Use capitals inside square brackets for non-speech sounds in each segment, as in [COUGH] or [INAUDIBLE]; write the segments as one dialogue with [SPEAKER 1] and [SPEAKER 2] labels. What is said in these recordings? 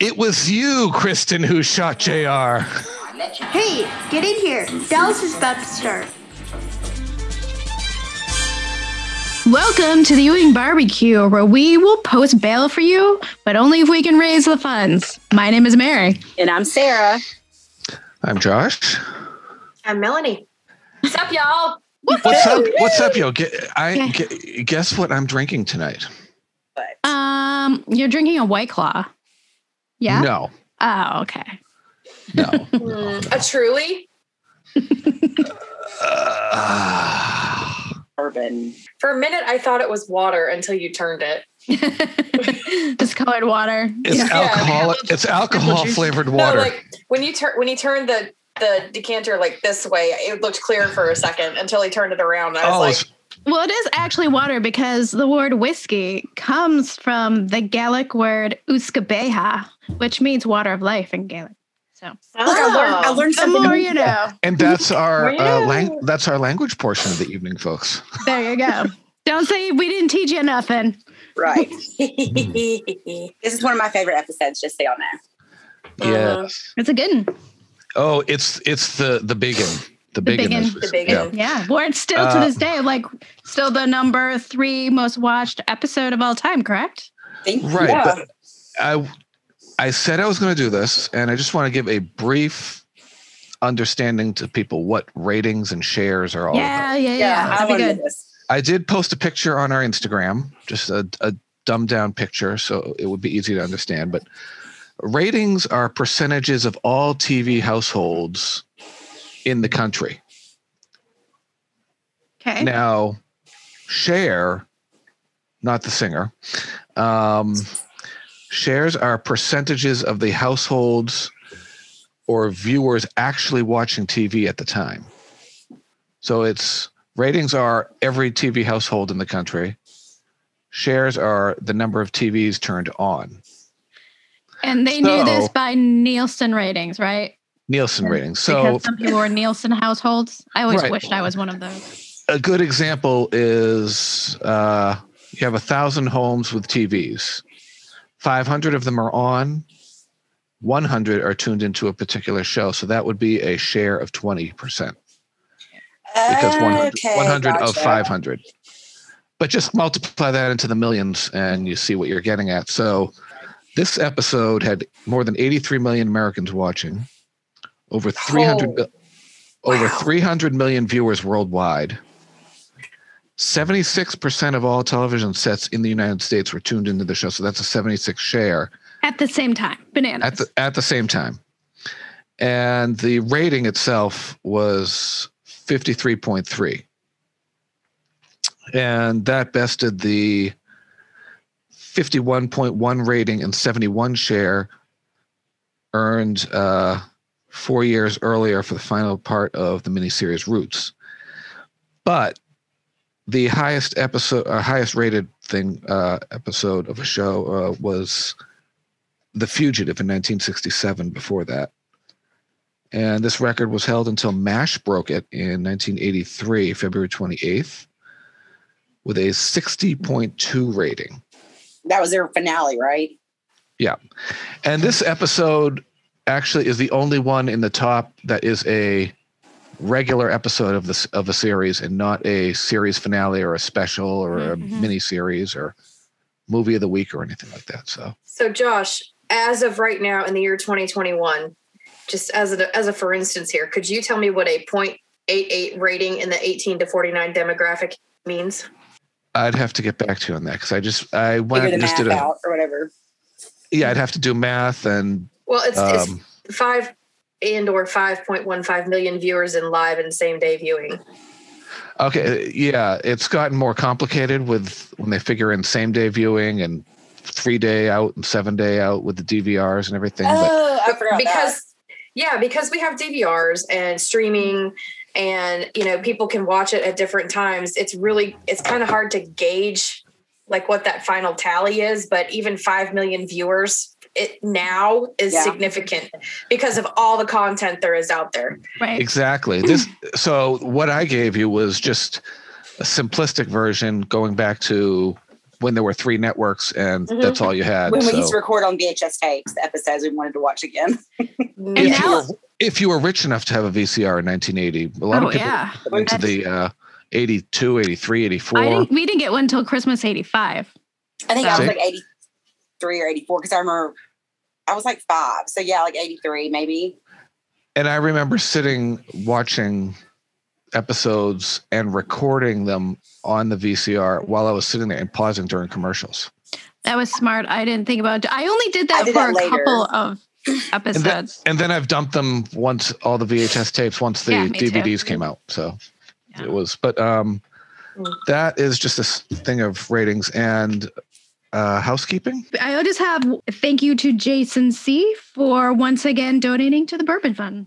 [SPEAKER 1] It was you, Kristen, who shot JR.
[SPEAKER 2] Hey, get in here. Dallas is about to start.
[SPEAKER 3] Welcome to the Ewing Barbecue, where we will post bail for you, but only if we can raise the funds. My name is Mary.
[SPEAKER 4] And I'm Sarah.
[SPEAKER 1] I'm Josh.
[SPEAKER 2] I'm Melanie.
[SPEAKER 5] What's up, y'all?
[SPEAKER 1] What's up? What's up, yo? Gu- I gu- guess what I'm drinking tonight.
[SPEAKER 3] Um, you're drinking a White Claw. Yeah.
[SPEAKER 1] No.
[SPEAKER 3] Oh, okay. [LAUGHS]
[SPEAKER 1] No.
[SPEAKER 5] [LAUGHS] Mm,
[SPEAKER 4] Hmm.
[SPEAKER 5] a truly
[SPEAKER 1] Uh,
[SPEAKER 4] Urban.
[SPEAKER 5] for a minute I thought it was water until you turned it.
[SPEAKER 3] Discolored water.
[SPEAKER 1] it's
[SPEAKER 3] Yeah.
[SPEAKER 1] alcohol. It's alcohol
[SPEAKER 5] [LAUGHS]
[SPEAKER 1] flavored water.
[SPEAKER 5] No, like when you turn when you turned the the decanter like this way, it looked clear for a second until he turned it around. And I was
[SPEAKER 1] oh,
[SPEAKER 5] like,
[SPEAKER 1] it's-
[SPEAKER 3] Well, it is actually water because the word whiskey comes from the Gaelic word uskabeha, which means water of life in Gaelic. So
[SPEAKER 4] Look, I learned,
[SPEAKER 5] "Oh."
[SPEAKER 4] I learned
[SPEAKER 3] the
[SPEAKER 4] something.
[SPEAKER 3] more you know.
[SPEAKER 1] and that's our uh,
[SPEAKER 5] Yeah.
[SPEAKER 1] lang- that's our language portion of the evening, folks.
[SPEAKER 3] There you go. Don't say we didn't teach you nothing.
[SPEAKER 4] Right.
[SPEAKER 1] Mm.
[SPEAKER 4] [LAUGHS] this is one of my favorite episodes, just so y'all know.
[SPEAKER 1] Yes.
[SPEAKER 3] It's a good one.
[SPEAKER 1] Oh, it's it's the the biggin. The biggin.
[SPEAKER 3] biggin.
[SPEAKER 1] is-
[SPEAKER 5] The biggin.
[SPEAKER 1] Yeah.
[SPEAKER 3] Yeah. Where it's still to
[SPEAKER 1] Uh,
[SPEAKER 3] this day, like still the number three most watched episode of all time, correct?
[SPEAKER 4] Thank you.
[SPEAKER 1] Right.
[SPEAKER 4] Yeah.
[SPEAKER 1] But I I said I was going to do this, and I just want to give a brief understanding to people what ratings and shares are all about.
[SPEAKER 3] yeah, yeah, yeah.
[SPEAKER 4] I
[SPEAKER 3] That'd be
[SPEAKER 4] want
[SPEAKER 3] good.
[SPEAKER 4] this.
[SPEAKER 1] I did post a picture on our Instagram, just a, a dumbed down picture, so it would be easy to understand. But ratings are percentages of all TV households in the country.
[SPEAKER 3] Okay.
[SPEAKER 1] Now, Cher, not the singer, um, shares are percentages of the households or viewers actually watching TV at the time. So it's ratings are every TV household in the country. Shares are the number of TVs turned on.
[SPEAKER 3] And they knew this
[SPEAKER 1] so-
[SPEAKER 3] by Nielsen ratings, right?
[SPEAKER 1] Nielsen ratings. So
[SPEAKER 3] because some people were Nielsen households. I always
[SPEAKER 1] Right.
[SPEAKER 3] wished I was one of those.
[SPEAKER 1] a good example is uh, you have a thousand homes with TVs. 500 of them are on, 100 are tuned into a particular show. So that would be a share of 20% because 100,
[SPEAKER 4] Okay,
[SPEAKER 1] 100 of
[SPEAKER 4] gotcha.
[SPEAKER 1] 500. But just multiply that into the millions and you see what you're getting at. So this episode had more than 83 million Americans watching, over 300
[SPEAKER 5] Oh,
[SPEAKER 1] mil- over 300 million viewers worldwide. 76% of all television sets in the United States were tuned into the show. So that's a 76 share
[SPEAKER 3] At the same time, bananas.
[SPEAKER 1] at the, at the same time. And the rating itself was 53.3. And that bested the 51.1 rating and 71 share earned uh, four years earlier for the final part of the miniseries Roots. But the highest episode, uh, highest rated thing, uh, episode of a show uh, was the Fugitive in 1967 before that. And this record was held until MASH broke it in 1983, February 28th, with a 60.2 rating.
[SPEAKER 4] That was their finale, right?
[SPEAKER 1] And this episode actually is the only one in the top that is a regular episode of this of a series and not a series finale or a special or a
[SPEAKER 3] Mhm.
[SPEAKER 4] Mm-hmm.
[SPEAKER 1] mini series or movie of the week or anything like that. So
[SPEAKER 5] so Josh, as of right now in the year 2021, just as a as a for instance here, could you tell me what a 0.88 rating in the 18 to 49 demographic means?
[SPEAKER 1] I'd have to get back to you on that because I just I went
[SPEAKER 4] Figure
[SPEAKER 1] and
[SPEAKER 4] the
[SPEAKER 1] just
[SPEAKER 4] math
[SPEAKER 1] did a
[SPEAKER 4] out or whatever.
[SPEAKER 1] yeah I'd have to do math and
[SPEAKER 5] Well, it's, it's
[SPEAKER 1] um,
[SPEAKER 5] five and or 5.15 million viewers in live and same day viewing.
[SPEAKER 1] Okay, yeah, it's gotten more complicated with when they figure in same day viewing and three day out and seven day out with the DVRs and everything. But
[SPEAKER 4] Oh, I forgot
[SPEAKER 5] because yeah, because we have DVRs and streaming and you know people can watch it at different times. It's really it's kind of hard to gauge like what that final tally is, but even 5 million viewers it now is
[SPEAKER 4] Yeah.
[SPEAKER 5] significant because of all the content there is out there.
[SPEAKER 3] right.
[SPEAKER 1] exactly this. So what I gave you was just a simplistic version, going back to when there were three networks and
[SPEAKER 5] Mhm.
[SPEAKER 1] that's all you had.
[SPEAKER 4] When we
[SPEAKER 1] so
[SPEAKER 4] used to record on VHS tapes, the episodes we wanted to watch again.
[SPEAKER 3] And
[SPEAKER 1] if, you
[SPEAKER 3] now,
[SPEAKER 1] were, if you were rich enough to have a VCR in 1980, a lot
[SPEAKER 3] oh
[SPEAKER 1] of people
[SPEAKER 3] yeah,
[SPEAKER 1] went into
[SPEAKER 3] That's-
[SPEAKER 1] the uh, 82, 83, 84.
[SPEAKER 3] I didn't. We didn't get one until Christmas '85.
[SPEAKER 4] I think I was
[SPEAKER 1] See?
[SPEAKER 4] like 83 or 84 because I remember I was like five. So yeah, like 83 maybe.
[SPEAKER 1] and I remember sitting watching episodes and recording them on the VCR while I was sitting there and pausing during commercials.
[SPEAKER 3] That was smart. I didn't think about. I only did
[SPEAKER 4] I
[SPEAKER 3] that
[SPEAKER 4] did
[SPEAKER 3] for
[SPEAKER 4] that
[SPEAKER 3] a
[SPEAKER 4] later.
[SPEAKER 3] couple of episodes.
[SPEAKER 1] And then I've dumped them once all the VHS tapes once the
[SPEAKER 3] Yeah, me too.
[SPEAKER 1] DVDs came out. So
[SPEAKER 3] Yeah.
[SPEAKER 1] it was, but um,
[SPEAKER 5] Mm.
[SPEAKER 1] that is just a s- thing of ratings and uh, housekeeping.
[SPEAKER 3] I just have thank you to Jason C for once again donating to the Bourbon Fund.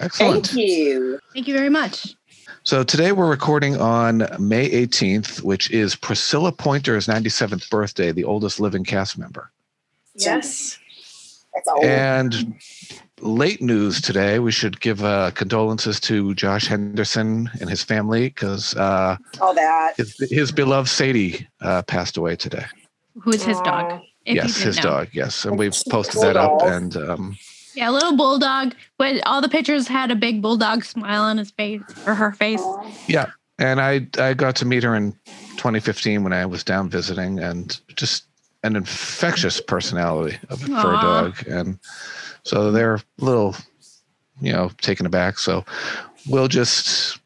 [SPEAKER 1] Excellent.
[SPEAKER 4] Thank you.
[SPEAKER 3] Thank you very much.
[SPEAKER 1] So today we're recording on May 18th, which is Priscilla Pointer's 97th birthday, the oldest living cast member.
[SPEAKER 5] Yes.
[SPEAKER 4] That's old.
[SPEAKER 1] And late news today, we should give uh, condolences to Josh Henderson and his family because uh,
[SPEAKER 4] all that.
[SPEAKER 1] his, his beloved Sadie uh, passed away today.
[SPEAKER 3] Who is his dog?
[SPEAKER 5] Aw.
[SPEAKER 3] If you
[SPEAKER 1] yes,
[SPEAKER 3] didn't
[SPEAKER 1] his
[SPEAKER 3] know.
[SPEAKER 1] dog. Yes, and we've
[SPEAKER 4] Cute
[SPEAKER 1] posted that up,
[SPEAKER 4] bulldog.
[SPEAKER 1] and um,
[SPEAKER 3] Yeah, little bulldog. But all the pictures had a big bulldog smile on his face or her face.
[SPEAKER 1] and I I got to meet her in 2015 when I was down visiting, and just an infectious personality of a fur
[SPEAKER 3] Aw.
[SPEAKER 1] dog, and so they're a little, you know, taken aback. So we'll just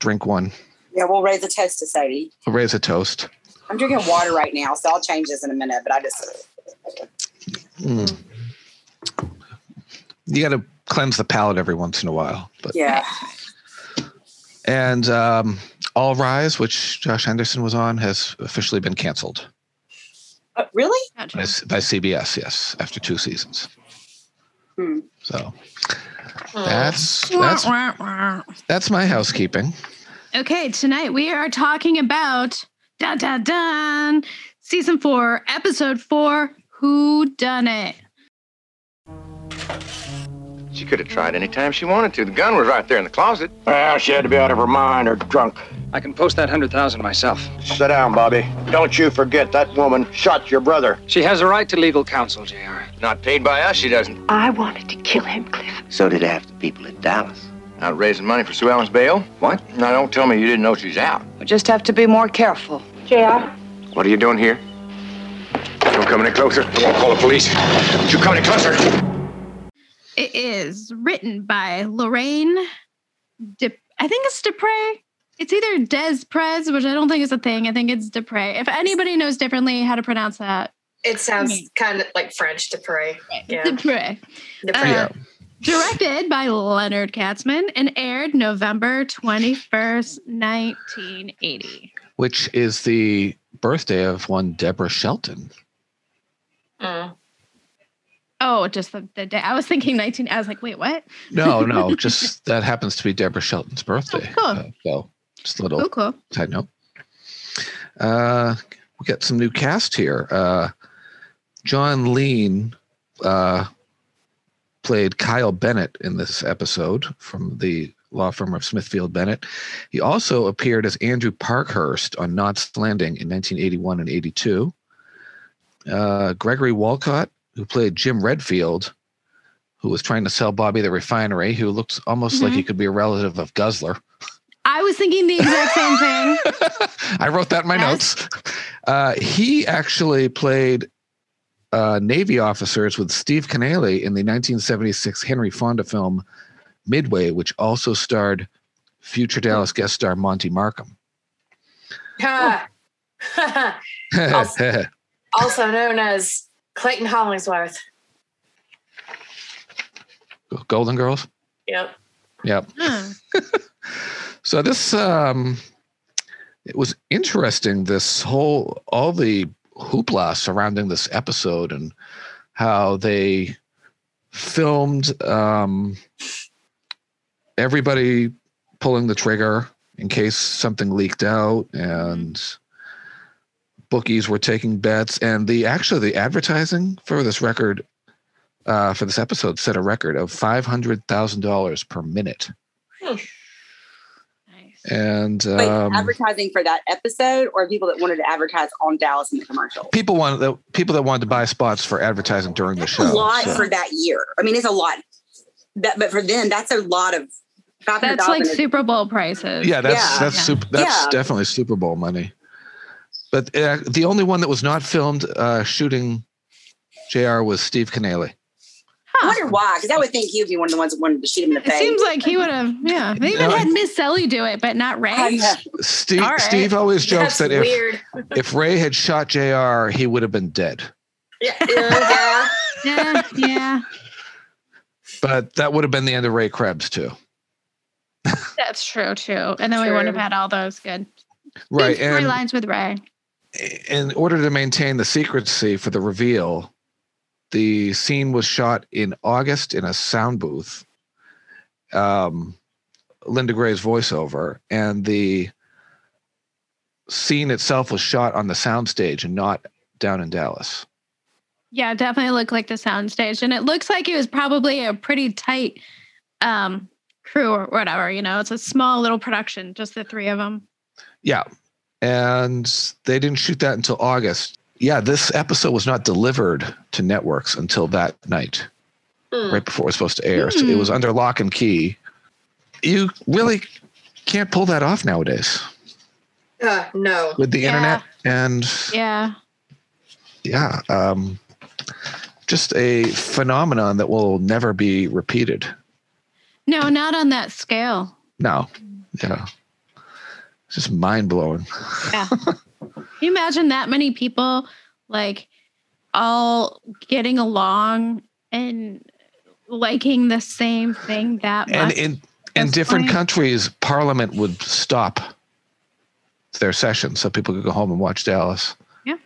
[SPEAKER 1] drink one,
[SPEAKER 4] Yeah, we'll raise a toast to Sadie.
[SPEAKER 1] We'll raise a toast.
[SPEAKER 4] I'm drinking water right now, so I'll change this in a minute, but I just
[SPEAKER 1] Mm. You got to cleanse the palate every once in a while. But
[SPEAKER 4] yeah.
[SPEAKER 1] and um, All Rise, which Josh Henderson was on, has officially been canceled
[SPEAKER 4] Uh, really?
[SPEAKER 3] Not true.
[SPEAKER 1] by, by CBS. Yes, after two seasons.
[SPEAKER 4] Hmm.
[SPEAKER 1] So that's
[SPEAKER 3] Wah,
[SPEAKER 1] that's
[SPEAKER 3] wah, wah.
[SPEAKER 1] that's my housekeeping.
[SPEAKER 3] Okay, tonight we are talking about dun dun dun season four, episode four, Who Done It?
[SPEAKER 6] She could have tried any time she wanted to. The gun was right there in the closet.
[SPEAKER 7] Well, she had to be out of her mind or drunk.
[SPEAKER 8] I can post that 100,000 myself.
[SPEAKER 7] Sit down, Bobby. Don't you forget that woman shot your brother.
[SPEAKER 8] She has a right to legal counsel, JR.
[SPEAKER 6] Not paid by us, she doesn't.
[SPEAKER 9] I wanted to kill him, Cliff.
[SPEAKER 10] So did half the people in Dallas.
[SPEAKER 6] Out raising money for Sue Ellen's bail. What? Now don't tell me you didn't know she's out.
[SPEAKER 9] We just have to be more careful.
[SPEAKER 6] What are you doing here? Don't come any closer. I won't call the police. Don't you come any closer.
[SPEAKER 3] It is written by Lorraine. De- I think it's Dupre. It's either Des Prez, which I don't think is a thing. I think it's Dupre. If anybody knows differently how to pronounce that,
[SPEAKER 5] It sounds kind of like French to pray. Yeah.
[SPEAKER 3] Dupre.
[SPEAKER 5] The
[SPEAKER 3] Uh,
[SPEAKER 5] pray.
[SPEAKER 1] yeah,
[SPEAKER 3] Directed by Leonard Katzman and aired November 21st, 1980.
[SPEAKER 1] which is the birthday of one Deborah Shelton.
[SPEAKER 5] Mm.
[SPEAKER 3] Oh, just the, the day. I was thinking 19. I was like, wait, what?
[SPEAKER 1] No, no, just that happens to be Deborah Shelton's birthday.
[SPEAKER 3] cool.
[SPEAKER 1] Uh, so just a little
[SPEAKER 3] Oh, cool.
[SPEAKER 1] side note. Uh, we got some new cast here. Uh, John Lean uh, played Kyle Bennett in this episode from the law firm of Smithfield Bennett. He also appeared as Andrew Parkhurst on Knots Landing in 1981 and 82. Uh, Gregory Walcott, who played Jim Redfield, who was trying to sell Bobby the refinery, who looked almost like
[SPEAKER 3] Mhm.
[SPEAKER 1] he could be a relative of Guzzler.
[SPEAKER 3] I was thinking the exact same thing.
[SPEAKER 1] [LAUGHS] I wrote that in my
[SPEAKER 3] Yes.
[SPEAKER 1] notes. Uh, he actually played uh, Navy officers with Steve Canale in the 1976 Henry Fonda film Midway, which also starred future Dallas guest star Monty Markham. [LAUGHS]
[SPEAKER 5] Ha. Also- [LAUGHS] also known as Clayton Hollingsworth.
[SPEAKER 1] Golden Girls.
[SPEAKER 5] Yep.
[SPEAKER 1] Yep.
[SPEAKER 3] Huh.
[SPEAKER 1] So this um, it was interesting. This whole all the hoopla surrounding this episode and how they filmed um, everybody pulling the trigger in case something leaked out and bookies were taking bets and the actually the advertising for this record uh, for this episode set a record of five hundred thousand dollars per minute
[SPEAKER 3] Nice.
[SPEAKER 1] And
[SPEAKER 4] Wait,
[SPEAKER 1] um,
[SPEAKER 4] advertising for that episode or people that wanted to advertise on Dallas in the commercial?
[SPEAKER 1] people wanted the people that wanted to buy spots for advertising during the
[SPEAKER 4] a
[SPEAKER 1] show.
[SPEAKER 4] lot
[SPEAKER 1] so-
[SPEAKER 4] for that year. I mean, it's a lot. That, but for them, that's a lot of.
[SPEAKER 3] That's like
[SPEAKER 4] $500 is-
[SPEAKER 3] Super Bowl prices.
[SPEAKER 1] Yeah, that's
[SPEAKER 4] Yeah.
[SPEAKER 1] that's
[SPEAKER 3] Yeah.
[SPEAKER 1] Super, that's
[SPEAKER 4] Yeah.
[SPEAKER 1] definitely Super Bowl money. But uh, the only one that was not filmed uh, shooting Jr. was Steve Canale.
[SPEAKER 4] I wonder why, because I would think he would be one of the ones that wanted to shoot him in the
[SPEAKER 3] It
[SPEAKER 4] face.
[SPEAKER 3] seems like he would have. Yeah, [LAUGHS] they even
[SPEAKER 1] No.
[SPEAKER 3] had Miss Sally do it, but not
[SPEAKER 4] I
[SPEAKER 3] Ray.
[SPEAKER 4] know.
[SPEAKER 1] Steve
[SPEAKER 3] All right.
[SPEAKER 1] Steve always jokes
[SPEAKER 5] That's
[SPEAKER 1] that if,
[SPEAKER 5] [LAUGHS] weird.
[SPEAKER 1] if Ray had shot Jr., he would have been dead.
[SPEAKER 5] Yeah, yeah.
[SPEAKER 3] yeah, yeah,
[SPEAKER 1] But that would have been the end of Ray Krebs too,
[SPEAKER 3] [LAUGHS] that's true too. And then we wouldn't have
[SPEAKER 5] True.
[SPEAKER 3] had all those good
[SPEAKER 1] right?
[SPEAKER 3] good
[SPEAKER 1] And
[SPEAKER 3] storylines with Ray.
[SPEAKER 1] in order to maintain the secrecy for the reveal, the scene was shot in August in a sound booth. Um, Linda Gray's voiceover, and the scene itself was shot on the soundstage and not down in Dallas.
[SPEAKER 3] Yeah, it definitely looked like the soundstage, and it looks like it was probably a pretty tight um, crew or whatever. You know, it's a small little production, just the three of them.
[SPEAKER 1] Yeah. And they didn't shoot that until August. Yeah, this episode was not delivered to networks until that night,
[SPEAKER 5] Hmm.
[SPEAKER 1] right before it was supposed to air. So it was under lock and key. You really can't pull that off nowadays
[SPEAKER 5] Uh, no.
[SPEAKER 1] with the
[SPEAKER 3] Yeah.
[SPEAKER 1] internet and
[SPEAKER 3] Yeah,
[SPEAKER 1] yeah, um, just a phenomenon that will never be repeated.
[SPEAKER 3] no, not on that scale.
[SPEAKER 1] No, yeah, it's just mind blowing.
[SPEAKER 3] Yeah. Can you imagine that many people like all getting along and liking the same thing that
[SPEAKER 1] and
[SPEAKER 3] much?
[SPEAKER 1] in in
[SPEAKER 3] that's
[SPEAKER 1] different
[SPEAKER 3] why-
[SPEAKER 1] countries, Parliament would stop their session so people could go home and watch Dallas.
[SPEAKER 3] Yeah.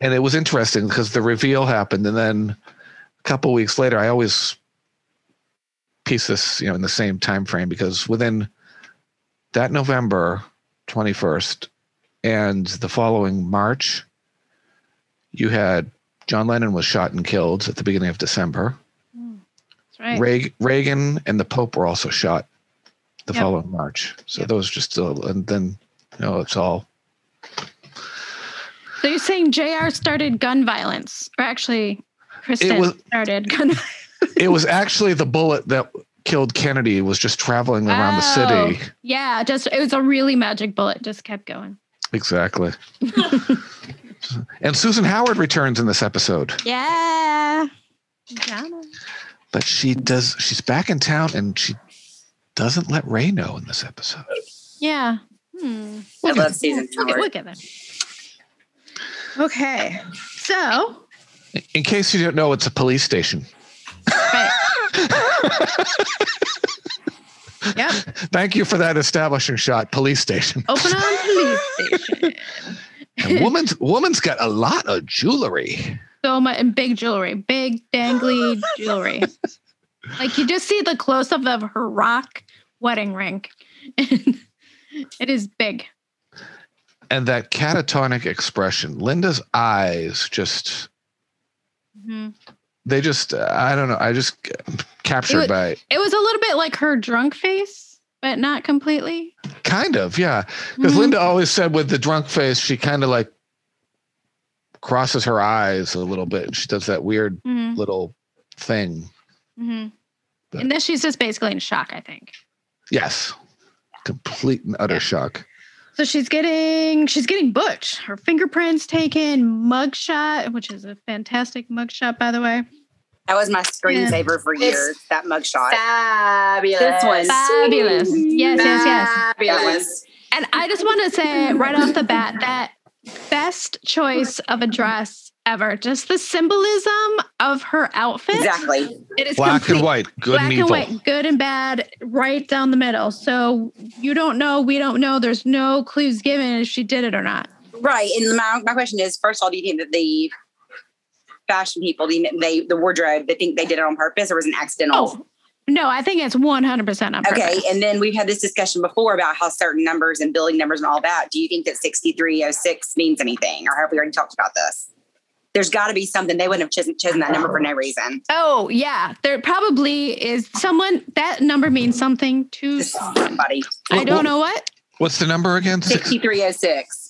[SPEAKER 1] And it was interesting because the reveal happened, and then a couple weeks later, I always piece this, you know, in the same time frame because within that November twenty first and the following March, you had John Lennon was shot and killed at the beginning of December.
[SPEAKER 3] That's right.
[SPEAKER 1] Reag- Reagan and the Pope were also shot the
[SPEAKER 3] Yep.
[SPEAKER 1] following March. So
[SPEAKER 3] Yep.
[SPEAKER 1] those just uh, and then you know it's all
[SPEAKER 3] So you're saying JR started gun violence, or actually, Kristen
[SPEAKER 1] was-
[SPEAKER 3] started gun [LAUGHS]
[SPEAKER 1] it was actually the bullet that killed Kennedy was just traveling around
[SPEAKER 3] Oh,
[SPEAKER 1] the city.
[SPEAKER 3] Yeah, just it was a really magic bullet, just kept going. [LAUGHS]
[SPEAKER 1] Exactly. and Susan Howard returns in this episode,
[SPEAKER 3] Yeah. Madonna.
[SPEAKER 1] but she does she's back in town and she doesn't let Ray know in this episode.
[SPEAKER 3] Yeah. Hmm.
[SPEAKER 4] I
[SPEAKER 3] [LAUGHS]
[SPEAKER 4] love season
[SPEAKER 3] Okay,
[SPEAKER 4] four.
[SPEAKER 3] look at that. Okay. So
[SPEAKER 1] In case you don't know, it's a police station. [LAUGHS]
[SPEAKER 3] Right. yep.
[SPEAKER 1] Thank you for that establishing shot, police station.
[SPEAKER 3] Open on police station.
[SPEAKER 1] And woman's woman's got a lot of jewelry.
[SPEAKER 3] So much and big jewelry, big dangly jewelry. Like you just see the close up of her rock wedding ring. [LAUGHS] it is big.
[SPEAKER 1] And that catatonic expression. Linda's eyes just
[SPEAKER 3] Mhm.
[SPEAKER 1] they just I don't know, I just captured
[SPEAKER 3] It
[SPEAKER 1] by
[SPEAKER 3] It was a little bit like her drunk face, but not completely.
[SPEAKER 1] kind of, yeah. Because
[SPEAKER 3] Mhm.
[SPEAKER 1] Linda always said with the drunk face, she kind of like crosses her eyes a little bit. and She does that weird
[SPEAKER 3] Mhm,
[SPEAKER 1] little thing.
[SPEAKER 3] mhm. And then she's just basically in shock, I think.
[SPEAKER 1] Yes. Complete and utter
[SPEAKER 3] Yeah.
[SPEAKER 1] shock.
[SPEAKER 3] So she's getting she's getting butch. Her fingerprints taken, mugshot, which is a fantastic mugshot, by the way.
[SPEAKER 4] That was my screensaver for
[SPEAKER 5] It's
[SPEAKER 4] years. That mugshot.
[SPEAKER 5] Fabulous.
[SPEAKER 4] This one.
[SPEAKER 3] Fabulous. Yes, yes, yes.
[SPEAKER 4] That
[SPEAKER 5] Fabulous.
[SPEAKER 4] was
[SPEAKER 3] And I just want to say right off the bat that best choice of a dress ever. Just the symbolism of her outfit.
[SPEAKER 4] exactly.
[SPEAKER 3] It is
[SPEAKER 1] Black
[SPEAKER 3] complete.
[SPEAKER 1] and white, good
[SPEAKER 3] black
[SPEAKER 1] and evil.
[SPEAKER 3] and white, good and bad, right down the middle. So you don't know, we don't know. There's no clues given if she did it or not.
[SPEAKER 4] Right. And my, my question is first of all, do you think that the fashion people, do you think they, the wardrobe, they think they did it on purpose or was it an accidental?
[SPEAKER 3] Oh no, I think it's 100 percent on purpose.
[SPEAKER 4] Okay, and then we've had this discussion before about how certain numbers and oh building numbers and all that. Do you think that 6306 means anything? Or have we already talked about this? There's got to be something. They wouldn't have chosen, chosen that number for no reason.
[SPEAKER 3] Oh yeah, there probably is someone. That number means something to
[SPEAKER 4] somebody.
[SPEAKER 3] I don't know what.
[SPEAKER 1] What's the number again? Six-
[SPEAKER 4] 6306.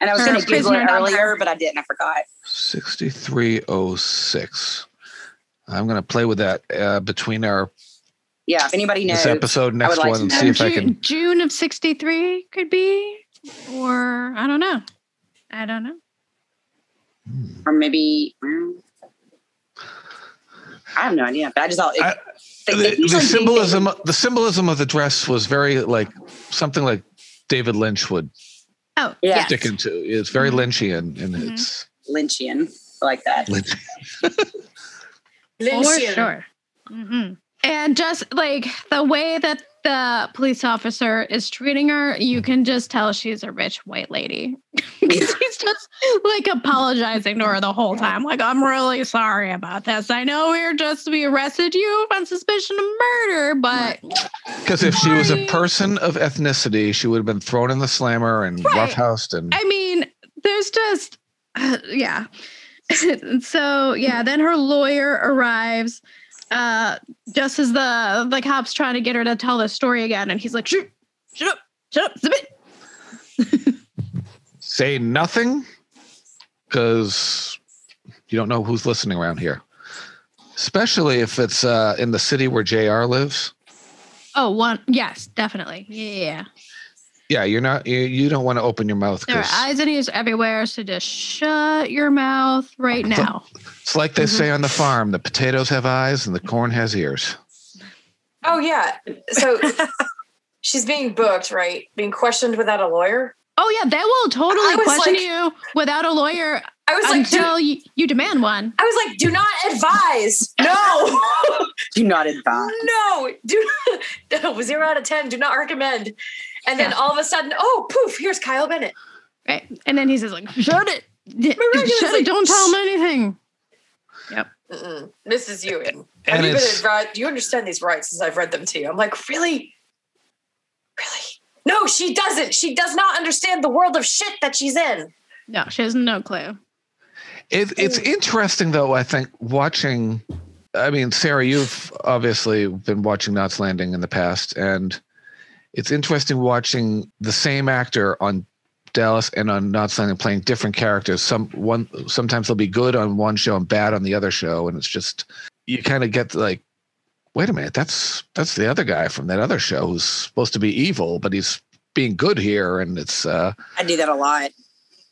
[SPEAKER 4] And I was
[SPEAKER 3] Or
[SPEAKER 4] going to Google
[SPEAKER 3] prisoner
[SPEAKER 4] it
[SPEAKER 3] number.
[SPEAKER 4] earlier, but I didn't. I forgot.
[SPEAKER 1] 6306. I'm going to play with that uh, between our
[SPEAKER 4] Yeah. If anybody knows,
[SPEAKER 1] this episode
[SPEAKER 4] I
[SPEAKER 1] next
[SPEAKER 4] would like
[SPEAKER 1] one
[SPEAKER 4] to
[SPEAKER 1] and
[SPEAKER 4] know.
[SPEAKER 1] see if I
[SPEAKER 3] Ju-
[SPEAKER 1] can
[SPEAKER 3] June of '63 could be, or I don't know. I don't know.
[SPEAKER 4] or maybe. mm, I have no idea, but I just thought it,
[SPEAKER 1] I-
[SPEAKER 4] they- they
[SPEAKER 1] the, the
[SPEAKER 4] usually do
[SPEAKER 1] symbolism the symbolism of the dress was very like something like David Lynch would
[SPEAKER 3] Oh
[SPEAKER 4] Yeah.
[SPEAKER 3] yeah.
[SPEAKER 1] stick into. It's very
[SPEAKER 4] Mm-hmm.
[SPEAKER 1] Lynchian and
[SPEAKER 3] Mhm.
[SPEAKER 1] it's
[SPEAKER 4] Lynchian I like that.
[SPEAKER 1] Lynch.
[SPEAKER 3] For
[SPEAKER 5] Lynchian.
[SPEAKER 3] sure. hmm And just like the way that the police officer is treating her, you can just tell she's a rich white lady. [LAUGHS] 'Cause he's just like apologizing to her the whole time. Like, I'm really sorry about this. I know we're just, we arrested you on suspicion of murder, but
[SPEAKER 1] Because if she was a
[SPEAKER 3] Why?
[SPEAKER 1] person of ethnicity, she would have been thrown in the slammer and
[SPEAKER 3] Right.
[SPEAKER 1] roughhoused and
[SPEAKER 3] I mean, there's just, uh, yeah. [LAUGHS] so yeah, then her lawyer arrives, uh, just as the the cops trying to get her to tell the story again, and he's like, "Shut, shut up, shut up, zip it."
[SPEAKER 1] say nothing because you don't know who's listening around here. Especially if it's uh, in the city where JR lives.
[SPEAKER 3] Oh, one, yes, definitely, yeah.
[SPEAKER 1] Yeah, you're not you, you don't want to open your mouth
[SPEAKER 3] There are
[SPEAKER 1] because
[SPEAKER 3] eyes and ears everywhere, so just shut your mouth right now.
[SPEAKER 1] it's like they say on the farm, the potatoes have eyes and the corn has ears.
[SPEAKER 5] Oh yeah.
[SPEAKER 3] [LAUGHS]
[SPEAKER 5] So she's being booked, right? Being questioned without a lawyer.
[SPEAKER 3] Oh yeah, they will
[SPEAKER 5] I
[SPEAKER 3] totally
[SPEAKER 5] was
[SPEAKER 3] question
[SPEAKER 5] like-
[SPEAKER 3] you without a lawyer
[SPEAKER 5] I was like, do,
[SPEAKER 3] until you, you demand one.
[SPEAKER 5] I was like, do not
[SPEAKER 3] [LAUGHS]
[SPEAKER 5] advise. No,
[SPEAKER 4] Do not advise.
[SPEAKER 5] [LAUGHS] no, do no, zero out of ten. Do [LAUGHS] not recommend. And then
[SPEAKER 3] Yeah.
[SPEAKER 5] all of a sudden, oh poof, here's Kyle Bennett.
[SPEAKER 3] Right. And then he says, like, shut it. D-
[SPEAKER 5] Miraculous,
[SPEAKER 3] Shut it. [LAUGHS]
[SPEAKER 5] like,
[SPEAKER 3] Don't tell him anything.
[SPEAKER 5] Mm-mm. Mrs. Ewing, have
[SPEAKER 1] And
[SPEAKER 5] you been
[SPEAKER 1] it's
[SPEAKER 5] advised? Do you understand these rights as I've read them to you? I'm like, really, really? No, she doesn't. She does not understand the world of shit that she's in.
[SPEAKER 3] No, she has no clue.
[SPEAKER 1] it, it's interesting though, I think, watching I mean, Sarah, you've obviously been watching Knots Landing in the past, and it's interesting watching the same actor on Dallas and on Knots Landing playing different characters. Some one sometimes they'll be good on one show and bad on the other show, and it's just you kind of get like, wait a minute, that's that's the other guy from that other show who's supposed to be evil, but he's being good here, and it's uh,
[SPEAKER 4] I do that a lot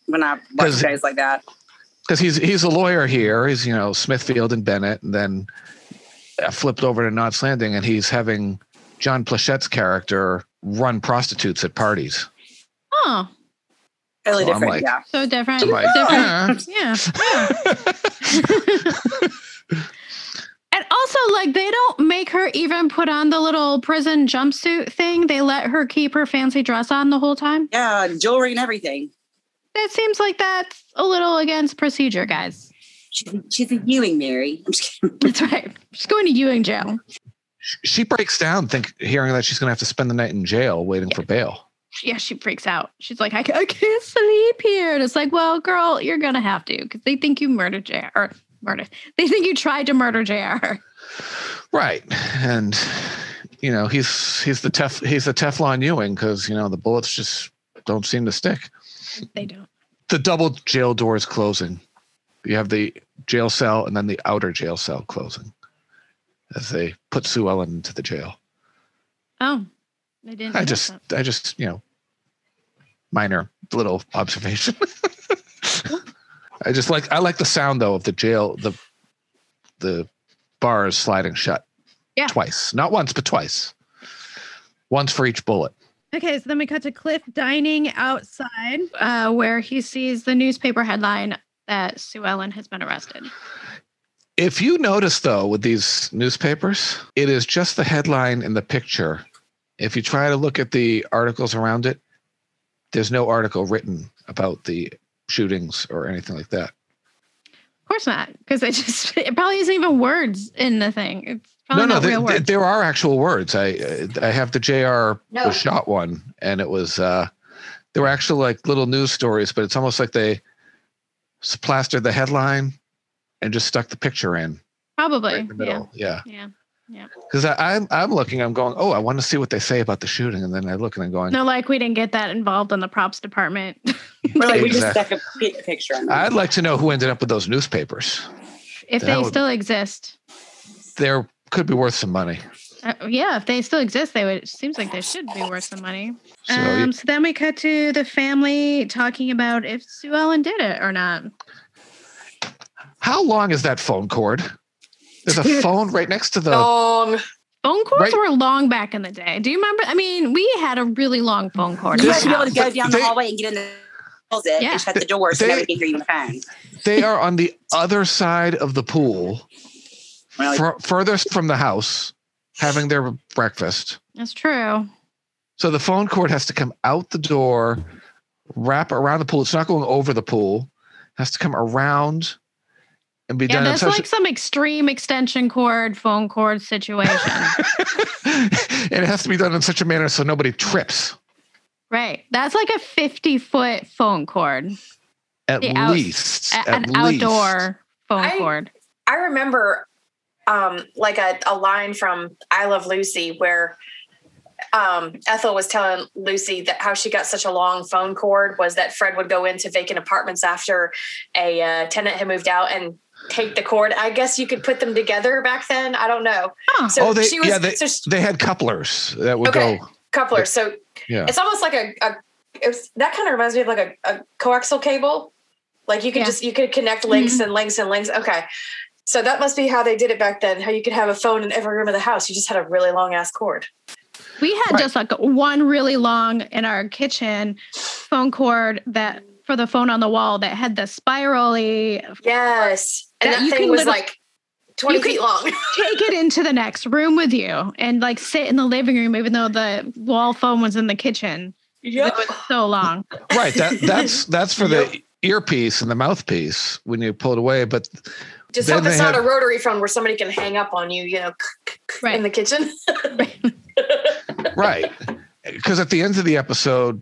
[SPEAKER 4] when I watch
[SPEAKER 1] 'Cause-
[SPEAKER 4] shows like that.
[SPEAKER 1] because he's he's a lawyer here. He's you know Smithfield and Bennett, and then uh, flipped over to Knots Landing, and he's having John Plachette's character run prostitutes at parties.
[SPEAKER 3] Oh,
[SPEAKER 4] Totally
[SPEAKER 1] So I'm
[SPEAKER 4] different.
[SPEAKER 1] like-
[SPEAKER 4] yeah.
[SPEAKER 3] so different.
[SPEAKER 1] So I'm like,
[SPEAKER 3] different.
[SPEAKER 1] "Eh."
[SPEAKER 3] Yeah. yeah. and also, like, they don't make her even put on the little prison jumpsuit thing. They let her keep her fancy dress on the whole time.
[SPEAKER 4] Yeah. Jewelry and everything.
[SPEAKER 3] That seems like that's a little against procedure, guys.
[SPEAKER 4] She's, she's a Ewing, Mary. I'm just kidding.
[SPEAKER 3] That's right. She's going to Ewing jail.
[SPEAKER 1] she breaks down, think hearing that she's going to have to spend the night in jail waiting for bail.
[SPEAKER 3] yeah, she freaks out. She's like, I, ca- I can't sleep here. And it's like, well, girl, you're going to have to because they think you murdered JR. Or murder. They think you tried to murder JR.
[SPEAKER 1] Right, and you know he's he's the tef he's the Teflon Ewing because you know the bullets just don't seem to stick.
[SPEAKER 3] They don't.
[SPEAKER 1] The double jail door is closing. You have the jail cell and then the outer jail cell closing as they put Sue Ellen into the jail.
[SPEAKER 3] Oh, they didn't.
[SPEAKER 1] I
[SPEAKER 3] know
[SPEAKER 1] just,
[SPEAKER 3] that.
[SPEAKER 1] I just, you know, minor little observation. [LAUGHS] I just like, I like the sound though of the jail, the, the bars sliding shut.
[SPEAKER 3] Yeah.
[SPEAKER 1] Twice, not once, but twice. Once for each bullet.
[SPEAKER 3] Okay, so then we cut to Cliff dining outside uh, where he sees the newspaper headline that Sue Ellen has been arrested.
[SPEAKER 1] If you notice though, with these newspapers, it is just the headline and the picture. If you try to look at the articles around it, there's no article written about the shootings or anything like that.
[SPEAKER 3] Of course not, because it [LAUGHS] just, it probably isn't even words in the thing. It's probably not
[SPEAKER 1] there-
[SPEAKER 3] Oh, real
[SPEAKER 1] there-
[SPEAKER 3] words.
[SPEAKER 1] there are actual words. I uh, I have the JR
[SPEAKER 5] No.
[SPEAKER 1] was shot one, and it was uh, there were actual like little news stories, but it's almost like they s- plastered the headline and just stuck the picture in,
[SPEAKER 3] Probably.
[SPEAKER 1] in the middle. Yeah.
[SPEAKER 3] Yeah. Yeah.
[SPEAKER 1] Because I'm I'm looking, I'm going, oh, I want to see what they say about the shooting, and then I look and I'm
[SPEAKER 3] yeah.
[SPEAKER 1] going,
[SPEAKER 3] They're like, we didn't get that involved in the props department. [LAUGHS]
[SPEAKER 4] We're like, we just
[SPEAKER 1] Exactly.
[SPEAKER 4] stuck a pi- picture on
[SPEAKER 1] I'd like to know who ended up with those newspapers.
[SPEAKER 3] if
[SPEAKER 1] That
[SPEAKER 3] they
[SPEAKER 1] would-
[SPEAKER 3] still exist.
[SPEAKER 1] They're could be worth some money.
[SPEAKER 3] Uh, yeah, if they still exist, they would. It seems like they should be worth some money.
[SPEAKER 1] So
[SPEAKER 3] um, so then we cut to the family talking about if Sue Ellen did it or not.
[SPEAKER 1] how long is that phone cord? There's a phone right next to the.
[SPEAKER 3] Oh.
[SPEAKER 5] Long.
[SPEAKER 3] Phone cords
[SPEAKER 1] Right.
[SPEAKER 3] were long back in the day. Do you remember? I mean, we had a really long phone cord. in
[SPEAKER 4] You
[SPEAKER 1] This-
[SPEAKER 4] have to
[SPEAKER 3] my
[SPEAKER 4] be able to
[SPEAKER 3] house.
[SPEAKER 4] go down
[SPEAKER 1] They-
[SPEAKER 4] the hallway and get in the closet
[SPEAKER 3] Yeah.
[SPEAKER 4] and shut the door so
[SPEAKER 1] They-
[SPEAKER 4] nobody can hear you on the phone.
[SPEAKER 1] They are on the other side of the pool,
[SPEAKER 4] Really?
[SPEAKER 1] fur- furthest from the house, having their breakfast.
[SPEAKER 3] That's true.
[SPEAKER 1] So the phone cord has to come out the door, wrap around the pool. It's not going over the pool. It has to come around and be
[SPEAKER 3] Yeah,
[SPEAKER 1] done in
[SPEAKER 3] that's
[SPEAKER 1] such
[SPEAKER 3] like some extreme extension cord, phone cord situation.
[SPEAKER 1] [LAUGHS] and it has to be done in such a manner so nobody trips.
[SPEAKER 3] right. That's like a 50 foot phone cord,
[SPEAKER 1] At
[SPEAKER 3] The out-
[SPEAKER 1] least.
[SPEAKER 3] a-
[SPEAKER 1] at
[SPEAKER 3] an
[SPEAKER 1] least.
[SPEAKER 3] outdoor phone
[SPEAKER 5] I-
[SPEAKER 3] cord.
[SPEAKER 5] I remember um, like a, a line from I Love Lucy where um, Ethel was telling Lucy that how she got such a long phone cord was that Fred would go into vacant apartments after a uh, tenant had moved out and take the cord. I guess you could put them together back then. I don't know.
[SPEAKER 3] Huh.
[SPEAKER 5] So
[SPEAKER 1] oh, they,
[SPEAKER 5] she was
[SPEAKER 1] yeah, they,
[SPEAKER 5] so she-
[SPEAKER 1] they had couplers that would
[SPEAKER 5] Okay.
[SPEAKER 1] go.
[SPEAKER 5] coupler. So
[SPEAKER 1] Yeah.
[SPEAKER 5] it's almost like a, a it's, that kind of reminds me of like a, a coaxial cable. Like you could
[SPEAKER 3] Yeah. Mm-hmm.
[SPEAKER 5] just you could connect links and links and links. Okay. So that must be how they did it back then. How you could have a phone in every room of the house. You just had a really long ass cord.
[SPEAKER 3] We had
[SPEAKER 1] Right.
[SPEAKER 3] just like one really long in our kitchen phone cord that for the phone on the wall that had the spirally
[SPEAKER 5] Yes. And
[SPEAKER 3] That
[SPEAKER 5] that,
[SPEAKER 3] you
[SPEAKER 5] thing
[SPEAKER 3] can
[SPEAKER 5] was
[SPEAKER 3] literally-
[SPEAKER 5] like twenty
[SPEAKER 3] you could- [LAUGHS]
[SPEAKER 5] feet long.
[SPEAKER 3] take it into the next room with you and like sit in the living room even though the wall phone was in the kitchen. It was so long.
[SPEAKER 1] right
[SPEAKER 3] [LAUGHS]
[SPEAKER 1] that that's that's for the earpiece and the mouthpiece when you pull it away but
[SPEAKER 5] Just
[SPEAKER 1] Then
[SPEAKER 5] hope it's
[SPEAKER 1] they
[SPEAKER 5] not
[SPEAKER 1] had-
[SPEAKER 5] a rotary phone where somebody can hang up on you, you know,
[SPEAKER 3] Right.
[SPEAKER 5] in the kitchen. [LAUGHS]
[SPEAKER 3] [LAUGHS]
[SPEAKER 1] right because at the end of the episode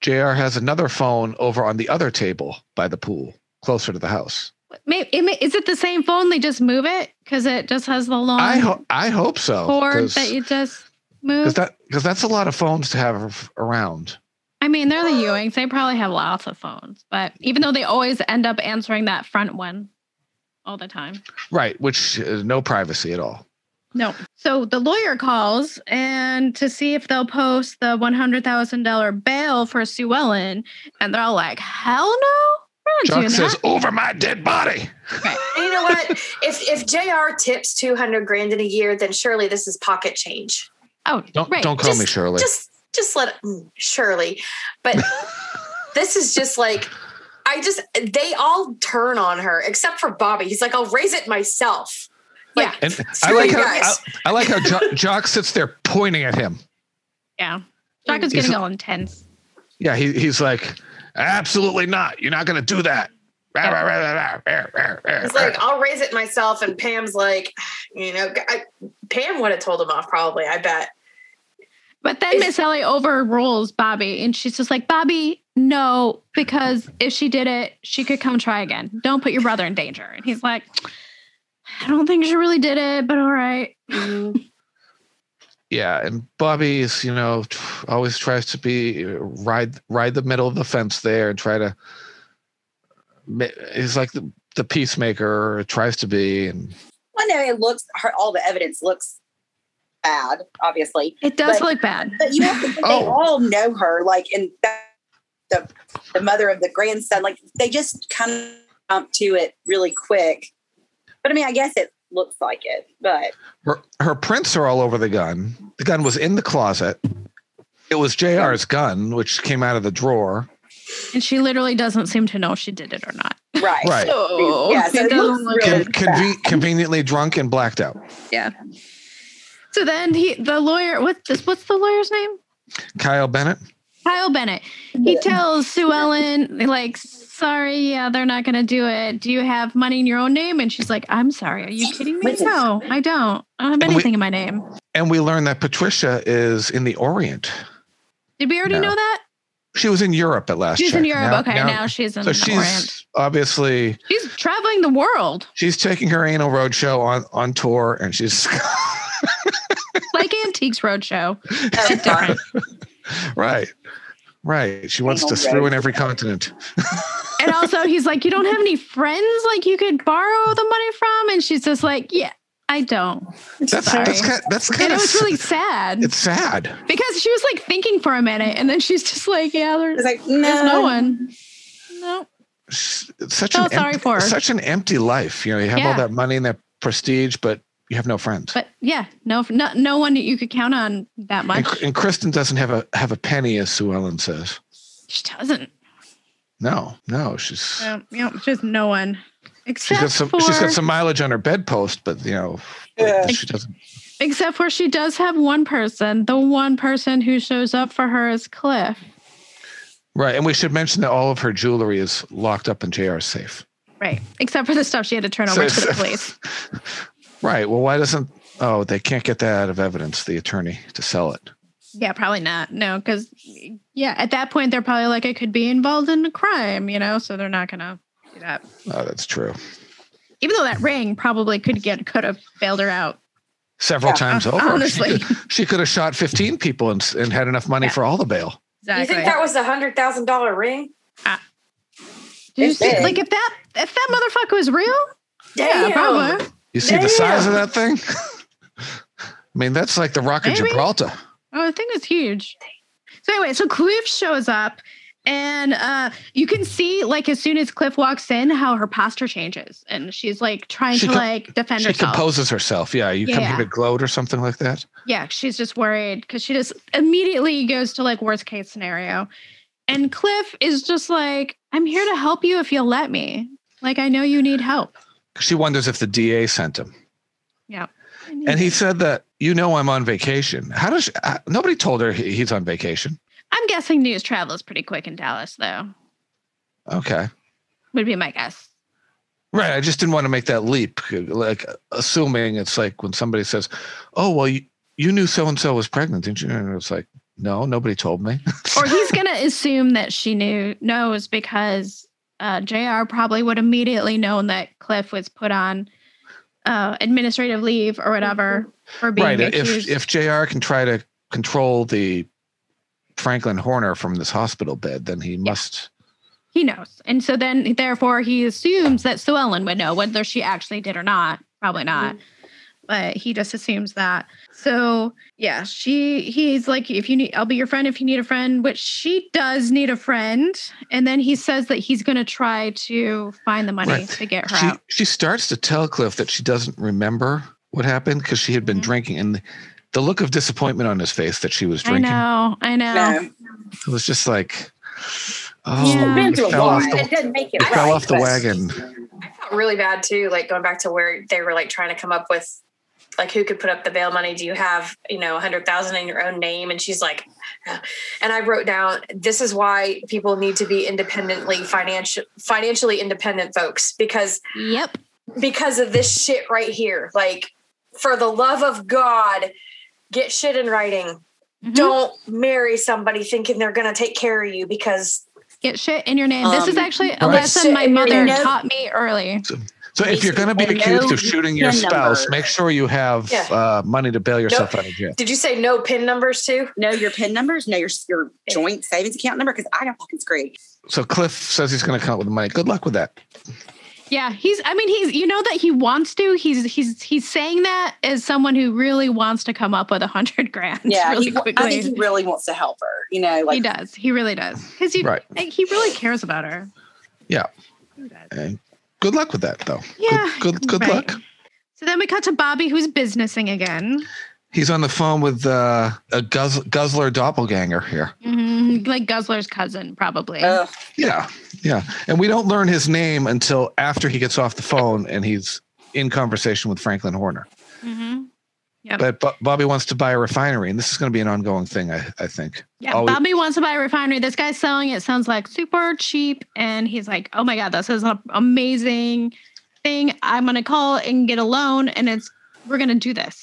[SPEAKER 1] jr has another phone over on the other table by the pool closer to the house
[SPEAKER 3] Maybe, it may, is it the same phone? They just move it because it just has the long
[SPEAKER 1] i hope i hope so
[SPEAKER 3] cord
[SPEAKER 1] because
[SPEAKER 3] that you just move.
[SPEAKER 1] that because that's a lot of phones to have around
[SPEAKER 3] I mean, they're the Ewings. They probably have lots of phones, but even though they always end up answering that front one all the time.
[SPEAKER 1] right which is no privacy at all
[SPEAKER 3] No. So the lawyer calls and to see if they'll post the $100,000 bail for Sue Ellen. And they're all like, hell no. We're not
[SPEAKER 1] chuck
[SPEAKER 3] doing
[SPEAKER 1] says
[SPEAKER 3] that.
[SPEAKER 1] over my dead body
[SPEAKER 5] And you know what? if if JR tips two hundred grand in a year, then surely this is pocket change.
[SPEAKER 3] Oh,
[SPEAKER 1] don't
[SPEAKER 3] right.
[SPEAKER 1] don't call me
[SPEAKER 5] Just-
[SPEAKER 1] shirley
[SPEAKER 5] just just let mm, surely
[SPEAKER 1] [LAUGHS]
[SPEAKER 5] but this is just like i just they all turn on her except for bobby he's like i'll raise it myself
[SPEAKER 3] Yeah.
[SPEAKER 1] and I
[SPEAKER 5] Screw
[SPEAKER 1] like,
[SPEAKER 5] you
[SPEAKER 1] how, I,
[SPEAKER 5] guys.
[SPEAKER 1] I like how jo- Jock sits there pointing at him.
[SPEAKER 3] Yeah. Jack is
[SPEAKER 1] He's-
[SPEAKER 3] getting all intense.
[SPEAKER 1] Yeah, he, he's like, absolutely not. You're not going to do that. Rah, rah, rah, rah, rah, rah, rah,
[SPEAKER 5] he's
[SPEAKER 1] rah.
[SPEAKER 5] like i'll raise it myself and pam's like you know I, pam would have told him off probably i
[SPEAKER 1] [LAUGHS]
[SPEAKER 5] bet
[SPEAKER 3] But then
[SPEAKER 5] Is-
[SPEAKER 3] Miss Ellie overrules Bobby and she's just like, Bobby, no, because if she did it, she could come try again. Don't put your brother in danger. And he's like, I don't think she really did it, but all right.
[SPEAKER 1] yeah, and Bobby is, you know, t- always tries to be ride ride the middle of the fence there and try to. ma- He's like the, the peacemaker, or tries to be, and
[SPEAKER 4] Well, no, it looks her, all the evidence looks bad, obviously.
[SPEAKER 3] It does
[SPEAKER 4] But-
[SPEAKER 3] look bad.
[SPEAKER 4] But you have to think they
[SPEAKER 1] Oh.
[SPEAKER 4] all know her, like in that, the the mother of the grandson. Like they just come up to it really quick. But I mean, I guess it looks like it. But
[SPEAKER 1] her her prints are all over the gun. The gun was in the closet. It was Jr's gun, which came out of the drawer.
[SPEAKER 3] And she literally doesn't seem to know if she did it or not.
[SPEAKER 4] right,
[SPEAKER 1] Right.
[SPEAKER 3] So
[SPEAKER 4] Yeah, so it looks really
[SPEAKER 1] Con- conven- conveniently drunk and blacked out.
[SPEAKER 3] So then he the lawyer what this what's the lawyer's name?
[SPEAKER 1] Kyle Bennett.
[SPEAKER 3] Kyle Bennett. He tells Sue Ellen, like, sorry, yeah, they're not gonna do it. Do you have money in your own name? And she's like, I'm sorry, are you kidding me? No, I don't. I don't have
[SPEAKER 1] And we-
[SPEAKER 3] anything in my name.
[SPEAKER 1] And we learn that Patricia is in the Orient.
[SPEAKER 3] Did we already
[SPEAKER 1] No.
[SPEAKER 3] know that?
[SPEAKER 1] She was in Europe at last.
[SPEAKER 3] She's in
[SPEAKER 1] check.
[SPEAKER 3] Europe.
[SPEAKER 1] Now-
[SPEAKER 3] okay, now, she's in
[SPEAKER 1] so
[SPEAKER 3] the
[SPEAKER 1] she's
[SPEAKER 3] Orient.
[SPEAKER 1] obviously
[SPEAKER 3] She's traveling the world
[SPEAKER 1] she's taking her anal roadshow on on tour, and she's [LAUGHS]
[SPEAKER 3] like Antiques Roadshow.
[SPEAKER 4] That's
[SPEAKER 5] Um,
[SPEAKER 4] fun.
[SPEAKER 1] right, right. She wants
[SPEAKER 4] Anal
[SPEAKER 1] to screw in
[SPEAKER 4] roadshow.
[SPEAKER 1] every continent.
[SPEAKER 3] And also, he's like, "You don't have any friends like you could borrow the money from," and she's just like, "Yeah, I don't."
[SPEAKER 1] That's
[SPEAKER 3] Sorry.
[SPEAKER 1] that's kind, that's
[SPEAKER 3] And
[SPEAKER 1] kind
[SPEAKER 3] it
[SPEAKER 1] of
[SPEAKER 3] was really sad
[SPEAKER 1] it's sad.
[SPEAKER 3] because she was like thinking for a minute, and then she's just like, "Yeah, there-
[SPEAKER 4] It's
[SPEAKER 3] there's,
[SPEAKER 4] like no,
[SPEAKER 3] no one." No,
[SPEAKER 1] S- it's Such
[SPEAKER 3] Felt
[SPEAKER 1] an empty,
[SPEAKER 3] sorry for her.
[SPEAKER 1] such an empty life. You know, you have all
[SPEAKER 3] Yeah.
[SPEAKER 1] that money and that prestige, but you have no friends.
[SPEAKER 3] but yeah, no, no, no one that you could count on that much.
[SPEAKER 1] And, and Kristen doesn't have a have a penny, as Sue Ellen says.
[SPEAKER 3] She doesn't.
[SPEAKER 1] No, no, she's
[SPEAKER 3] No, you know, just no one
[SPEAKER 1] she's
[SPEAKER 3] except
[SPEAKER 1] got some
[SPEAKER 3] for
[SPEAKER 1] she's got some mileage on her bedpost, but you know
[SPEAKER 4] Yeah.
[SPEAKER 1] she doesn't.
[SPEAKER 3] except for she does have one person. The one person who shows up for her is Cliff.
[SPEAKER 1] Right, and we should mention that all of her jewelry is locked up in JR's safe.
[SPEAKER 3] Right. Except for the stuff she had to turn over
[SPEAKER 1] So- [LAUGHS]
[SPEAKER 3] to the police.
[SPEAKER 1] Right. Well, why doesn't? Oh, they can't get that out of evidence. The attorney to sell it.
[SPEAKER 3] Yeah, probably not. No, because yeah, at that point they're probably like, I could be involved in a crime, you know, so they're not gonna do that.
[SPEAKER 1] Oh, that's true.
[SPEAKER 3] Even though that ring probably could get could have bailed her out.
[SPEAKER 1] Several
[SPEAKER 4] Yeah,
[SPEAKER 1] times over. [LAUGHS]
[SPEAKER 3] uh, honestly.
[SPEAKER 1] she could, she could have shot fifteen people and, s- and had enough money
[SPEAKER 3] Yeah.
[SPEAKER 1] for all the bail.
[SPEAKER 5] You
[SPEAKER 3] Exactly.
[SPEAKER 5] think that was a hundred thousand dollar ring?
[SPEAKER 3] Do Uh, you see-
[SPEAKER 4] big.
[SPEAKER 3] like if that if that motherfucker was real, yeah,
[SPEAKER 5] Damn.
[SPEAKER 3] probably.
[SPEAKER 1] You see the size of
[SPEAKER 5] Damn.
[SPEAKER 1] that thing? I mean, that's like the Rock of
[SPEAKER 3] Maybe.
[SPEAKER 1] Gibraltar.
[SPEAKER 3] Oh, I think it's huge. So anyway, so Cliff shows up and uh you can see like as soon as Cliff walks in how her posture changes and she's like trying
[SPEAKER 1] She
[SPEAKER 3] to
[SPEAKER 1] co-
[SPEAKER 3] like defend
[SPEAKER 1] She
[SPEAKER 3] herself.
[SPEAKER 1] composes herself. Yeah, you come
[SPEAKER 3] Yeah.
[SPEAKER 1] here to gloat or something like that.
[SPEAKER 3] yeah, she's just worried because she just immediately goes to like worst case scenario. And Cliff is just like, I'm here to help you if you'll let me. Like, I know you need help.
[SPEAKER 1] She wonders if the DA sent him, and he said that you know I'm on vacation. How does she, uh, nobody told her he, he's on vacation?
[SPEAKER 3] I'm guessing news travels pretty quick in Dallas, though,
[SPEAKER 1] Okay.
[SPEAKER 3] would be my guess.
[SPEAKER 1] Right. I just didn't want to make that leap. Like assuming it's like when somebody says, "Oh, well, you, you knew so and so was pregnant, didn't you?" And it's like, "No, nobody told me."
[SPEAKER 3] Or he's going to assume that she knew knows because uh, JR probably would immediately known that Cliff was put on uh, administrative leave or whatever for being
[SPEAKER 1] right. If
[SPEAKER 3] accused.
[SPEAKER 1] if Jr. can try to control the Franklin Horner from this hospital bed, then he must.
[SPEAKER 3] He knows. And so then, therefore, he assumes that Sue Ellen would know whether she actually did or not. Probably not. But he just assumes that. So, yeah, she, he's like, if you need, I'll be your friend if you need a friend, which she does need a friend. And then he says that he's going to try to find the money
[SPEAKER 1] Right.
[SPEAKER 3] to get her
[SPEAKER 1] She
[SPEAKER 3] out.
[SPEAKER 1] she starts to tell Cliff that she doesn't remember what happened because she had been
[SPEAKER 3] Mhm.
[SPEAKER 1] drinking, and the look of disappointment on his face that she was
[SPEAKER 3] I
[SPEAKER 1] drinking
[SPEAKER 3] know. I know.
[SPEAKER 4] No.
[SPEAKER 1] it was just like, oh,
[SPEAKER 3] Yeah.
[SPEAKER 1] you
[SPEAKER 4] Been through a
[SPEAKER 1] fell off
[SPEAKER 4] lot.
[SPEAKER 1] the-
[SPEAKER 4] it doesn't make it
[SPEAKER 1] you fell
[SPEAKER 4] right,
[SPEAKER 1] off the
[SPEAKER 4] but-
[SPEAKER 1] wagon.
[SPEAKER 5] I felt really bad too, like going back to where they were like trying to come up with like who could put up the bail money. Do you have, you know, a hundred thousand in your own name? And she's like, "Uh." and I wrote down, this is why people need to be independently financial financially independent folks, because
[SPEAKER 3] Yep.
[SPEAKER 5] because of this shit right here. Like, for the love of God, get shit in writing.
[SPEAKER 1] Mm-hmm.
[SPEAKER 3] Mhm.
[SPEAKER 5] Don't marry somebody thinking they're gonna take care of you because
[SPEAKER 3] get shit in your name. this is
[SPEAKER 4] Um,
[SPEAKER 3] actually a
[SPEAKER 1] Right.
[SPEAKER 3] lesson
[SPEAKER 5] shit
[SPEAKER 3] my
[SPEAKER 5] in your
[SPEAKER 3] mother
[SPEAKER 4] name.
[SPEAKER 3] taught me early.
[SPEAKER 1] So if you're going to be
[SPEAKER 4] Basically,
[SPEAKER 1] accused
[SPEAKER 4] no
[SPEAKER 1] of shooting your
[SPEAKER 4] PIN
[SPEAKER 1] spouse,
[SPEAKER 4] number.
[SPEAKER 1] make sure you have
[SPEAKER 5] Yeah.
[SPEAKER 1] uh, money to bail yourself out of jail.
[SPEAKER 5] did you say no pin numbers too?
[SPEAKER 4] Know your PIN numbers. Know your your joint savings account number because I got fucking screwed.
[SPEAKER 1] So Cliff says he's going to come up with the money. Good luck with that.
[SPEAKER 3] Yeah, he's. I mean, he's. You know that he wants to. He's. He's. He's saying that as someone who really wants to come up with a hundred [LAUGHS] grand.
[SPEAKER 4] Yeah,
[SPEAKER 3] really
[SPEAKER 4] he, wa-
[SPEAKER 3] quickly.
[SPEAKER 4] I think he really wants to help her. You know, like
[SPEAKER 3] he does. He really does. Because he.
[SPEAKER 1] Right.
[SPEAKER 3] like, He really cares about her.
[SPEAKER 1] Yeah.
[SPEAKER 3] He does.
[SPEAKER 1] And eh? good luck with that, though.
[SPEAKER 3] Yeah.
[SPEAKER 1] Good. Good, good
[SPEAKER 3] right.
[SPEAKER 1] luck.
[SPEAKER 3] So then we cut to Bobby, who's businessing again,
[SPEAKER 1] He's on the phone with uh, a guz- guzzler doppelganger here.
[SPEAKER 3] Mhm, like Guzzler's cousin, probably.
[SPEAKER 4] ugh,
[SPEAKER 1] Yeah. Yeah. And we don't learn his name until after he gets off the phone and he's in conversation with Franklin Horner.
[SPEAKER 3] hmm
[SPEAKER 1] But Bo- Bobby wants to buy a refinery, and this is going to be an ongoing thing, I, I think.
[SPEAKER 3] Yeah,
[SPEAKER 1] Always-
[SPEAKER 3] Bobby wants to buy a refinery. This guy's selling it. Sounds like super cheap, and he's like, "Oh my god, this is an amazing thing. I'm gonna call and get a loan, and it's we're gonna do this."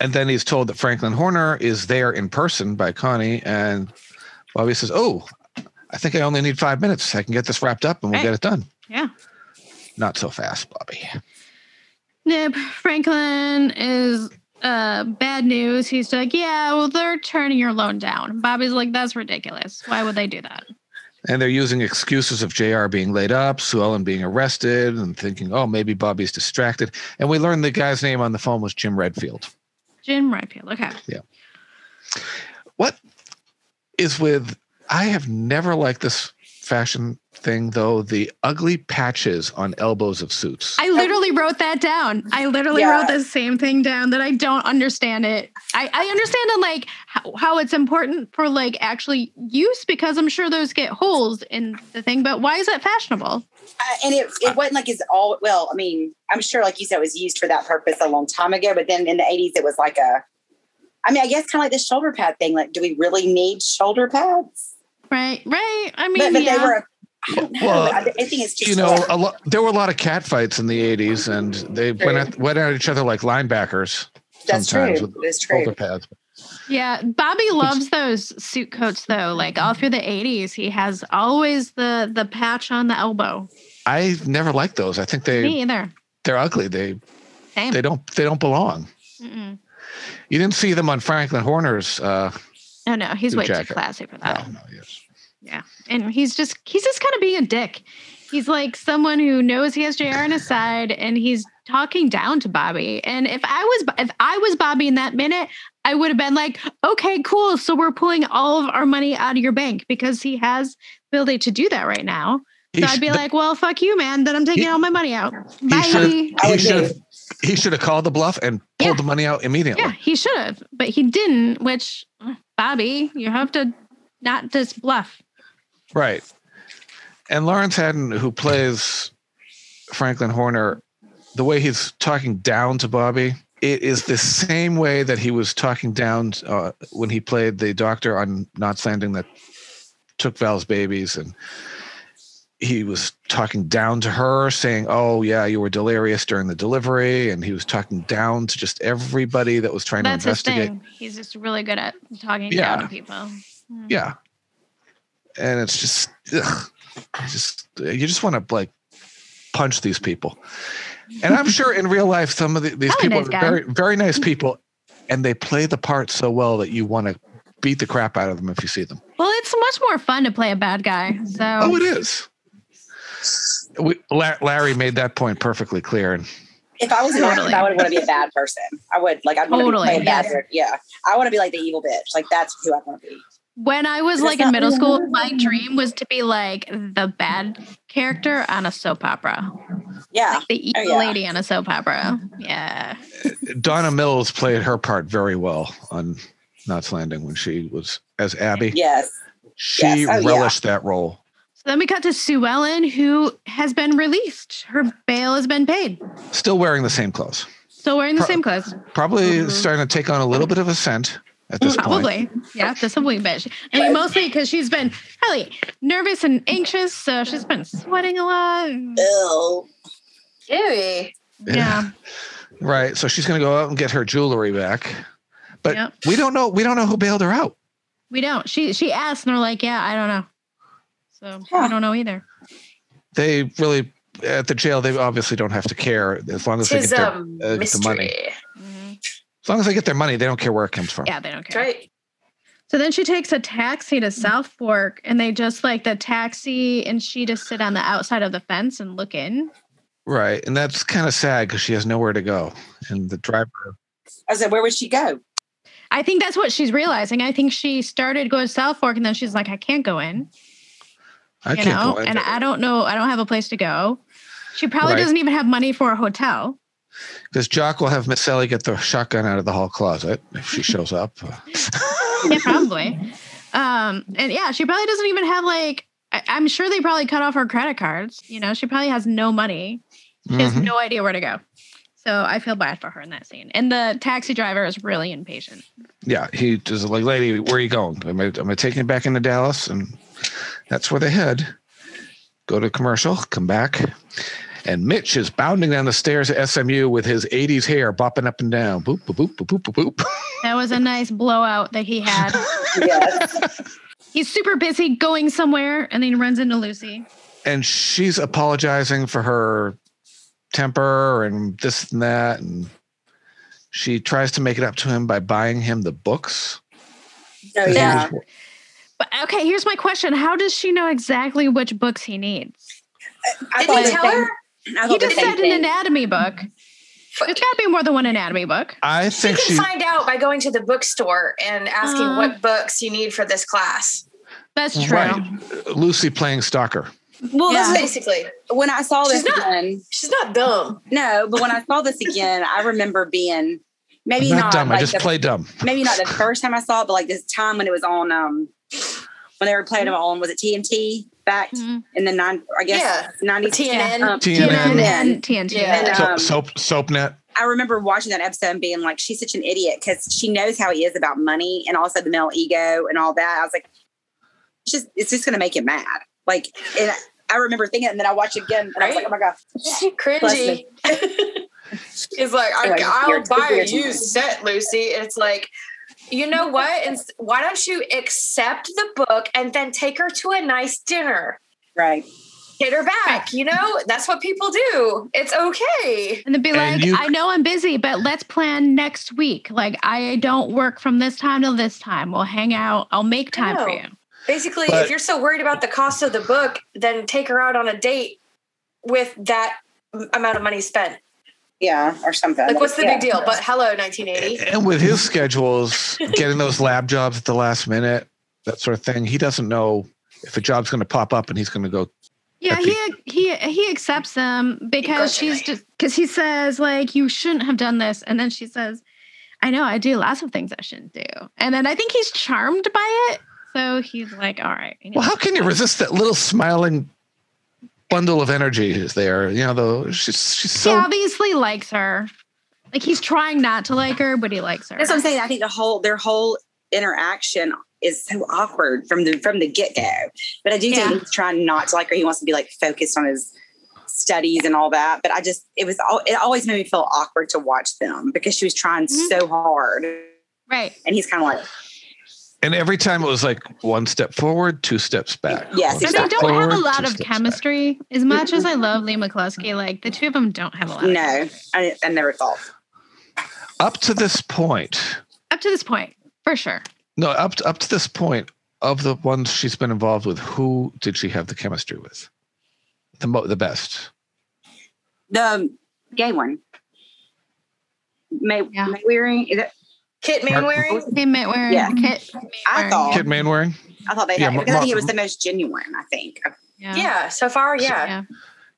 [SPEAKER 1] And then he's told that Franklin Horner is there in person by Connie. And Bobby says, Oh, I think I only need five minutes. I can get this wrapped up and we'll
[SPEAKER 3] Right.
[SPEAKER 1] get it done.
[SPEAKER 3] Yeah.
[SPEAKER 1] Not so fast, Bobby.
[SPEAKER 3] Nip Franklin is uh bad news. He's like, yeah, well, they're turning your loan down. And Bobby's like, that's ridiculous. Why would they do that?
[SPEAKER 1] And they're using excuses of JR being laid up, Sue Ellen being arrested, and thinking, oh, maybe Bobby's distracted. And we learned the guy's name on the phone was Jim Redfield.
[SPEAKER 3] Jim Redfield. Okay.
[SPEAKER 1] What is with, I have never liked this fashion thing, though, the ugly patches on elbows of suits.
[SPEAKER 3] I literally wrote that down. I literally
[SPEAKER 4] Yeah.
[SPEAKER 3] wrote the same thing down that I don't understand it. I, I understand on like how, how it's important for like actually use because I'm sure those get holes in the thing, but why is that fashionable?
[SPEAKER 4] Uh, and it, it wasn't like it's all well i mean i'm sure like you said it was used for that purpose a long time ago but then in the 80s it was like a i mean i guess kind of like the shoulder pad thing like do we really need shoulder pads
[SPEAKER 3] Right, right. I mean,
[SPEAKER 4] but, but
[SPEAKER 3] yeah.
[SPEAKER 4] they were i don't know
[SPEAKER 1] Well,
[SPEAKER 4] I, I think it's just
[SPEAKER 1] you know, a lot, there were a lot of cat fights in the 80s, and they went at, went at each other like linebackers,
[SPEAKER 4] that's
[SPEAKER 1] sometimes
[SPEAKER 4] true
[SPEAKER 1] with
[SPEAKER 4] that's true
[SPEAKER 1] shoulder pads.
[SPEAKER 3] Yeah, Bobby loves those suit coats though. Like all through the 80s, he has always the the patch on the elbow.
[SPEAKER 1] I never liked those. I think they
[SPEAKER 3] Me either.
[SPEAKER 1] they're ugly. They
[SPEAKER 3] Same.
[SPEAKER 1] they don't they don't belong.
[SPEAKER 3] Mm-mm.
[SPEAKER 1] You didn't see them on Franklin Horner's. Uh,
[SPEAKER 3] Oh, No, no, he's
[SPEAKER 1] Suit
[SPEAKER 3] way
[SPEAKER 1] jacket.
[SPEAKER 3] too classy for that.
[SPEAKER 1] no, no, yes.
[SPEAKER 3] and he's just he's just kind of being a dick. He's like someone who knows he has JR on his side and he's talking down to Bobby. And if I was if I was Bobby in that minute, I would have been like, "Okay, cool. So we're pulling all of our money out of your bank because he has the ability to do that right now."
[SPEAKER 1] He
[SPEAKER 3] so I'd
[SPEAKER 1] sh-
[SPEAKER 3] be like, "Well, fuck you, man. Then I'm taking
[SPEAKER 1] He-
[SPEAKER 3] all my money out."
[SPEAKER 1] he should
[SPEAKER 3] Bye.
[SPEAKER 4] I
[SPEAKER 1] he
[SPEAKER 4] would
[SPEAKER 1] should
[SPEAKER 4] do.
[SPEAKER 1] he should have called the bluff and pulled
[SPEAKER 3] Yeah.
[SPEAKER 1] the money out immediately.
[SPEAKER 3] Yeah, he should have, but he didn't. Which, Bobby, you have to not just bluff.
[SPEAKER 1] Right. And Lawrence Haddon, who plays Franklin Horner, the way he's talking down to Bobby, it is the same way that he was talking down uh, when he played the doctor on Knots Landing that took Val's babies. And he was talking down to her, saying, Oh, yeah, you were delirious during the delivery. And he was talking down to just everybody that was trying
[SPEAKER 3] That's
[SPEAKER 1] to
[SPEAKER 3] his
[SPEAKER 1] investigate.
[SPEAKER 3] thing. He's just really good at talking
[SPEAKER 1] Yeah.
[SPEAKER 3] down to people.
[SPEAKER 1] Yeah. And it's just, ugh, it's just you just want to like punch these people. And I'm sure in real life, some of the, these
[SPEAKER 3] Probably
[SPEAKER 1] people
[SPEAKER 3] nice
[SPEAKER 1] are
[SPEAKER 3] guy.
[SPEAKER 1] very, very nice people, and they play the part so well that you want to beat the crap out of them if you see them.
[SPEAKER 3] Well, it's much more fun to play a bad guy. So
[SPEAKER 1] Oh, it is. We, La- Larry made that point perfectly clear, and
[SPEAKER 4] if i was an actor,
[SPEAKER 3] Totally.
[SPEAKER 4] i would want to be a bad person i would like i'd want
[SPEAKER 3] Totally,
[SPEAKER 4] to be
[SPEAKER 3] yeah.
[SPEAKER 4] bad person. yeah i want to be like the evil bitch like that's who i want to be
[SPEAKER 3] when I was like
[SPEAKER 4] That's
[SPEAKER 3] in
[SPEAKER 4] not
[SPEAKER 3] middle
[SPEAKER 4] really
[SPEAKER 3] school,
[SPEAKER 4] hard.
[SPEAKER 3] my dream was to be like the bad character on a soap opera,
[SPEAKER 4] yeah
[SPEAKER 3] like the evil
[SPEAKER 4] Oh, yeah.
[SPEAKER 3] lady on a soap opera. Yeah.
[SPEAKER 1] Donna Mills played her part very well on Knots Landing when she was as Abby.
[SPEAKER 4] yes
[SPEAKER 1] She
[SPEAKER 4] yes. Oh, yeah.
[SPEAKER 1] relished that role.
[SPEAKER 3] So then we cut to Sue Ellen, who has been released. Her bail has been paid.
[SPEAKER 1] Still wearing the same clothes.
[SPEAKER 3] Still wearing the
[SPEAKER 1] Pro-
[SPEAKER 3] same clothes.
[SPEAKER 1] probably starting to take on a little bit of a scent at this point.
[SPEAKER 3] Mm-hmm. Probably. Yeah, that's a wing bitch. I mean, mostly because she's been probably nervous and anxious. So she's been sweating a lot.
[SPEAKER 4] Ew.
[SPEAKER 5] Ew.
[SPEAKER 3] Yeah.
[SPEAKER 1] Right. So she's going to go out and get her jewelry back. But
[SPEAKER 3] Yep.
[SPEAKER 1] we don't know. We don't know who bailed her out.
[SPEAKER 3] We don't. She she asked, and they're like, "Yeah, I don't know." So I
[SPEAKER 4] Huh.
[SPEAKER 3] don't know either.
[SPEAKER 1] They really at the jail. They obviously don't have to care as long as they
[SPEAKER 5] Tis
[SPEAKER 1] get their,
[SPEAKER 3] um,
[SPEAKER 5] a
[SPEAKER 1] uh, get the money.
[SPEAKER 5] mystery.
[SPEAKER 3] Mhm.
[SPEAKER 1] as long as they get their money. They don't care where it comes from.
[SPEAKER 3] Yeah, they don't
[SPEAKER 5] That's
[SPEAKER 3] care.
[SPEAKER 5] right.
[SPEAKER 3] So then she takes a taxi to South Fork, and they just like the taxi, and she just sit on the outside of the fence and look in.
[SPEAKER 1] Right. And that's kind of sad because she has nowhere to go. And the driver.
[SPEAKER 4] i said where would she go
[SPEAKER 3] I think that's what she's realizing. I think she started going to South Fork, and then she's like, "I can't go in,"
[SPEAKER 1] I
[SPEAKER 3] you
[SPEAKER 1] can't
[SPEAKER 3] know,
[SPEAKER 1] go in.
[SPEAKER 3] and I don't know, I don't have a place to go. She probably
[SPEAKER 1] Right.
[SPEAKER 3] doesn't even have money for a hotel.
[SPEAKER 1] because Jock will have Miss Sally get the shotgun out of the hall closet if she shows up.
[SPEAKER 3] yeah,
[SPEAKER 4] [LAUGHS]
[SPEAKER 3] probably. Um, and yeah, she probably doesn't even have like. I, I'm sure they probably cut off her credit cards. You know, she probably has no money. She has
[SPEAKER 1] Mhm.
[SPEAKER 3] no idea where to go. So I feel bad for her in that scene. And the taxi driver is really impatient.
[SPEAKER 1] yeah, he was like, "Lady, where are you going? Am I, am I taking you back into Dallas?" And that's where they head. Go to commercial, come back, and Mitch is bounding down the stairs at SMU with his '80s hair bopping up and down. Boop boop boop boop boop boop. boop.
[SPEAKER 3] That was a nice blowout that he had.
[SPEAKER 4] yes
[SPEAKER 3] He's super busy going somewhere and then he runs into Lucy.
[SPEAKER 1] [LAUGHS] and she's apologizing for her temper and this and that and she tries to make it up to him by buying him the books
[SPEAKER 4] Oh,
[SPEAKER 1] 'Cause he
[SPEAKER 4] yeah.
[SPEAKER 1] was-
[SPEAKER 3] But okay, here's my question. How does she know exactly which books he needs?
[SPEAKER 4] I
[SPEAKER 5] Did
[SPEAKER 4] thought
[SPEAKER 5] he
[SPEAKER 4] the
[SPEAKER 5] tell
[SPEAKER 4] same-
[SPEAKER 5] her?
[SPEAKER 4] I
[SPEAKER 3] He
[SPEAKER 4] thought the
[SPEAKER 3] just
[SPEAKER 4] same
[SPEAKER 3] said
[SPEAKER 4] thing.
[SPEAKER 3] an anatomy book. There's got to be more than one anatomy book.
[SPEAKER 1] i
[SPEAKER 5] You
[SPEAKER 1] think
[SPEAKER 5] can
[SPEAKER 1] she
[SPEAKER 5] find out by going to the bookstore and asking
[SPEAKER 4] Uh-huh.
[SPEAKER 3] Uh.
[SPEAKER 5] what books you need for this class.
[SPEAKER 3] That's true.
[SPEAKER 1] right lucy playing stalker
[SPEAKER 4] Well,
[SPEAKER 3] Yeah.
[SPEAKER 4] this is-
[SPEAKER 5] Basically,
[SPEAKER 4] when I saw this
[SPEAKER 5] She's not-
[SPEAKER 4] again,
[SPEAKER 5] she's not dumb.
[SPEAKER 4] no, but when I saw this again, I remember being maybe
[SPEAKER 1] i'm
[SPEAKER 4] not,
[SPEAKER 1] not dumb i
[SPEAKER 4] like,
[SPEAKER 1] just
[SPEAKER 4] the-
[SPEAKER 1] play dumb
[SPEAKER 4] maybe not the first time I saw it, but like this time when it was on, um, when they were playing it on, was it TNT back
[SPEAKER 3] Mhm.
[SPEAKER 4] in the nine, I guess,
[SPEAKER 5] Yeah.
[SPEAKER 4] 90s?
[SPEAKER 5] TNN.
[SPEAKER 4] Um,
[SPEAKER 1] TNN.
[SPEAKER 3] TNN
[SPEAKER 1] TNN.
[SPEAKER 3] and TNT.
[SPEAKER 5] Yeah.
[SPEAKER 4] And,
[SPEAKER 1] So-
[SPEAKER 4] um,
[SPEAKER 1] soap soapnet
[SPEAKER 4] I remember watching that episode and being like, she's such an idiot because she knows how he is about money and also the male ego and all that. I was like, it's just, it's just going to make him mad. Like, and I remember thinking, it, and then I watched it again, and I was like, oh my God.
[SPEAKER 5] She
[SPEAKER 4] Bless
[SPEAKER 5] [LAUGHS] cringy.
[SPEAKER 4] me.
[SPEAKER 5] [LAUGHS] He's like, I,
[SPEAKER 4] Anyway,
[SPEAKER 5] I'll
[SPEAKER 4] weird-
[SPEAKER 5] buy a
[SPEAKER 4] weird
[SPEAKER 5] used set, Lucy. It's like, you know what? Ins- Why don't you accept the book and then take her to a nice dinner?
[SPEAKER 4] Right.
[SPEAKER 5] Get her back. You know, that's what people do. It's okay.
[SPEAKER 3] And then be
[SPEAKER 1] And
[SPEAKER 3] like,
[SPEAKER 1] you-
[SPEAKER 3] I know I'm busy, but let's plan next week. Like, I don't work from this time till this time. We'll hang out. I'll make time for
[SPEAKER 5] know.
[SPEAKER 3] you.
[SPEAKER 5] Basically,
[SPEAKER 1] But-
[SPEAKER 5] if you're so worried about the cost of the book, then take her out on a date with that m- amount of money spent.
[SPEAKER 4] Yeah. Or something.
[SPEAKER 5] Like, what's the
[SPEAKER 4] Yeah.
[SPEAKER 5] big deal? But hello, 1980.
[SPEAKER 1] and with his schedules getting those lab jobs at the last minute that sort of thing he doesn't know if a job's going to pop up and he's going to go
[SPEAKER 3] Yeah,
[SPEAKER 1] Epi-
[SPEAKER 3] he he he accepts them because she's
[SPEAKER 5] Begrudgingly.
[SPEAKER 3] just because he says like you shouldn't have done this, and then she says, "I know I do lots of things I shouldn't do," and then I think he's charmed by it, so he's like, "All right." you know.
[SPEAKER 1] Well, how can you resist that little smiling bundle of energy is there? You know, though she's she's
[SPEAKER 3] he
[SPEAKER 1] so
[SPEAKER 3] obviously likes her. Like he's trying not to like her, but he likes her.
[SPEAKER 4] That's what I'm saying. I think the whole their whole interaction is so awkward from the from the get go. But I do think
[SPEAKER 3] Yeah.
[SPEAKER 4] he's trying not to like her. He wants to be like focused on his studies and all that. But I just it was all it always made me feel awkward to watch them because she was trying
[SPEAKER 3] Mhm.
[SPEAKER 4] so hard,
[SPEAKER 3] Right.
[SPEAKER 4] and he's kind of like
[SPEAKER 1] and every time it was like one step forward, two steps back. one
[SPEAKER 4] Yes,
[SPEAKER 3] And they
[SPEAKER 1] step
[SPEAKER 4] exactly.
[SPEAKER 3] don't have a
[SPEAKER 1] forward, two
[SPEAKER 3] lot of
[SPEAKER 1] steps back.
[SPEAKER 3] chemistry. As much as I love Lee McCluskey, like the two of them don't have a lot. of
[SPEAKER 4] no.
[SPEAKER 3] chemistry.
[SPEAKER 4] I, I never thought.
[SPEAKER 1] Up to this point,
[SPEAKER 3] Up to this point, for sure.
[SPEAKER 1] no, up to, up to this point of the ones she's been involved with, who did she have the chemistry with? The mo- the best.
[SPEAKER 4] The um, gay one. May,
[SPEAKER 3] Yeah.
[SPEAKER 4] May wearing is it,
[SPEAKER 5] Kit Manwaring?
[SPEAKER 3] Hey, Mitt Waring.
[SPEAKER 4] Yeah.
[SPEAKER 3] Kit
[SPEAKER 4] I
[SPEAKER 3] Waring.
[SPEAKER 4] thought
[SPEAKER 1] Kid Mainwaring.
[SPEAKER 4] I thought they
[SPEAKER 1] Yeah,
[SPEAKER 4] had
[SPEAKER 1] Ma-
[SPEAKER 4] because I think
[SPEAKER 1] Ma-
[SPEAKER 4] it was the most genuine. I think
[SPEAKER 3] Yeah.
[SPEAKER 5] Yeah, so far, yeah.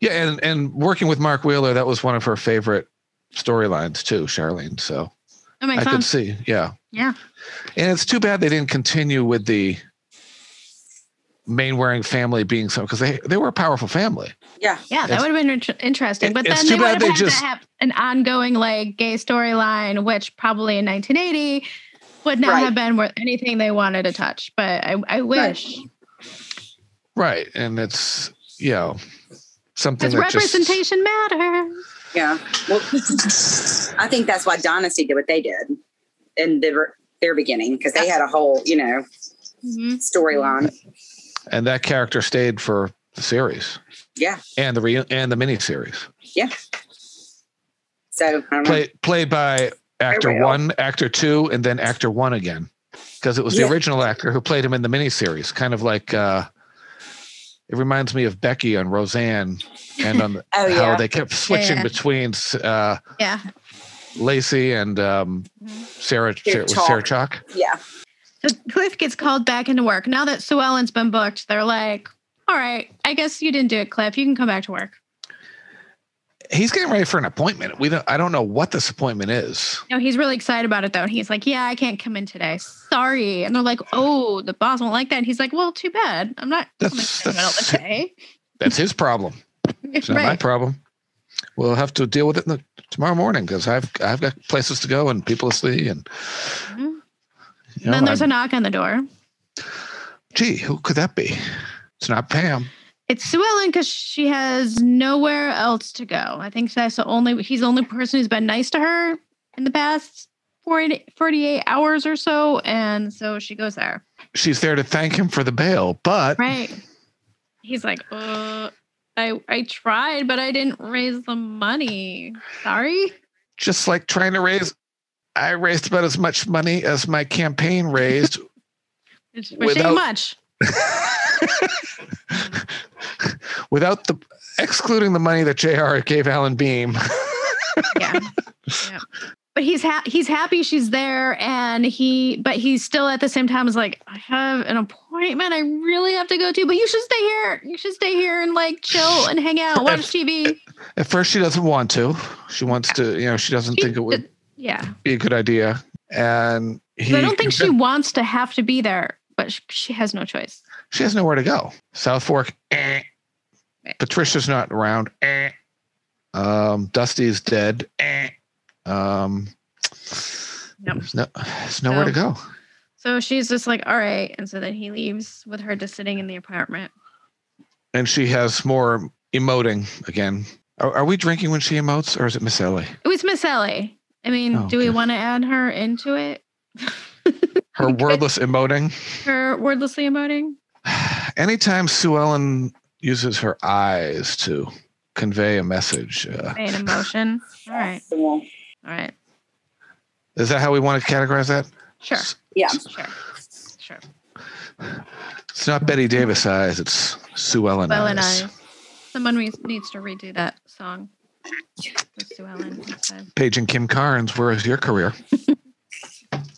[SPEAKER 1] Yeah, and and working with Mark Wheeler, that was one of her favorite storylines too, Charlene. So
[SPEAKER 3] That makes
[SPEAKER 1] I could
[SPEAKER 3] sense.
[SPEAKER 1] see, yeah.
[SPEAKER 3] Yeah.
[SPEAKER 1] And it's too bad they didn't continue with the Mainwaring family being so because they they were a powerful family.
[SPEAKER 3] Yeah, that
[SPEAKER 1] It's-
[SPEAKER 3] would have been int- interesting. But
[SPEAKER 1] it's
[SPEAKER 3] then
[SPEAKER 1] too
[SPEAKER 3] they
[SPEAKER 1] bad
[SPEAKER 3] would have
[SPEAKER 1] they
[SPEAKER 3] had
[SPEAKER 1] just-
[SPEAKER 3] to have an ongoing like gay storyline, which probably in 1980 would not
[SPEAKER 4] Right.
[SPEAKER 3] have been worth anything they wanted to touch. But I, I wish
[SPEAKER 1] Right. And it's you know something
[SPEAKER 3] because
[SPEAKER 1] that just-
[SPEAKER 3] representation matters.
[SPEAKER 4] Yeah. Well, [LAUGHS] I think that's why Dynasty did what they did in their, their beginning because they had a whole, you know,
[SPEAKER 3] Mhm.
[SPEAKER 4] storyline.
[SPEAKER 1] and that character stayed for the series.
[SPEAKER 4] Yeah.
[SPEAKER 1] And the re- and the miniseries.
[SPEAKER 4] Mm-hmm. So, I don't know.
[SPEAKER 1] Play, played by actor
[SPEAKER 4] will.
[SPEAKER 1] one, actor two, and then actor one again. Because it was the
[SPEAKER 4] Yeah.
[SPEAKER 1] original actor who played him in the miniseries, kind of like uh it reminds me of Becky on Roseanne and on the,
[SPEAKER 4] [LAUGHS] oh,
[SPEAKER 1] how
[SPEAKER 4] yeah.
[SPEAKER 1] they kept switching
[SPEAKER 3] yeah.
[SPEAKER 1] between uh
[SPEAKER 3] Yeah.
[SPEAKER 1] Lacey and um,
[SPEAKER 3] Mhm.
[SPEAKER 1] Sarah Sarah,
[SPEAKER 4] Sarah
[SPEAKER 1] was Sarah Chalk.
[SPEAKER 4] yeah.
[SPEAKER 3] So Cliff gets called back into work. Now that Sue Ellen's been booked, they're like, all right, I guess you didn't do it, Cliff. You can come back to work.
[SPEAKER 1] He's getting ready for an appointment. We don't, I don't know what this appointment is.
[SPEAKER 3] No, he's really excited about it though. And he's like, Yeah, I can't come in today. Sorry. And they're like, Oh, the boss won't like that. And he's like, Well, too bad. I'm not coming
[SPEAKER 1] That's-
[SPEAKER 3] in the middle of the day.
[SPEAKER 1] That's his problem. [LAUGHS] It's not my
[SPEAKER 3] right.
[SPEAKER 1] problem. We'll have to deal with it in the, tomorrow morning because I've I've got places to go and people to see and.
[SPEAKER 3] Mhm.
[SPEAKER 1] you
[SPEAKER 3] And then
[SPEAKER 1] know,
[SPEAKER 3] there's
[SPEAKER 1] I'm-
[SPEAKER 3] a knock on the door.
[SPEAKER 1] gee, who could that be? It's not Pam.
[SPEAKER 3] It's Sue Ellen because she has nowhere else to go. I think that's the only he's the only person who's been nice to her in the past 40, 48 hours or so. And so she goes there.
[SPEAKER 1] She's there to thank him for the bail, but
[SPEAKER 3] Right. He's like, uh, I, I tried, but I didn't raise the money. Sorry.
[SPEAKER 1] just like trying to raise, I raised about as much money as my campaign
[SPEAKER 3] [LAUGHS]
[SPEAKER 1] raised.
[SPEAKER 3] Which, which
[SPEAKER 1] Without-
[SPEAKER 3] ain't much.
[SPEAKER 1] without the excluding the money that JR gave Alan Beam.
[SPEAKER 3] yeah. yeah. But he's ha- he's happy she's there, and he but he's still at the same time is like I have an appointment I really have to go to, but you should stay here. You should stay here and like chill and hang
[SPEAKER 1] [LAUGHS]
[SPEAKER 3] out, watch TV.
[SPEAKER 1] At first, she doesn't want to. She wants to, you know, she doesn't think it would
[SPEAKER 3] Yeah,
[SPEAKER 1] be a good idea. And he,
[SPEAKER 3] but I don't think she wants to have to be there, but sh- she has no choice.
[SPEAKER 1] she has nowhere to go. South Fork, eh. Patricia's not around, eh. Um, Dusty's dead, eh. Um,
[SPEAKER 3] Yep.
[SPEAKER 1] there's, no, there's nowhere to go.
[SPEAKER 3] So she's just like, all right, and so then he leaves with her just sitting in the apartment.
[SPEAKER 1] And she has more emoting again. Are, are we drinking when she emotes, or is it Miss Ellie?
[SPEAKER 3] It was Miss Ellie. I mean,
[SPEAKER 1] Oh,
[SPEAKER 3] do we
[SPEAKER 1] okay.
[SPEAKER 3] want to add her into it?
[SPEAKER 1] Her wordless emoting.
[SPEAKER 3] Her wordlessly emoting.
[SPEAKER 1] Anytime Sue Ellen uses her eyes to convey a message, uh,
[SPEAKER 3] An emotion. All right.
[SPEAKER 4] So,
[SPEAKER 3] All right.
[SPEAKER 1] is that how we want to categorize that?
[SPEAKER 3] Sure.
[SPEAKER 4] yeah.
[SPEAKER 3] Sure. Sure.
[SPEAKER 1] It's not Betty Davis eyes, it's Sue Ellen
[SPEAKER 3] Well and
[SPEAKER 1] eyes.
[SPEAKER 3] I. Someone re- needs to redo that song. with Sue Ellen instead.
[SPEAKER 1] Paige and Kim Carnes, where is your career?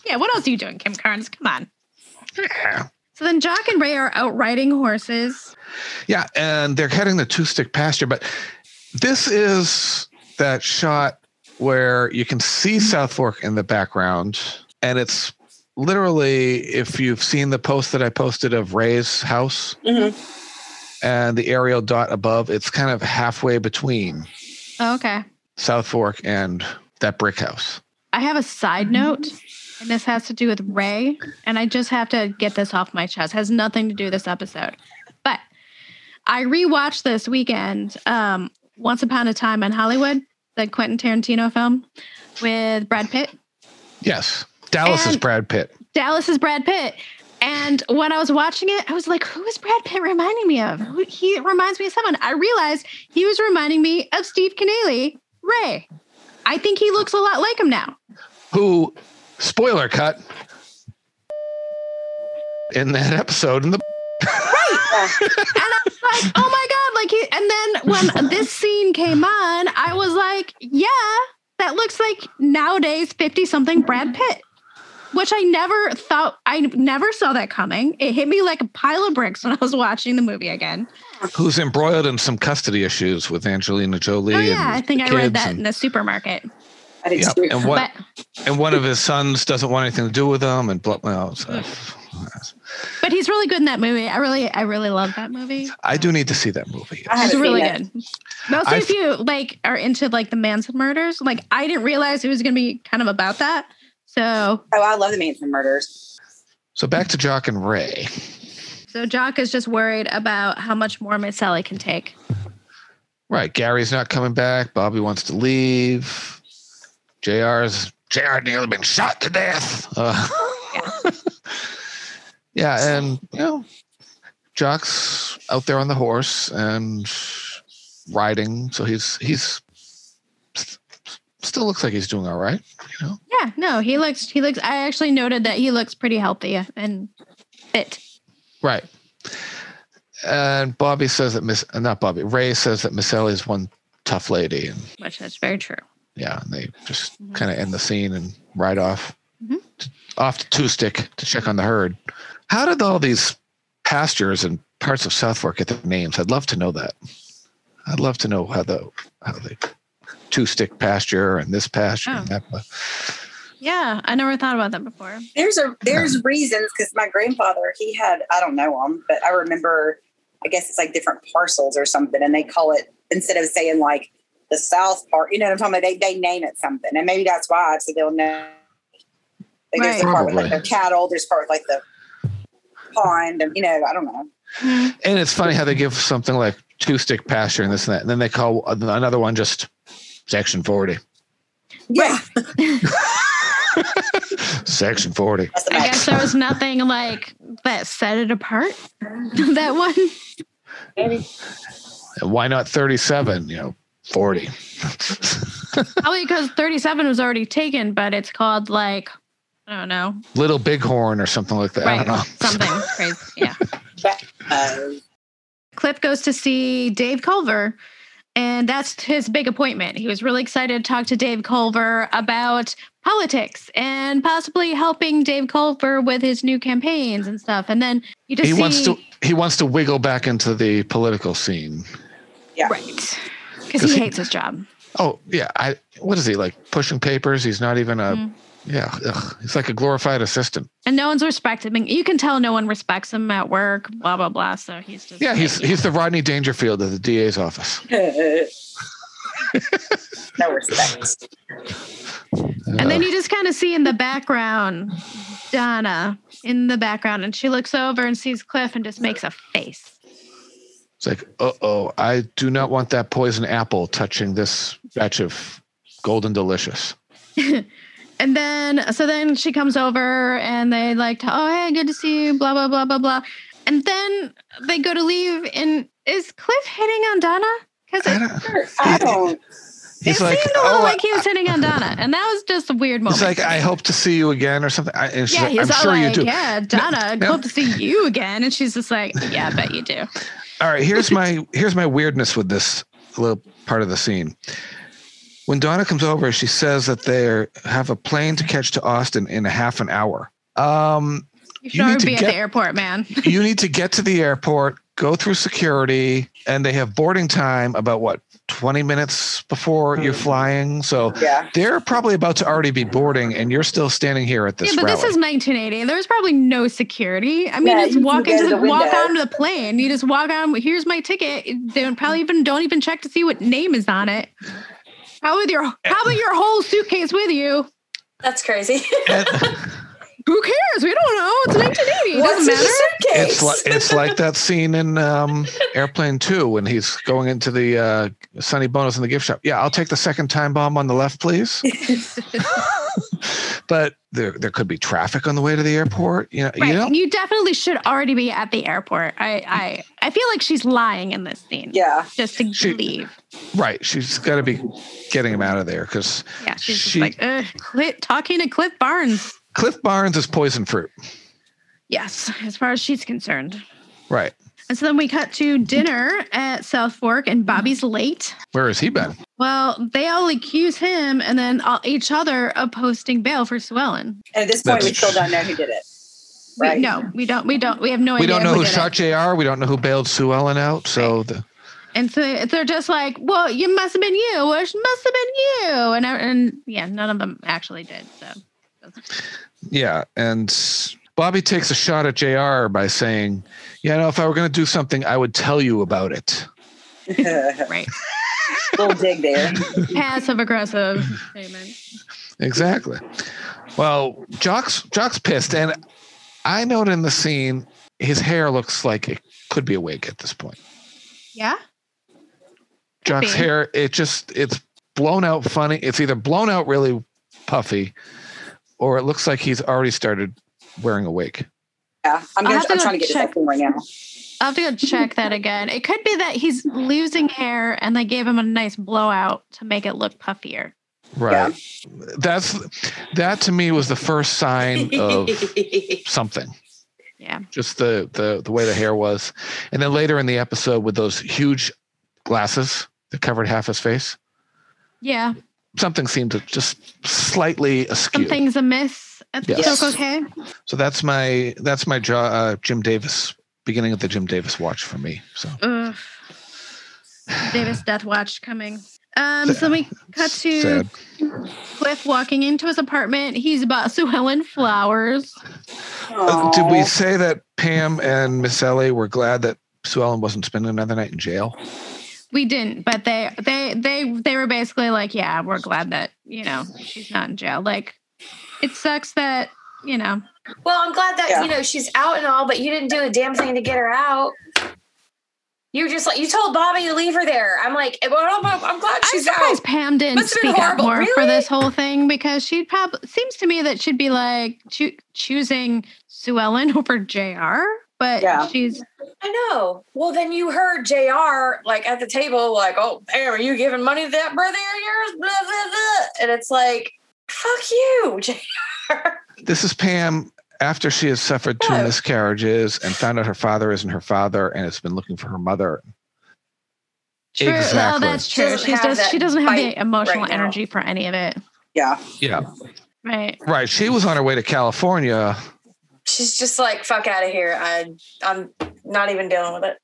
[SPEAKER 3] Yeah, what else are you doing, Kim Carnes? Come on.
[SPEAKER 1] Yeah.
[SPEAKER 3] So then Jock and Ray are out riding horses.
[SPEAKER 1] Yeah, and they're heading the two stick pasture, but this is that shot where you can see South Fork in the background, and it's literally if you've seen the post that I posted of Ray's house
[SPEAKER 4] Mhm.
[SPEAKER 1] and the aerial dot above, it's kind of halfway between
[SPEAKER 3] Oh, okay.
[SPEAKER 1] South Fork and that brick house.
[SPEAKER 3] I have a side note, and this has to do with Ray, and I just have to get this off my chest. has nothing to do with this episode. But I rewatched this weekend um, Once Upon a Time in Hollywood, the Quentin Tarantino film with Brad Pitt.
[SPEAKER 1] Yes. Dallas is
[SPEAKER 3] And-
[SPEAKER 1] Brad Pitt.
[SPEAKER 3] Dallas is Brad Pitt. And when I was watching it, I was like, who is Brad Pitt reminding me of? Who- He reminds me of someone. I realized he was reminding me of Steve Keneally, Ray. I think he looks a lot like him now.
[SPEAKER 1] who, spoiler cut, in that episode in the
[SPEAKER 3] And I was like, oh my God. Like he and then when this scene came on, I was like, yeah, that looks like nowadays 50 something Brad Pitt. Which I never thought I never saw that coming. It hit me like a pile of bricks when I was watching the movie again.
[SPEAKER 1] who's embroiled in some custody issues with Angelina Jolie.
[SPEAKER 3] Oh yeah, I
[SPEAKER 1] and
[SPEAKER 3] think I
[SPEAKER 1] the kids
[SPEAKER 3] read that in
[SPEAKER 1] And,
[SPEAKER 3] the supermarket.
[SPEAKER 4] I did
[SPEAKER 1] yeah,
[SPEAKER 4] too.
[SPEAKER 1] and what?
[SPEAKER 3] But
[SPEAKER 1] and one of his sons doesn't want anything to do with them, and blah. Well, so-
[SPEAKER 3] but he's really good in that movie. I really I really love that movie.
[SPEAKER 1] I do need to see that movie.
[SPEAKER 4] I
[SPEAKER 3] It's
[SPEAKER 4] haven't
[SPEAKER 3] really
[SPEAKER 4] seen it.
[SPEAKER 3] good. Mostly
[SPEAKER 1] I've-
[SPEAKER 3] if you like are into like the Manson murders. Like I didn't realize it was gonna be kind of about that. So
[SPEAKER 4] Oh, I love the Manson murders.
[SPEAKER 1] So back to Jock and Ray.
[SPEAKER 3] so Jock is just worried about how much more Miss Sally can take.
[SPEAKER 1] Right, Gary's not coming back. Bobby wants to leave. Jr's Jr. nearly been shot to death. Uh, [LAUGHS] yeah, and you know, Jock's out there on the horse and riding, so he's he's st- still looks like he's doing all right. You know,
[SPEAKER 3] Yeah, no, he looks he looks I actually noted that he looks pretty healthy and fit.
[SPEAKER 1] right. And Bobby says that Miss, uh, not Bobby, Ray says that Miss Ellie's one tough lady, and
[SPEAKER 3] Which that's very true.
[SPEAKER 1] yeah, and they just
[SPEAKER 3] Mhm.
[SPEAKER 1] kind of end the scene and ride off
[SPEAKER 3] Mhm.
[SPEAKER 1] to- off to Two Stick to check on the herd. How did all these pastures and parts of South Fork get their names? I'd love to know that. I'd love to know how the how the Two Stick pasture and this pasture and that. pa-
[SPEAKER 3] Yeah, I never thought about that before.
[SPEAKER 4] There's a there's reasons because my grandfather he had I don't know him, but I remember I guess it's like different parcels or something, and they call it instead of saying like the South part. You know what I'm talking about? They they name it something, and maybe that's why so they'll know. Like there's a
[SPEAKER 1] Right.
[SPEAKER 4] part with like
[SPEAKER 1] Probably.
[SPEAKER 4] the cattle. There's part with like the pond, and you know I don't know.
[SPEAKER 1] And it's funny how they give something like Two Stick pasture and this and that, and then they call another one just Section Forty.
[SPEAKER 4] Yeah,
[SPEAKER 1] Section 40.
[SPEAKER 4] That's the
[SPEAKER 3] I
[SPEAKER 4] max. [LAUGHS]
[SPEAKER 3] guess there was nothing like that set it apart. [LAUGHS] that one.
[SPEAKER 1] And why not 37? You know, [LAUGHS] 40.
[SPEAKER 3] Probably because 37 was already taken, but it's called like, I don't know,
[SPEAKER 1] Little Bighorn or something like that. I
[SPEAKER 3] right,
[SPEAKER 1] don't know. [LAUGHS]
[SPEAKER 3] something crazy. Yeah.
[SPEAKER 4] Uh,
[SPEAKER 3] Cliff goes to see Dave Culver, and that's his big appointment. He was really excited to talk to Dave Culver about politics and possibly helping Dave Culver with his new campaigns and stuff. And then you just
[SPEAKER 1] He
[SPEAKER 3] see,
[SPEAKER 1] wants to he wants to wiggle back into the political scene.
[SPEAKER 3] right, because
[SPEAKER 1] 'Cause
[SPEAKER 3] he
[SPEAKER 1] he-
[SPEAKER 3] hates his job.
[SPEAKER 1] Oh yeah, I what is he like pushing papers? He's not even a
[SPEAKER 3] Mhm.
[SPEAKER 1] yeah. Ugh, he's like a glorified assistant.
[SPEAKER 3] And no one's respected. I mean, you can tell no one respects him at work, blah, blah, blah. So he's just.
[SPEAKER 1] Yeah, he's
[SPEAKER 3] like,
[SPEAKER 1] he's the Rodney Dangerfield of the DA's office.
[SPEAKER 4] no respect.
[SPEAKER 1] Uh,
[SPEAKER 3] And then you just kind of see in the background Donna in the background, and she looks over and sees Cliff and just makes a face.
[SPEAKER 1] it's like, uh oh, I do not want that poison apple touching this batch of golden delicious.
[SPEAKER 3] And then, so then she comes over and they like, oh, hey, good to see you, blah, blah, blah, blah, blah. And then they go to leave, and is Cliff hitting on Donna? Because
[SPEAKER 1] I
[SPEAKER 3] it,
[SPEAKER 1] don't-
[SPEAKER 4] I don't.
[SPEAKER 1] uh, He's
[SPEAKER 3] it
[SPEAKER 1] like,
[SPEAKER 3] seemed a little
[SPEAKER 1] oh,
[SPEAKER 3] like he was hitting on Donna. And that was just a weird moment.
[SPEAKER 1] it's like I hope to see you again or something. I, and she's
[SPEAKER 3] yeah,
[SPEAKER 1] like,
[SPEAKER 3] he was
[SPEAKER 1] I'm
[SPEAKER 3] all
[SPEAKER 1] sure
[SPEAKER 3] like,
[SPEAKER 1] you do. [LAUGHS]
[SPEAKER 3] yeah, Donna, I'd
[SPEAKER 1] no.
[SPEAKER 3] hope to see you again. And she's just like, yeah, I bet you do.
[SPEAKER 1] All right, here's my here's my weirdness with this little part of the scene. When Donna comes over, she says that they have a plane to catch to Austin in a half an hour. Um,
[SPEAKER 3] You should
[SPEAKER 1] You need
[SPEAKER 3] already
[SPEAKER 1] to
[SPEAKER 3] be at
[SPEAKER 1] get-
[SPEAKER 3] the airport, man.
[SPEAKER 1] you need to get to the airport, go through security, and they have boarding time about what 20 minutes before you're flying. So
[SPEAKER 4] Yeah.
[SPEAKER 1] they're probably about to already be boarding, and you're still standing here at this
[SPEAKER 3] yeah, but
[SPEAKER 1] rally.
[SPEAKER 3] this is 1980. There was probably no security. I mean,
[SPEAKER 4] Yeah,
[SPEAKER 3] it's
[SPEAKER 4] you can
[SPEAKER 3] walk
[SPEAKER 4] go
[SPEAKER 3] into
[SPEAKER 4] to
[SPEAKER 3] the,
[SPEAKER 4] the
[SPEAKER 3] walk
[SPEAKER 4] window.
[SPEAKER 3] onto the plane. You just walk on. Here's my ticket. They don't- probably even don't even check to see what name is on it. Probably with your probably your whole suitcase with you.
[SPEAKER 5] That's [LAUGHS] crazy.
[SPEAKER 1] And-
[SPEAKER 3] Who cares? We don't know. It's 1980. It
[SPEAKER 5] What's
[SPEAKER 3] doesn't
[SPEAKER 5] in the
[SPEAKER 3] matter.
[SPEAKER 5] suitcase?
[SPEAKER 1] it's like it's like that scene in um, Airplane Two when he's going into the uh, Sonny Bonus in the gift shop. Yeah, I'll take the second time bomb on the left,
[SPEAKER 3] [LAUGHS]
[SPEAKER 1] please. but there there could be traffic on the way to the airport. You know,
[SPEAKER 3] Right.
[SPEAKER 1] you
[SPEAKER 3] You,
[SPEAKER 1] know.
[SPEAKER 3] definitely should already be at the airport. I I, I feel like she's lying in this scene.
[SPEAKER 4] Yeah.
[SPEAKER 3] Just to
[SPEAKER 1] She-
[SPEAKER 3] leave.
[SPEAKER 1] Right, she's got to be getting him out of there because
[SPEAKER 3] Yeah. She's just
[SPEAKER 1] she-
[SPEAKER 3] like, Ugh, quit talking to Cliff Barnes.
[SPEAKER 1] Cliff Barnes is poison fruit.
[SPEAKER 3] Yes, as far as she's concerned.
[SPEAKER 1] Right,
[SPEAKER 3] And so then we cut to dinner at South Fork, and
[SPEAKER 1] Mm-hmm.
[SPEAKER 3] Bobby's late.
[SPEAKER 1] where has he been?
[SPEAKER 3] Well, they all accuse him and then all, each other of posting bail for Swellen.
[SPEAKER 4] And at this point, we
[SPEAKER 1] That's-
[SPEAKER 4] still don't know who did it. Right.
[SPEAKER 3] We, no, we don't. We don't. We have no
[SPEAKER 1] we
[SPEAKER 3] idea.
[SPEAKER 1] don't know who
[SPEAKER 3] did it.
[SPEAKER 1] shot Jr. We don't know who bailed Sue Ellen out. So the,
[SPEAKER 3] And so they- they're just like, "Well, you must have been you. Well, It must have been you." And I- and yeah, none of them actually did. So
[SPEAKER 1] Yeah, and Bobby takes a shot at JR by saying, "You know, if I were going to do something, I would tell you about it."
[SPEAKER 4] [LAUGHS]
[SPEAKER 3] right,
[SPEAKER 1] [LAUGHS]
[SPEAKER 4] Little dig there.
[SPEAKER 3] passive aggressive statement.
[SPEAKER 1] Exactly. Well, Jock's Jock's pissed, and I note in the scene his hair looks like it could be a wig at this point.
[SPEAKER 3] Yeah,
[SPEAKER 1] Jock's
[SPEAKER 3] be.
[SPEAKER 1] hair, it just it's blown out funny. It's either blown out really puffy, or it looks like he's already started wearing a wig.
[SPEAKER 4] Yeah. I'm,
[SPEAKER 3] I'll
[SPEAKER 4] gonna,
[SPEAKER 3] have to
[SPEAKER 4] I'm
[SPEAKER 3] go
[SPEAKER 4] trying to get
[SPEAKER 3] check.
[SPEAKER 4] this open right now.
[SPEAKER 3] I'll have to go check that again. It could be that he's losing hair and they gave him a nice blowout to make it look puffier.
[SPEAKER 1] Right. That's that to me was the first sign of something.
[SPEAKER 3] Yeah.
[SPEAKER 1] Just the the the way the hair was, and then later in the episode with those huge glasses that covered half his face,
[SPEAKER 3] Yeah,
[SPEAKER 1] something seemed to just slightly askew.
[SPEAKER 3] something's amiss at the
[SPEAKER 1] Yes.
[SPEAKER 3] Coco Cay.
[SPEAKER 1] So that's my that's my jo- uh, Jim Davis beginning of the Jim Davis watch for me. So
[SPEAKER 3] Ugh. Davis Death Watch coming. Um, so we cut to
[SPEAKER 1] sad.
[SPEAKER 3] Cliff walking into his apartment. He's bought Sue Helen flowers.
[SPEAKER 1] Uh, Did we
[SPEAKER 4] Aw.
[SPEAKER 1] say that Pam and Miss Ellie were glad that Sue Ellen wasn't spending another night in jail?
[SPEAKER 3] We didn't, but they they they they were basically like, yeah, we're glad that you know she's not in jail. Like, it sucks that you know.
[SPEAKER 5] well, I'm glad that
[SPEAKER 4] Yeah.
[SPEAKER 5] you know she's out and all, but you didn't do a damn thing to get her out.
[SPEAKER 11] You were just like you told Bobby to leave her there. I'm like, well, I'm, I'm glad
[SPEAKER 3] I'm
[SPEAKER 11] she's
[SPEAKER 3] surprised
[SPEAKER 11] out.
[SPEAKER 3] Pam didn't
[SPEAKER 11] Must've been
[SPEAKER 3] speak up
[SPEAKER 11] horrible.
[SPEAKER 3] more for
[SPEAKER 11] Really?
[SPEAKER 3] this whole thing because she'd probably seems to me that she'd be like choo- choosing Sue Ellen [LAUGHS] over Jr. But
[SPEAKER 11] Yeah.
[SPEAKER 3] she's
[SPEAKER 11] I know. Well, then you heard Jr. like at the table, like, "Oh, Pam, are you giving money to that brother of yours?" Blah, blah, blah. And it's like, "Fuck you, [LAUGHS] Jr."
[SPEAKER 1] This is Pam after she has suffered two miscarriages and found out her father isn't her father and has been looking for her mother.
[SPEAKER 3] true. Oh,
[SPEAKER 1] Exactly.
[SPEAKER 3] that's true.
[SPEAKER 11] Doesn't
[SPEAKER 3] She
[SPEAKER 11] have
[SPEAKER 3] does. She
[SPEAKER 11] that
[SPEAKER 3] doesn't have
[SPEAKER 11] bite
[SPEAKER 3] the emotional
[SPEAKER 11] right now.
[SPEAKER 3] energy for any of it.
[SPEAKER 4] Yeah.
[SPEAKER 1] Yeah.
[SPEAKER 3] Right.
[SPEAKER 1] Right. She was on her way to California.
[SPEAKER 5] She's just like, fuck out of here. I, I'm not even dealing with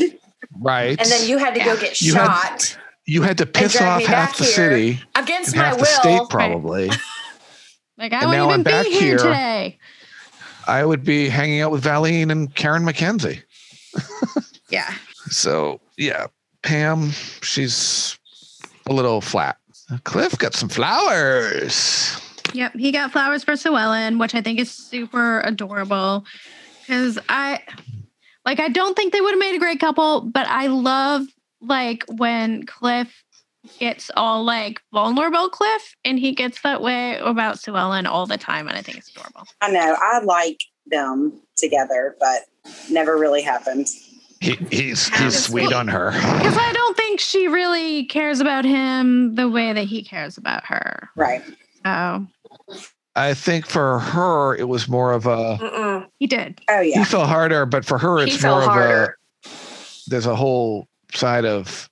[SPEAKER 5] it.
[SPEAKER 1] Right.
[SPEAKER 5] And then you had to go get
[SPEAKER 1] You had-
[SPEAKER 5] shot.
[SPEAKER 1] you had to piss
[SPEAKER 5] dragged
[SPEAKER 1] off
[SPEAKER 5] me
[SPEAKER 1] half
[SPEAKER 5] back
[SPEAKER 1] the
[SPEAKER 5] here
[SPEAKER 1] city
[SPEAKER 11] against
[SPEAKER 1] and half
[SPEAKER 11] my
[SPEAKER 1] the state,
[SPEAKER 11] will.
[SPEAKER 5] [LAUGHS]
[SPEAKER 1] probably.
[SPEAKER 3] Like I
[SPEAKER 1] And now I'm
[SPEAKER 3] wouldn't even
[SPEAKER 1] back
[SPEAKER 3] be here
[SPEAKER 1] here.
[SPEAKER 3] today.
[SPEAKER 1] I would be hanging out with Valine and Karen McKenzie.
[SPEAKER 3] Yeah.
[SPEAKER 1] So yeah, Pam, she's a little flat. Cliff got some flowers.
[SPEAKER 3] Yep, he got flowers for Sue Ellen, which I think is super adorable. Because I, like, I don't think they would have made a great couple, but I love like when Cliff gets all like vulnerable Cliff, and he gets that way about Sue Ellen all the time, and I think it's adorable.
[SPEAKER 4] I know. I like them together, but never really happened.
[SPEAKER 1] He, he's he's sweet on her.
[SPEAKER 3] Because I don't think she really cares about him the way that he cares about her.
[SPEAKER 4] Right.
[SPEAKER 3] So
[SPEAKER 1] I think for her it was more of a
[SPEAKER 3] he did.
[SPEAKER 4] Oh
[SPEAKER 1] he [LAUGHS] fell harder, but for her
[SPEAKER 3] He
[SPEAKER 1] it's
[SPEAKER 3] fell
[SPEAKER 1] more
[SPEAKER 3] harder.
[SPEAKER 1] of a there's a whole side of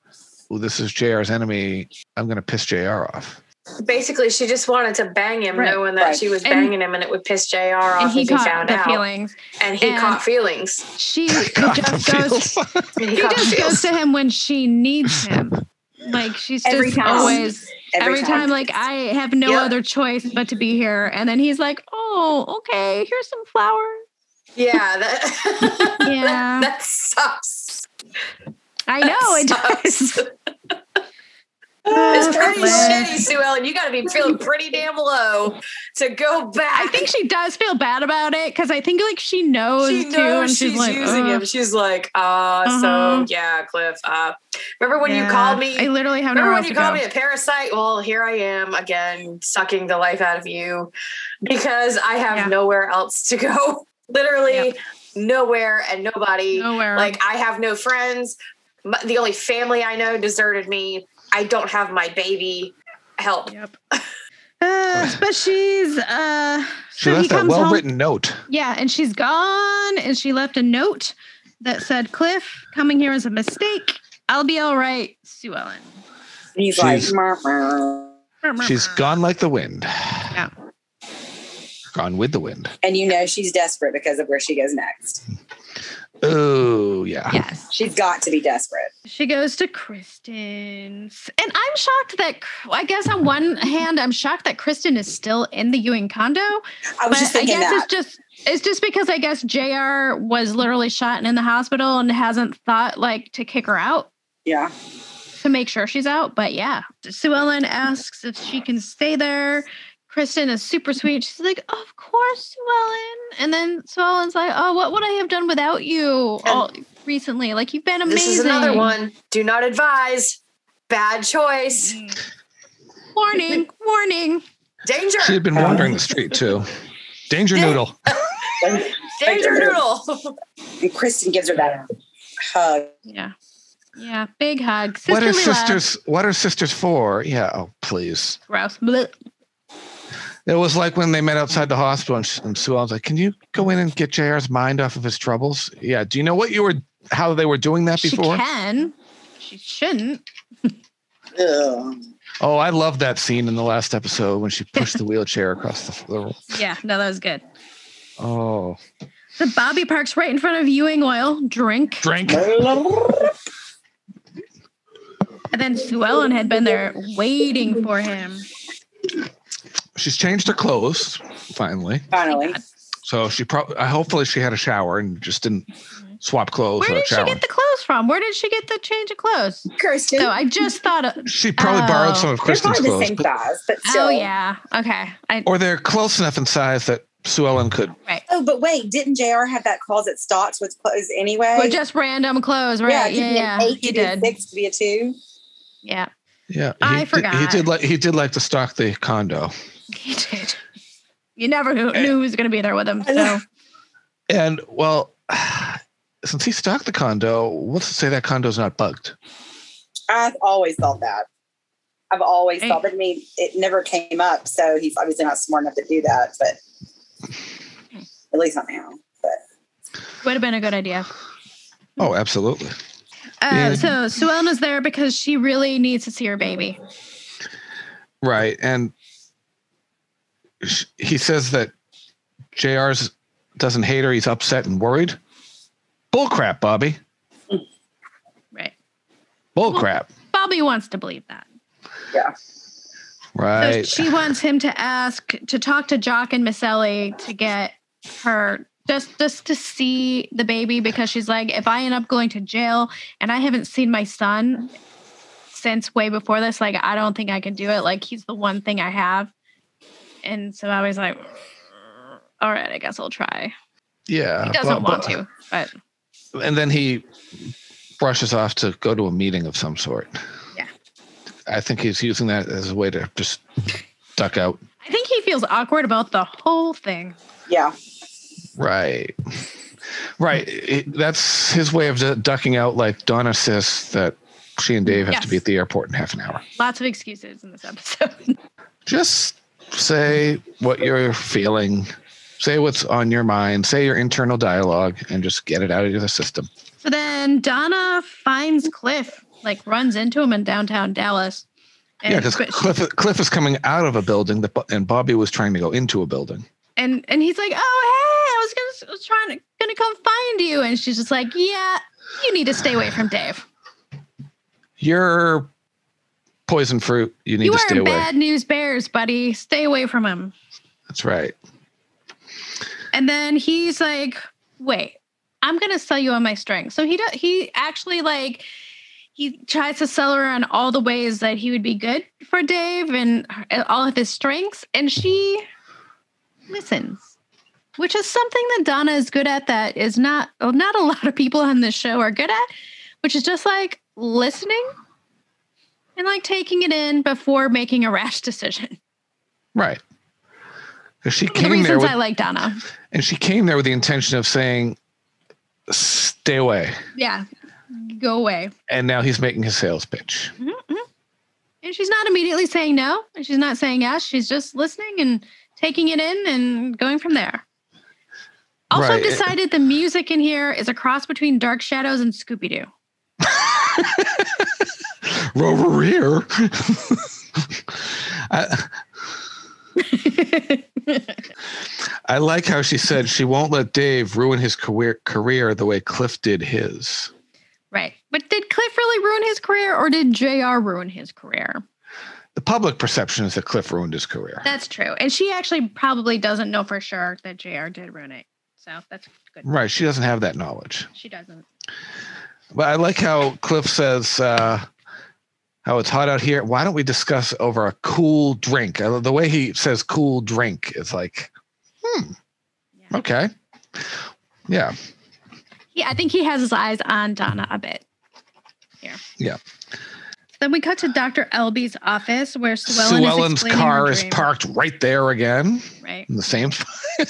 [SPEAKER 1] well, this is JR's enemy. I'm gonna piss JR off.
[SPEAKER 5] Basically, she just wanted to bang him,
[SPEAKER 3] Right.
[SPEAKER 5] knowing that
[SPEAKER 3] Right.
[SPEAKER 5] she was
[SPEAKER 3] And-
[SPEAKER 5] banging him, and it would piss Jr. off
[SPEAKER 3] and he
[SPEAKER 5] if he
[SPEAKER 3] caught
[SPEAKER 5] found
[SPEAKER 3] the
[SPEAKER 5] out.
[SPEAKER 3] feelings.
[SPEAKER 5] And he
[SPEAKER 3] And-
[SPEAKER 5] caught feelings.
[SPEAKER 1] [LAUGHS]
[SPEAKER 3] She it just goes. [LAUGHS]
[SPEAKER 5] And
[SPEAKER 3] he
[SPEAKER 5] he caught
[SPEAKER 3] just goes
[SPEAKER 5] feels.
[SPEAKER 3] to him when she needs him. Like she's
[SPEAKER 5] Every
[SPEAKER 3] just
[SPEAKER 5] time.
[SPEAKER 3] always every,
[SPEAKER 5] Every
[SPEAKER 3] time.
[SPEAKER 5] time.
[SPEAKER 3] Like I have no
[SPEAKER 5] Yep.
[SPEAKER 3] other choice but to be here, and then he's like, "Oh, okay, here's some flowers."
[SPEAKER 5] [LAUGHS] Yeah, that, [LAUGHS]
[SPEAKER 3] Yeah,
[SPEAKER 5] that sucks. [LAUGHS]
[SPEAKER 3] I know Oh, it
[SPEAKER 5] That
[SPEAKER 3] does.
[SPEAKER 5] [LAUGHS] It's pretty
[SPEAKER 3] Cliff.
[SPEAKER 5] shitty, Sue Ellen. You got to be feeling pretty damn low to go back.
[SPEAKER 3] I think she does feel bad about it because I think like she knows,
[SPEAKER 5] she
[SPEAKER 3] too, and
[SPEAKER 5] knows
[SPEAKER 3] she's,
[SPEAKER 5] she's,
[SPEAKER 3] like,
[SPEAKER 5] using
[SPEAKER 3] "Ugh."
[SPEAKER 5] him. She's like, uh,
[SPEAKER 3] Uh-huh.
[SPEAKER 5] so yeah, Cliff. Uh, remember when
[SPEAKER 3] Yeah.
[SPEAKER 5] you called me?
[SPEAKER 3] I literally have nowhere
[SPEAKER 5] remember when
[SPEAKER 3] else
[SPEAKER 5] you
[SPEAKER 3] to
[SPEAKER 5] called
[SPEAKER 3] go.
[SPEAKER 5] me a parasite? Well, here I am again, sucking the life out of you because I have
[SPEAKER 3] Yeah.
[SPEAKER 5] nowhere else to go. [LAUGHS] Literally
[SPEAKER 3] Yep.
[SPEAKER 5] nowhere and nobody.
[SPEAKER 3] Nowhere.
[SPEAKER 5] Like I have no friends. M- The only family I know deserted me. I don't have my baby. Help. [LAUGHS]
[SPEAKER 3] Yep. Uh, but she's uh
[SPEAKER 1] She
[SPEAKER 3] so he
[SPEAKER 1] left a
[SPEAKER 3] comes
[SPEAKER 1] well
[SPEAKER 3] home
[SPEAKER 1] written note.
[SPEAKER 3] Yeah, and she's gone, and she left a note that said, "Cliff, coming here is a mistake. I'll be all right, Sue Ellen."
[SPEAKER 4] He's
[SPEAKER 1] She's-
[SPEAKER 4] like, "Mer, mer."
[SPEAKER 1] She's gone like the wind.
[SPEAKER 3] Uh-huh. Yeah.
[SPEAKER 1] Gone with the wind.
[SPEAKER 4] and you know she's desperate because of where she goes next.
[SPEAKER 1] Oh yeah.
[SPEAKER 3] Yes,
[SPEAKER 4] She's got to be desperate.
[SPEAKER 3] she goes to Kristen's, and I'm shocked that I guess on one hand I'm shocked that Kristen is still in the Ewing condo.
[SPEAKER 4] I was just
[SPEAKER 3] I
[SPEAKER 4] thinking
[SPEAKER 3] guess
[SPEAKER 4] that.
[SPEAKER 3] it's just it's just because I guess Jr. was literally shot and in the hospital and hasn't thought like to kick her out.
[SPEAKER 4] yeah.
[SPEAKER 3] to make sure she's out. But yeah, Sue Ellen asks if she can stay there. Kristen is super sweet. She's like, "Of course, Sue Ellen." And then Sue Ellen's like, "Oh, what would I have done without you all recently? Like you've been amazing."
[SPEAKER 5] This is another one. Do not advise. Bad choice. [LAUGHS]
[SPEAKER 3] Warning, warning.
[SPEAKER 5] Danger.
[SPEAKER 1] She had been wandering the street too. Danger noodle.
[SPEAKER 5] Danger noodle. [LAUGHS]
[SPEAKER 4] And Kristen gives her that hug.
[SPEAKER 3] Yeah, yeah. Big hug.
[SPEAKER 1] What
[SPEAKER 3] Sisterly
[SPEAKER 1] are
[SPEAKER 3] love.
[SPEAKER 1] sisters what are sisters for? Yeah, oh please.
[SPEAKER 3] Gross. Blech.
[SPEAKER 1] It was like when they met outside the hospital and, and Sue Ellen's like, Can you go in and get JR's mind off of his troubles? Yeah. Do you know what you were how they were doing that
[SPEAKER 3] She
[SPEAKER 1] before?
[SPEAKER 3] can. She shouldn't.
[SPEAKER 4] Ugh.
[SPEAKER 1] Oh, I love that scene in the last episode when she pushed the wheelchair across the floor.
[SPEAKER 3] Yeah, no, that was good.
[SPEAKER 1] Oh.
[SPEAKER 3] The Bobby Park's right in front of Ewing Oil. Drink.
[SPEAKER 1] Drink.
[SPEAKER 3] And then Sue Ellen had been there waiting for him.
[SPEAKER 1] She's changed her clothes, finally.
[SPEAKER 4] Finally.
[SPEAKER 1] So she probably, hopefully, she had a shower and just didn't swap clothes
[SPEAKER 3] Where
[SPEAKER 1] or
[SPEAKER 3] did she
[SPEAKER 1] shower.
[SPEAKER 3] get the clothes from? Where did she get the change of clothes?
[SPEAKER 4] Kirsten.
[SPEAKER 3] So I just thought. Of,
[SPEAKER 1] she probably borrowed some of
[SPEAKER 4] They're
[SPEAKER 1] Kristen's
[SPEAKER 4] probably the
[SPEAKER 1] clothes,
[SPEAKER 4] same
[SPEAKER 1] but,
[SPEAKER 4] size, but still.
[SPEAKER 3] oh yeah. Okay. I
[SPEAKER 1] or they're close enough in size that Sue Ellen could.
[SPEAKER 3] Right.
[SPEAKER 4] Oh, but wait, didn't JR have that closet stocked with clothes anyway?
[SPEAKER 3] With just random clothes,
[SPEAKER 4] yeah,
[SPEAKER 3] right?
[SPEAKER 4] it could
[SPEAKER 3] Yeah,
[SPEAKER 4] be
[SPEAKER 3] yeah,
[SPEAKER 4] an eight,
[SPEAKER 3] he
[SPEAKER 4] could be a
[SPEAKER 3] did.
[SPEAKER 4] six, could be a two.
[SPEAKER 3] Yeah, [LAUGHS]
[SPEAKER 1] Yeah, he
[SPEAKER 3] I
[SPEAKER 1] did- He
[SPEAKER 3] forgot.
[SPEAKER 1] did like he did like to stock the condo,
[SPEAKER 3] he did. You never knew, knew who was going to be there with him. So
[SPEAKER 1] and well, [SIGHS] since he stocked the condo, what's to say that condo's not bugged?
[SPEAKER 4] I've always thought that. I've always
[SPEAKER 3] Hey.
[SPEAKER 4] thought, but I mean, it never came up, so he's obviously not smart enough to do that. But at least not now.
[SPEAKER 3] would have been a good idea. Hmm.
[SPEAKER 1] Oh, absolutely.
[SPEAKER 3] Uh,
[SPEAKER 1] Yeah.
[SPEAKER 3] so Sue Ellen is there because she really needs to see her baby.
[SPEAKER 1] Right. And sh- he says that JR's doesn't hate her. He's upset and worried. Bullcrap, Bobby.
[SPEAKER 3] Right.
[SPEAKER 1] Bullcrap.
[SPEAKER 3] Bobby wants to believe that. So
[SPEAKER 1] Right.
[SPEAKER 3] she wants him to ask to talk to Jock and Miss Ellie to get her just just to see the baby because she's like, if I end up going to jail and I haven't seen my son since way before this, like I don't think I can do it. Like he's the one thing I have. And so I was like, all right, I guess I'll try.
[SPEAKER 1] yeah.
[SPEAKER 3] He doesn't want to, Uh, but
[SPEAKER 1] to. And then he brushes off to go to a meeting of some sort.
[SPEAKER 3] Yeah.
[SPEAKER 1] I think he's using that as a way to just duck out.
[SPEAKER 3] I think he feels awkward about the whole thing.
[SPEAKER 4] Yeah.
[SPEAKER 1] Right. Right. It- that's his way of du- ducking out, like Donna says that she and Dave have to
[SPEAKER 3] Yes.
[SPEAKER 1] be at the airport in half an hour.
[SPEAKER 3] Lots of excuses in this episode. [LAUGHS]
[SPEAKER 1] Just say what you're feeling, say what's on your mind, say your internal dialogue, and just get it out of the system.
[SPEAKER 3] So then Donna finds Cliff, like runs into him in downtown Dallas.
[SPEAKER 1] yeah, because
[SPEAKER 3] but she-
[SPEAKER 1] Cliff, Cliff is coming out of a building, that, Bo- and Bobby was trying to go into a building.
[SPEAKER 3] and and he's like, "Oh, hey, I was gonna I was trying to gonna come find you," and she's just like, "Yeah, you need to stay away from Dave.
[SPEAKER 1] You're poison fruit. You need
[SPEAKER 3] You
[SPEAKER 1] to
[SPEAKER 3] are
[SPEAKER 1] stay away.
[SPEAKER 3] bad news bears, buddy. Stay away from him."
[SPEAKER 1] That's right.
[SPEAKER 3] And then he's like, "Wait, I'm gonna sell you on my strength." So he do, he actually like he tries to sell her on all the ways that he would be good for Dave and her- all of his strengths, and she listens, which is something that Donna is good at. That is not oh, not a [LAUGHS] lot of people on this show are good at, which is just like listening and like taking it in before making a rash [LAUGHS] decision.
[SPEAKER 1] Right. 'Cause She
[SPEAKER 3] One of the
[SPEAKER 1] came there
[SPEAKER 3] reasons
[SPEAKER 1] with
[SPEAKER 3] I like Donna.
[SPEAKER 1] And she came there with the intention of saying, stay away.
[SPEAKER 3] Yeah, go away.
[SPEAKER 1] And now he's making his sales pitch.
[SPEAKER 3] And she's not immediately saying no. And she's not saying yes. She's just listening and taking it in and going from there. Also,
[SPEAKER 1] Right.
[SPEAKER 3] I've decided the music in here is a cross between Dark Shadows and Scooby Doo.
[SPEAKER 1] Rover here. [LAUGHS] I, I like how she said she won't let Dave ruin his career, career the way Cliff did his.
[SPEAKER 3] Right. But did Cliff really ruin his career or did JR ruin his career?
[SPEAKER 1] The public perception is that Cliff ruined his career.
[SPEAKER 3] That's true. And she actually probably doesn't know for sure that JR did ruin it. So that's good.
[SPEAKER 1] Right. She doesn't have that knowledge.
[SPEAKER 3] She doesn't.
[SPEAKER 1] But I like how Cliff says uh, how it's hot out here. Why don't we discuss over a cool drink? Uh, The way he says "cool drink" is like, hmm,
[SPEAKER 3] Yeah.
[SPEAKER 1] okay, yeah,
[SPEAKER 3] Yeah, I think he has his eyes on Donna a bit. Here.
[SPEAKER 1] Yeah.
[SPEAKER 3] Then we cut to Dr. Elby's office where Suellen
[SPEAKER 1] Sue Ellen's
[SPEAKER 3] is explaining her
[SPEAKER 1] car is
[SPEAKER 3] dream,
[SPEAKER 1] parked right there again
[SPEAKER 3] Right.
[SPEAKER 1] in the same spot.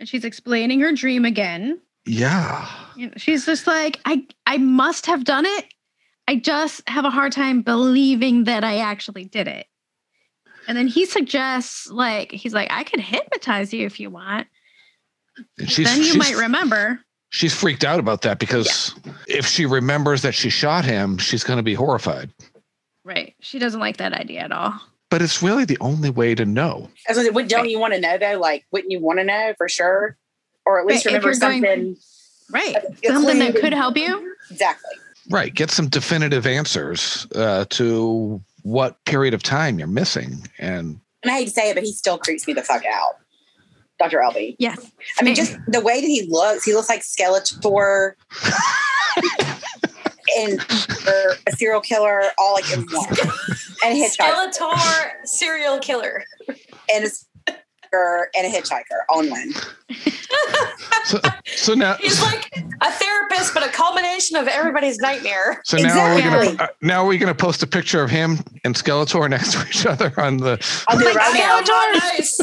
[SPEAKER 3] And she's explaining her dream again.
[SPEAKER 1] Yeah,
[SPEAKER 3] You know, She's just like, I I must have done it. I just have a hard time believing that I actually did it. And then he suggests, like, he's like, I could hypnotize you if you want.
[SPEAKER 1] and
[SPEAKER 3] but
[SPEAKER 1] she's
[SPEAKER 3] then you
[SPEAKER 1] she's,
[SPEAKER 3] might remember.
[SPEAKER 1] she's freaked out about that because if she remembers that she shot him, she's going to be horrified.
[SPEAKER 3] Right. She doesn't like that idea at all.
[SPEAKER 1] But it's really the only way to know.
[SPEAKER 4] As I said, what- don't you want to know though? Like, wouldn't you want to know for sure, or at least
[SPEAKER 3] Right, if
[SPEAKER 4] remember
[SPEAKER 3] you're going-
[SPEAKER 4] something
[SPEAKER 3] Right.
[SPEAKER 4] a
[SPEAKER 3] Something that
[SPEAKER 4] clue.
[SPEAKER 3] could help you.
[SPEAKER 4] exactly?
[SPEAKER 1] Right. Get some definitive answers uh, to what period of time you're missing.
[SPEAKER 3] [LAUGHS]
[SPEAKER 1] And
[SPEAKER 4] And I hate to say it, but he still creeps me the fuck out, Doctor Elby.
[SPEAKER 3] Yes.
[SPEAKER 4] I mean,
[SPEAKER 3] Same.
[SPEAKER 4] just the way that he looks, he looks like
[SPEAKER 3] [LAUGHS]
[SPEAKER 4] Skeletor and or a serial killer, all like in one, and Hitchhiker,
[SPEAKER 11] Skeletor serial killer.
[SPEAKER 4] and it's hitchhiker and a hitchhiker on one.
[SPEAKER 1] So, so now,
[SPEAKER 11] He's like a therapist, but a culmination of everybody's nightmare.
[SPEAKER 1] so now we're
[SPEAKER 11] Exactly.
[SPEAKER 1] gonna uh, now we're gonna post a picture of him and Skeletor next to each other on the.
[SPEAKER 4] I'll do it
[SPEAKER 3] Like
[SPEAKER 4] right now.
[SPEAKER 3] Skeletor
[SPEAKER 11] Nice.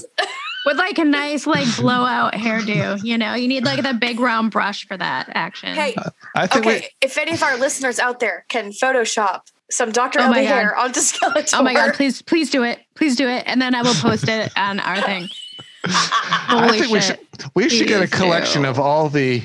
[SPEAKER 3] with like a nice like blowout hairdo. You know, you need like the big round brush for that action.
[SPEAKER 11] Hey,
[SPEAKER 1] I think we,
[SPEAKER 11] okay. If any of our listeners out there can Photoshop some Dr.
[SPEAKER 3] Oh
[SPEAKER 11] Elby
[SPEAKER 3] my God.
[SPEAKER 11] hair onto Skeletor.
[SPEAKER 3] Oh my god, please, please do it. Please do it. And then I will post it on our thing.
[SPEAKER 1] I
[SPEAKER 3] Holy
[SPEAKER 1] think
[SPEAKER 3] shit.
[SPEAKER 1] we should we should get a
[SPEAKER 3] Please
[SPEAKER 1] collection
[SPEAKER 3] do.
[SPEAKER 1] of all the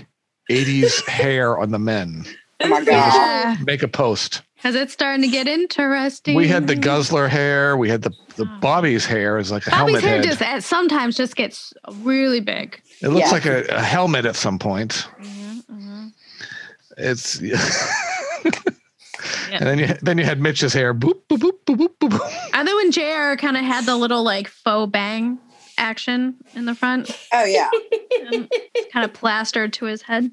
[SPEAKER 1] 80s hair on the men.
[SPEAKER 4] Oh my god.
[SPEAKER 3] Yeah,
[SPEAKER 1] Make a post.
[SPEAKER 3] because it's starting to get interesting.
[SPEAKER 1] We had the guzzler hair. We had the, the
[SPEAKER 3] Oh.
[SPEAKER 1] Bobby's hair is like a
[SPEAKER 3] Bobby's
[SPEAKER 1] helmet
[SPEAKER 3] hair
[SPEAKER 1] head.
[SPEAKER 3] just uh, sometimes just gets really big.
[SPEAKER 1] it looks
[SPEAKER 4] Yeah.
[SPEAKER 1] like a, a helmet at some point.
[SPEAKER 3] Mm-hmm,
[SPEAKER 1] It's [LAUGHS] and then you then you had Mitch's hair. Boop boop boop boop boop boop. boop.
[SPEAKER 3] And then when JR kind of had the little like faux bang action in the front,
[SPEAKER 4] Oh yeah.
[SPEAKER 3] kind of plastered to his head.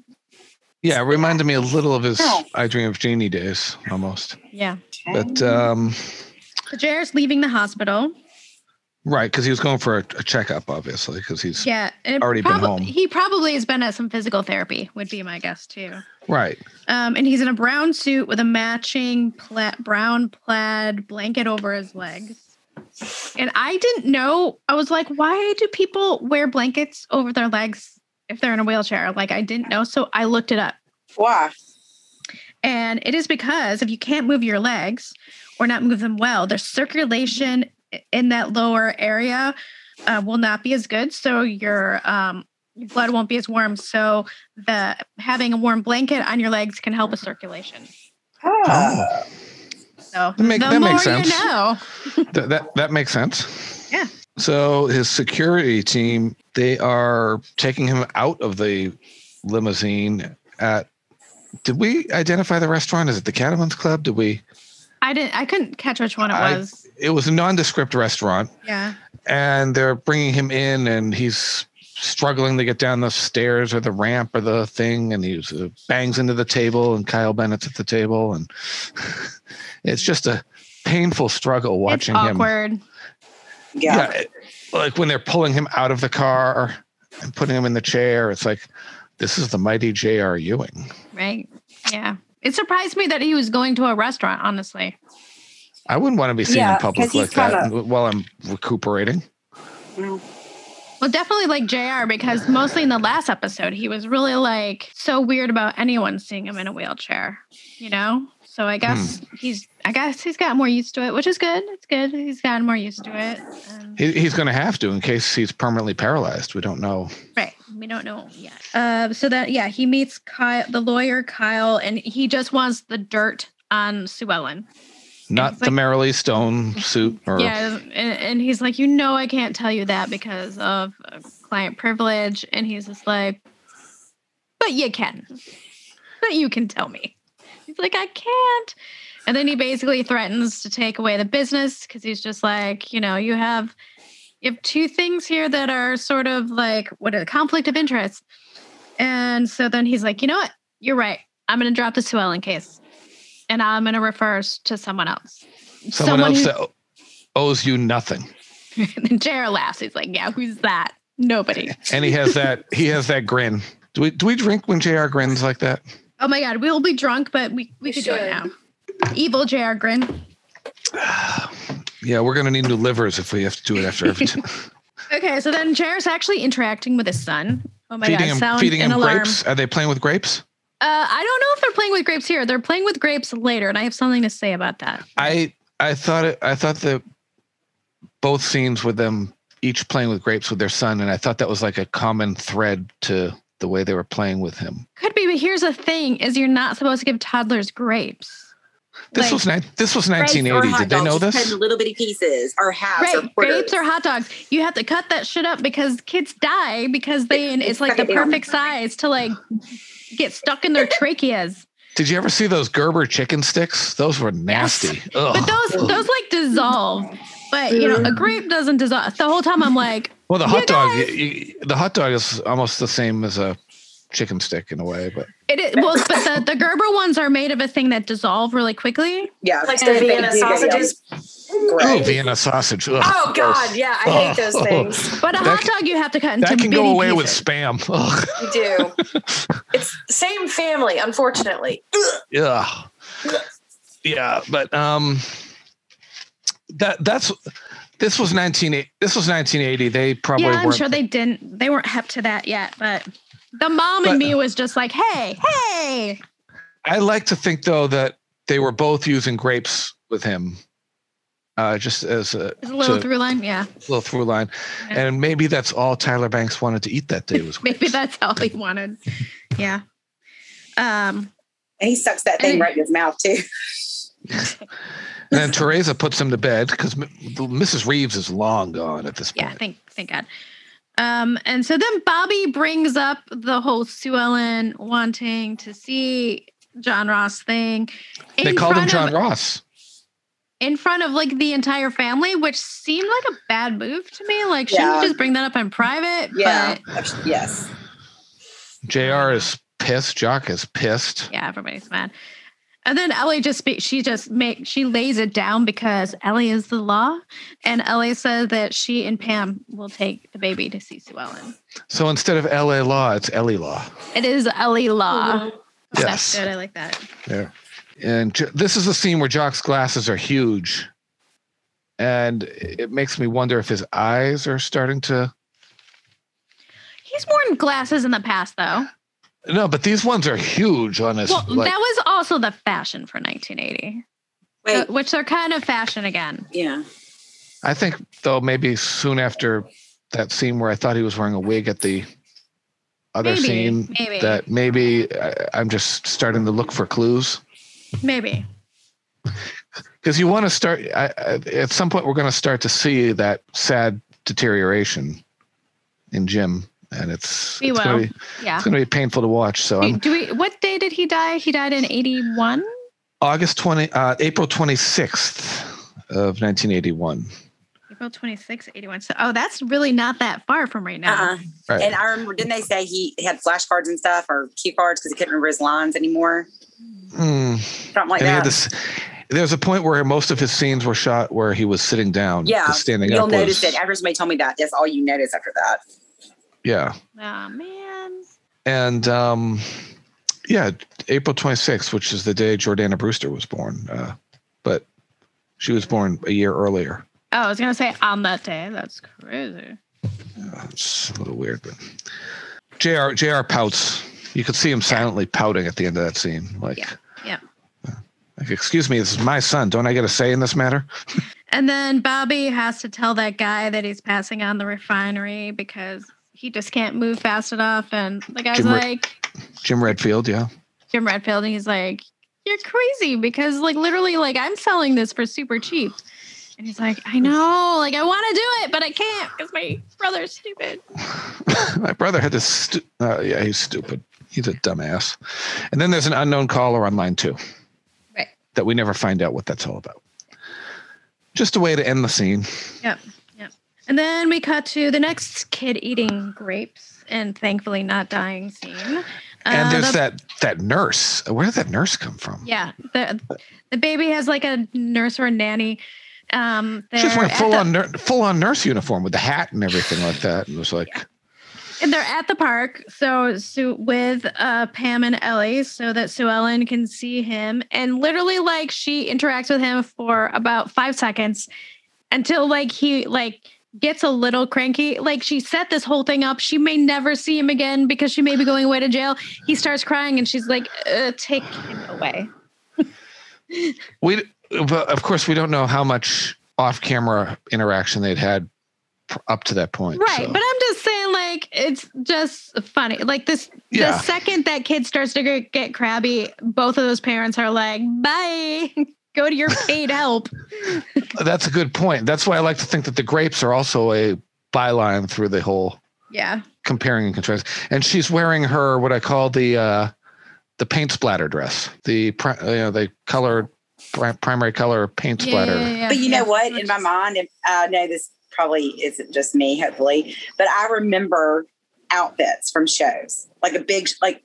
[SPEAKER 1] Yeah, it reminded me a little of his
[SPEAKER 4] Oh.
[SPEAKER 1] I Dream of Jeannie days almost.
[SPEAKER 3] Yeah.
[SPEAKER 1] But um
[SPEAKER 3] So JR's leaving the hospital.
[SPEAKER 1] right, because he was going for a, a checkup, obviously, because he's
[SPEAKER 3] Yeah. and it
[SPEAKER 1] Already been home.
[SPEAKER 3] He probably has been at some physical therapy, would be my guess too.
[SPEAKER 1] right.
[SPEAKER 3] Um, and he's in a brown suit with a matching pla- brown plaid blanket over his legs. And I didn't know. I was like, why do people wear blankets over their legs if they're in a wheelchair? Like, I didn't know. So I looked it up.
[SPEAKER 4] Why?
[SPEAKER 3] And it is because if you can't move your legs or not move them well, the circulation i- in that lower area uh, will not be as good. So your um, your blood won't be as warm. So the having a warm blanket on your legs can help with circulation. Oh.
[SPEAKER 4] Huh.
[SPEAKER 3] So
[SPEAKER 1] That make-
[SPEAKER 3] the
[SPEAKER 1] that
[SPEAKER 3] more
[SPEAKER 1] makes sense.
[SPEAKER 3] you know,
[SPEAKER 1] Th- that that makes sense.
[SPEAKER 3] Yeah.
[SPEAKER 1] So his security team, they are taking him out of the limousine at did we identify the restaurant? Is it the Catamount Club? Did we
[SPEAKER 3] I didn't. I couldn't catch which one it
[SPEAKER 1] I-
[SPEAKER 3] was.
[SPEAKER 1] it was a nondescript restaurant
[SPEAKER 3] Yeah.
[SPEAKER 1] and they're bringing him in and he's struggling to get down the stairs or the ramp or the thing and he uh, bangs into the table and Kyle Bennett's at the table and [LAUGHS] it's just a painful struggle watching
[SPEAKER 3] it's
[SPEAKER 1] him
[SPEAKER 3] awkward.
[SPEAKER 4] Yeah.
[SPEAKER 1] it- like when they're pulling him out of the car and putting him in the chair, it's like, this is the mighty J.R. Ewing.
[SPEAKER 3] Right. Yeah. It surprised me that he was going to a restaurant, honestly.
[SPEAKER 1] I wouldn't want to be seen
[SPEAKER 4] Yeah,
[SPEAKER 1] in public
[SPEAKER 4] 'cause he's
[SPEAKER 1] like that
[SPEAKER 4] kinda-
[SPEAKER 1] while I'm recuperating.
[SPEAKER 3] Well, definitely like JR because mostly in the last episode, he was really like so weird about anyone seeing him in a wheelchair, you know? So I guess
[SPEAKER 1] Hmm.
[SPEAKER 3] he's I guess he's gotten more used to it, which is good. It's good. He's gotten more used to it. Um,
[SPEAKER 1] He, he's going to have to in case he's permanently paralyzed. We don't know.
[SPEAKER 3] right. We don't know yet. Uh, so that yeah, he meets Kyle the lawyer Kyle and he just wants the dirt on Sue Ellen.
[SPEAKER 1] Not
[SPEAKER 3] It's
[SPEAKER 1] the
[SPEAKER 3] like-
[SPEAKER 1] Marilee Stone suit or
[SPEAKER 3] Yeah, and, and he's like, you know, I can't tell you that because of uh, client privilege, and he's just like, but you can, but you can tell me. He's like, I can't, and then he basically threatens to take away the business because he's just like, you know, you have you have two things here that are sort of like what a conflict of interest, and so then he's like, you know what, you're right, I'm gonna drop the Sue Ellen case, and I'm gonna refer s- to someone else.
[SPEAKER 1] someone, else
[SPEAKER 3] who-
[SPEAKER 1] that o- owes you nothing.
[SPEAKER 3] [LAUGHS] and then JR laughs. He's like, Yeah, who's that? Nobody.
[SPEAKER 1] And he has that he has that grin. Do we do we drink when JR grins like that?
[SPEAKER 3] Oh my God, we'll be drunk, but we, we
[SPEAKER 11] We
[SPEAKER 3] could do it
[SPEAKER 11] should.
[SPEAKER 3] now. Evil JR grin.
[SPEAKER 1] Yeah, we're going to need new livers if we have to do it after
[SPEAKER 3] [LAUGHS]
[SPEAKER 1] every
[SPEAKER 3] Oh
[SPEAKER 1] time.
[SPEAKER 3] Okay, so then JR's actually interacting with his son. Oh my
[SPEAKER 1] feeding
[SPEAKER 3] God,
[SPEAKER 1] him
[SPEAKER 3] sound
[SPEAKER 1] feeding
[SPEAKER 3] an
[SPEAKER 1] him
[SPEAKER 3] alarm.
[SPEAKER 1] grapes. Are they playing with grapes?
[SPEAKER 3] Uh, I don't know if they're playing with grapes here. They're playing with grapes later, and I have something to say about that.
[SPEAKER 1] I I thought it, I thought that both scenes with them each playing with grapes with their son, and I thought that was like a common thread to the way they were playing with him.
[SPEAKER 3] Could be, but here's the thing is you're not supposed to give toddlers grapes.
[SPEAKER 1] This
[SPEAKER 3] Like-
[SPEAKER 1] was ni- this was
[SPEAKER 4] Grapes or
[SPEAKER 1] 1980.
[SPEAKER 4] hot
[SPEAKER 1] Did they
[SPEAKER 4] dogs,
[SPEAKER 1] know
[SPEAKER 4] just Cut
[SPEAKER 1] this?
[SPEAKER 4] into little bitty pieces or halves or
[SPEAKER 3] Right,
[SPEAKER 4] quarters.
[SPEAKER 3] grapes or hot dogs. You have to cut that shit up because kids die because they it's like the
[SPEAKER 4] They don't.
[SPEAKER 3] perfect size to like get stuck [LAUGHS] in their tracheas.
[SPEAKER 1] Did you ever see those Gerber chicken sticks? Those were nasty. Ugh.
[SPEAKER 3] But those those like dissolve. But you know, a grape doesn't dissolve. The whole time I'm like,
[SPEAKER 1] well, the
[SPEAKER 3] you
[SPEAKER 1] hot dog
[SPEAKER 3] guys-
[SPEAKER 1] you- you- the hot dog is almost the same as a chicken stick in a way, but
[SPEAKER 3] it is well, but the, the Gerber ones are made of a thing that dissolve really quickly.
[SPEAKER 4] yeah.
[SPEAKER 11] Like
[SPEAKER 4] They're
[SPEAKER 11] the
[SPEAKER 4] big,
[SPEAKER 11] Vienna
[SPEAKER 4] big, big, big.
[SPEAKER 11] sausages.
[SPEAKER 1] Oh,
[SPEAKER 4] great.
[SPEAKER 1] Vienna sausage. Ugh,
[SPEAKER 5] Oh God,
[SPEAKER 1] gross.
[SPEAKER 5] yeah, I hate
[SPEAKER 1] Oh. [LAUGHS]
[SPEAKER 5] those things.
[SPEAKER 3] But a
[SPEAKER 1] That
[SPEAKER 3] hot
[SPEAKER 1] can-
[SPEAKER 3] dog you have to cut into
[SPEAKER 1] That can go
[SPEAKER 3] bitty
[SPEAKER 1] away with
[SPEAKER 3] pieces.
[SPEAKER 1] spam. Ugh.
[SPEAKER 5] You do. It's same family, unfortunately.
[SPEAKER 1] Yeah. Yeah, but um that that's this was 19 this was 1980. They probably
[SPEAKER 3] yeah, I'm
[SPEAKER 1] weren't
[SPEAKER 3] sure they didn't. They weren't hep to that yet, but the mom
[SPEAKER 1] But-
[SPEAKER 3] in me was just like, "Hey, hey!"
[SPEAKER 1] I like to think though that they were both using grapes with him. Uh just as a
[SPEAKER 3] It's a little
[SPEAKER 1] to-
[SPEAKER 3] through line, yeah. [LAUGHS]
[SPEAKER 1] little through line.
[SPEAKER 3] Yeah.
[SPEAKER 1] And maybe that's all Tyler Banks wanted to eat that day
[SPEAKER 3] [LAUGHS]
[SPEAKER 1] was
[SPEAKER 3] Maybe that's all he wanted. Yeah. Um.
[SPEAKER 4] And he sucks that thing
[SPEAKER 3] And-
[SPEAKER 4] right in his mouth too.
[SPEAKER 1] And then Teresa puts him to bed because Mrs. Reeves is long gone at this
[SPEAKER 3] Yeah.
[SPEAKER 1] point.
[SPEAKER 3] Thank. Thank God. Um. And so then Bobby brings up the whole Sue Ellen wanting to see John Ross thing.
[SPEAKER 1] they
[SPEAKER 3] in
[SPEAKER 1] called him
[SPEAKER 3] front
[SPEAKER 1] John
[SPEAKER 3] of,
[SPEAKER 1] Ross.
[SPEAKER 3] in front of like the entire family, which seemed like a bad move to me. Like, shouldn't
[SPEAKER 4] Yeah.
[SPEAKER 3] you just bring that up in private?
[SPEAKER 4] Yeah. Yes.
[SPEAKER 1] JR is pissed. Jock is pissed.
[SPEAKER 3] yeah, everybody's mad. And then Ellie just speaks. She just make she lays it down because Ellie is the law, and Ellie says that she and Pam will take the baby to see Sue Ellen.
[SPEAKER 1] So instead of LA Law, it's Ellie Law.
[SPEAKER 3] It is Ellie law.
[SPEAKER 1] Yes.
[SPEAKER 3] That's good. I like that.
[SPEAKER 1] And J- this is the scene where Jock's glasses are huge. And it makes me wonder if his eyes are starting to.
[SPEAKER 3] He's worn glasses in the past, though.
[SPEAKER 1] No, but these ones are huge on his.
[SPEAKER 3] Well,
[SPEAKER 1] like-
[SPEAKER 3] that was also the fashion for 1980,
[SPEAKER 4] Wait.
[SPEAKER 3] uh, which they're kind of fashion again.
[SPEAKER 4] Yeah.
[SPEAKER 1] I think, though, maybe soon after that scene where I thought he was wearing a wig at the other
[SPEAKER 3] Maybe,
[SPEAKER 1] scene,
[SPEAKER 3] maybe,
[SPEAKER 1] that maybe I, I'm just starting to look for clues
[SPEAKER 3] maybe.
[SPEAKER 1] because you want to start. I, I, at some point, we're going to start to see that sad deterioration in Jim, and it's
[SPEAKER 3] We
[SPEAKER 1] it's gonna
[SPEAKER 3] will.
[SPEAKER 1] be,
[SPEAKER 3] Yeah.
[SPEAKER 1] it's going to be painful to watch. So
[SPEAKER 3] Do,
[SPEAKER 4] [LAUGHS]
[SPEAKER 1] I'm
[SPEAKER 3] do we? What day did he die? He died in 81.
[SPEAKER 1] August twenty, uh, April twenty sixth of 1981.
[SPEAKER 3] April 26, 81. So, oh, that's really not that far from right now.
[SPEAKER 4] Uh-uh.
[SPEAKER 1] Right.
[SPEAKER 4] And I remember, didn't they say he had flashcards and stuff or cue cards because he couldn't remember his lines anymore?
[SPEAKER 1] Hmm.
[SPEAKER 4] Something like
[SPEAKER 1] and he had
[SPEAKER 4] that.
[SPEAKER 1] this. There's a point where most of his scenes were shot where he was sitting down. 'cause
[SPEAKER 4] Yeah,
[SPEAKER 1] standing
[SPEAKER 4] You'll
[SPEAKER 1] up.
[SPEAKER 4] notice
[SPEAKER 1] was-
[SPEAKER 4] it. After somebody told me that, that's all you notice after that.
[SPEAKER 1] Yeah,
[SPEAKER 3] Oh, man.
[SPEAKER 1] and um, yeah, April 26th, which is the day Jordana Brewster was born, uh, but she was born a year earlier.
[SPEAKER 3] Oh, I was going to say on that day. That's crazy.
[SPEAKER 1] Uh, It's a little weird, but Jr. Jr. pouts. You could see him silently pouting at the end of that scene, like. uh,
[SPEAKER 3] Yeah, yeah.
[SPEAKER 1] Like, excuse me, this is my son. Don't I get a say in this matter?
[SPEAKER 3] And then Bobby has to tell that guy that he's passing on the refinery because he just can't move fast enough. And the guy's
[SPEAKER 1] Jim Red-
[SPEAKER 3] like,
[SPEAKER 1] Jim Redfield, yeah. [LAUGHS]
[SPEAKER 3] Jim Redfield, and he's like, you're crazy because, like, literally, like, I'm selling this for super cheap. And he's like, I know, like, I want to do it, but I can't because my brother's stupid.
[SPEAKER 1] my brother had this. Stu- uh, yeah, he's stupid. He's a dumbass. And then there's an unknown caller on line two,
[SPEAKER 3] Right.
[SPEAKER 1] That we never find out what that's all about. Just a way to end the scene.
[SPEAKER 3] And then we cut to the next kid eating grapes and thankfully not dying scene.
[SPEAKER 1] and
[SPEAKER 3] Uh,
[SPEAKER 1] there's
[SPEAKER 3] the-
[SPEAKER 1] that that nurse. Where did that nurse come from?
[SPEAKER 3] Yeah, the the baby has like a nurse or a nanny. Um,
[SPEAKER 1] She's
[SPEAKER 3] they're
[SPEAKER 1] wearing
[SPEAKER 3] at
[SPEAKER 1] full
[SPEAKER 3] the-
[SPEAKER 1] on nur- full on nurse uniform with the hat and everything like that, and it was like,
[SPEAKER 3] And they're at the park, so Sue with uh, Pam and Ellie, so that Sue Ellen can see him. And literally, like she interacts with him for about five seconds until like he like gets a little cranky. Like she set this whole thing up. She may never see him again because she may be going away to jail. He starts crying, and she's like, uh, "Take him away."
[SPEAKER 1] we. But of course, we don't know how much off camera interaction they'd had pr- up to that point.
[SPEAKER 3] Right,
[SPEAKER 1] so-
[SPEAKER 3] but I'm just saying, like, it's just funny. Like this,
[SPEAKER 1] Yeah.
[SPEAKER 3] the second that kid starts to get, get crabby, both of those parents are like, "Bye, [LAUGHS] go to your
[SPEAKER 1] [LAUGHS]
[SPEAKER 3] paid help."
[SPEAKER 1] That's a good point. That's why I like to think that the grapes are also a byline through the whole
[SPEAKER 3] Yeah,
[SPEAKER 1] comparing and contrasting. And she's wearing her what I call the uh, the paint splatter dress, the pri- you know the color pri- primary color paint splatter.
[SPEAKER 4] But you know what? In my mind, and I know this probably isn't just me, hopefully, but I remember outfits from shows, like a big, like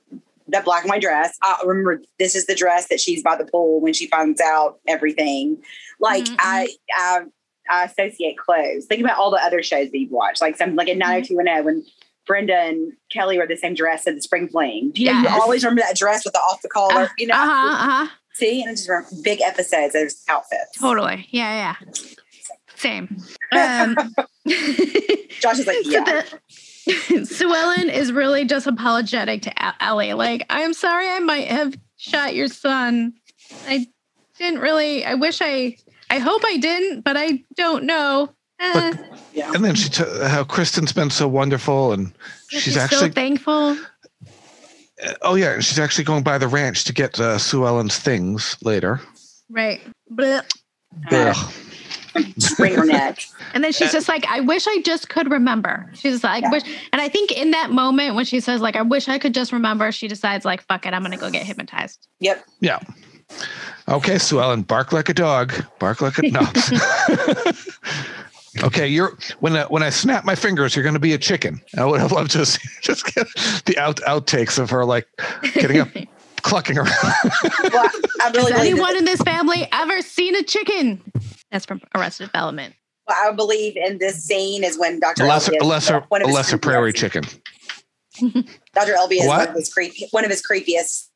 [SPEAKER 4] that black and white dress. I remember this is the dress that she's by the pool when she finds out everything. Like
[SPEAKER 3] Mhm,
[SPEAKER 4] I, I I associate clothes. Think about all the other shows that you've watched, like something like in
[SPEAKER 3] Mm-hmm.
[SPEAKER 4] 90210 when Brenda and Kelly were the same dress at the Spring Fling. Do you, you
[SPEAKER 11] Yes.
[SPEAKER 4] always remember that dress with the off the collar? you know,
[SPEAKER 3] uh-huh, uh-huh.
[SPEAKER 4] see, and I just remember big episodes of outfits.
[SPEAKER 3] Totally. Yeah, yeah. Same.
[SPEAKER 4] [LAUGHS]
[SPEAKER 3] Um, [LAUGHS]
[SPEAKER 4] Josh is like,
[SPEAKER 3] So [LAUGHS]
[SPEAKER 4] yeah,
[SPEAKER 3] the- Sue Ellen is really just apologetic to Al- Ellie. Like, I'm sorry I might have shot your son. I didn't really, I wish I, I hope I didn't, but I don't know. Eh,
[SPEAKER 4] yeah.
[SPEAKER 1] And then she t- how Kristen's been so wonderful, and
[SPEAKER 3] she's,
[SPEAKER 1] she's actually
[SPEAKER 3] so thankful.
[SPEAKER 1] oh yeah, and she's actually going by the ranch to get uh, Sue Ellen's things later.
[SPEAKER 3] Right. Blech.
[SPEAKER 4] Um,
[SPEAKER 1] Ugh.
[SPEAKER 4] Spring her neck.
[SPEAKER 3] And then she's
[SPEAKER 1] Uh,
[SPEAKER 3] just like, I wish I just could remember. She's like,
[SPEAKER 4] Yeah.
[SPEAKER 3] wish. And I think in that moment when she says, like, I wish I could just remember, she decides, like, fuck it, I'm going to go get hypnotized.
[SPEAKER 4] Yep.
[SPEAKER 1] Yeah. Okay, Sue Ellen, bark like a dog. Bark like
[SPEAKER 4] [LAUGHS]
[SPEAKER 1] a no. okay, you're when I, when I snap my fingers, you're going to be a chicken. I would have loved to see [LAUGHS] just get the out outtakes of her like getting
[SPEAKER 3] [LAUGHS]
[SPEAKER 4] [LAUGHS]
[SPEAKER 1] up, clucking around.
[SPEAKER 4] Well, I really
[SPEAKER 3] Has
[SPEAKER 4] believe that-
[SPEAKER 3] anyone in this family ever seen a chicken? That's from Arrested Development.
[SPEAKER 4] well, I believe in this scene is when
[SPEAKER 1] A
[SPEAKER 4] Dr.
[SPEAKER 1] lesser,
[SPEAKER 4] Elvia
[SPEAKER 1] a
[SPEAKER 4] is
[SPEAKER 1] lesser,
[SPEAKER 4] one
[SPEAKER 1] a
[SPEAKER 4] of his
[SPEAKER 1] lesser
[SPEAKER 4] creepiest-
[SPEAKER 1] prairie chicken.
[SPEAKER 4] Dr. Elvia is
[SPEAKER 1] What?
[SPEAKER 4] one of his creepy, one of his creepiest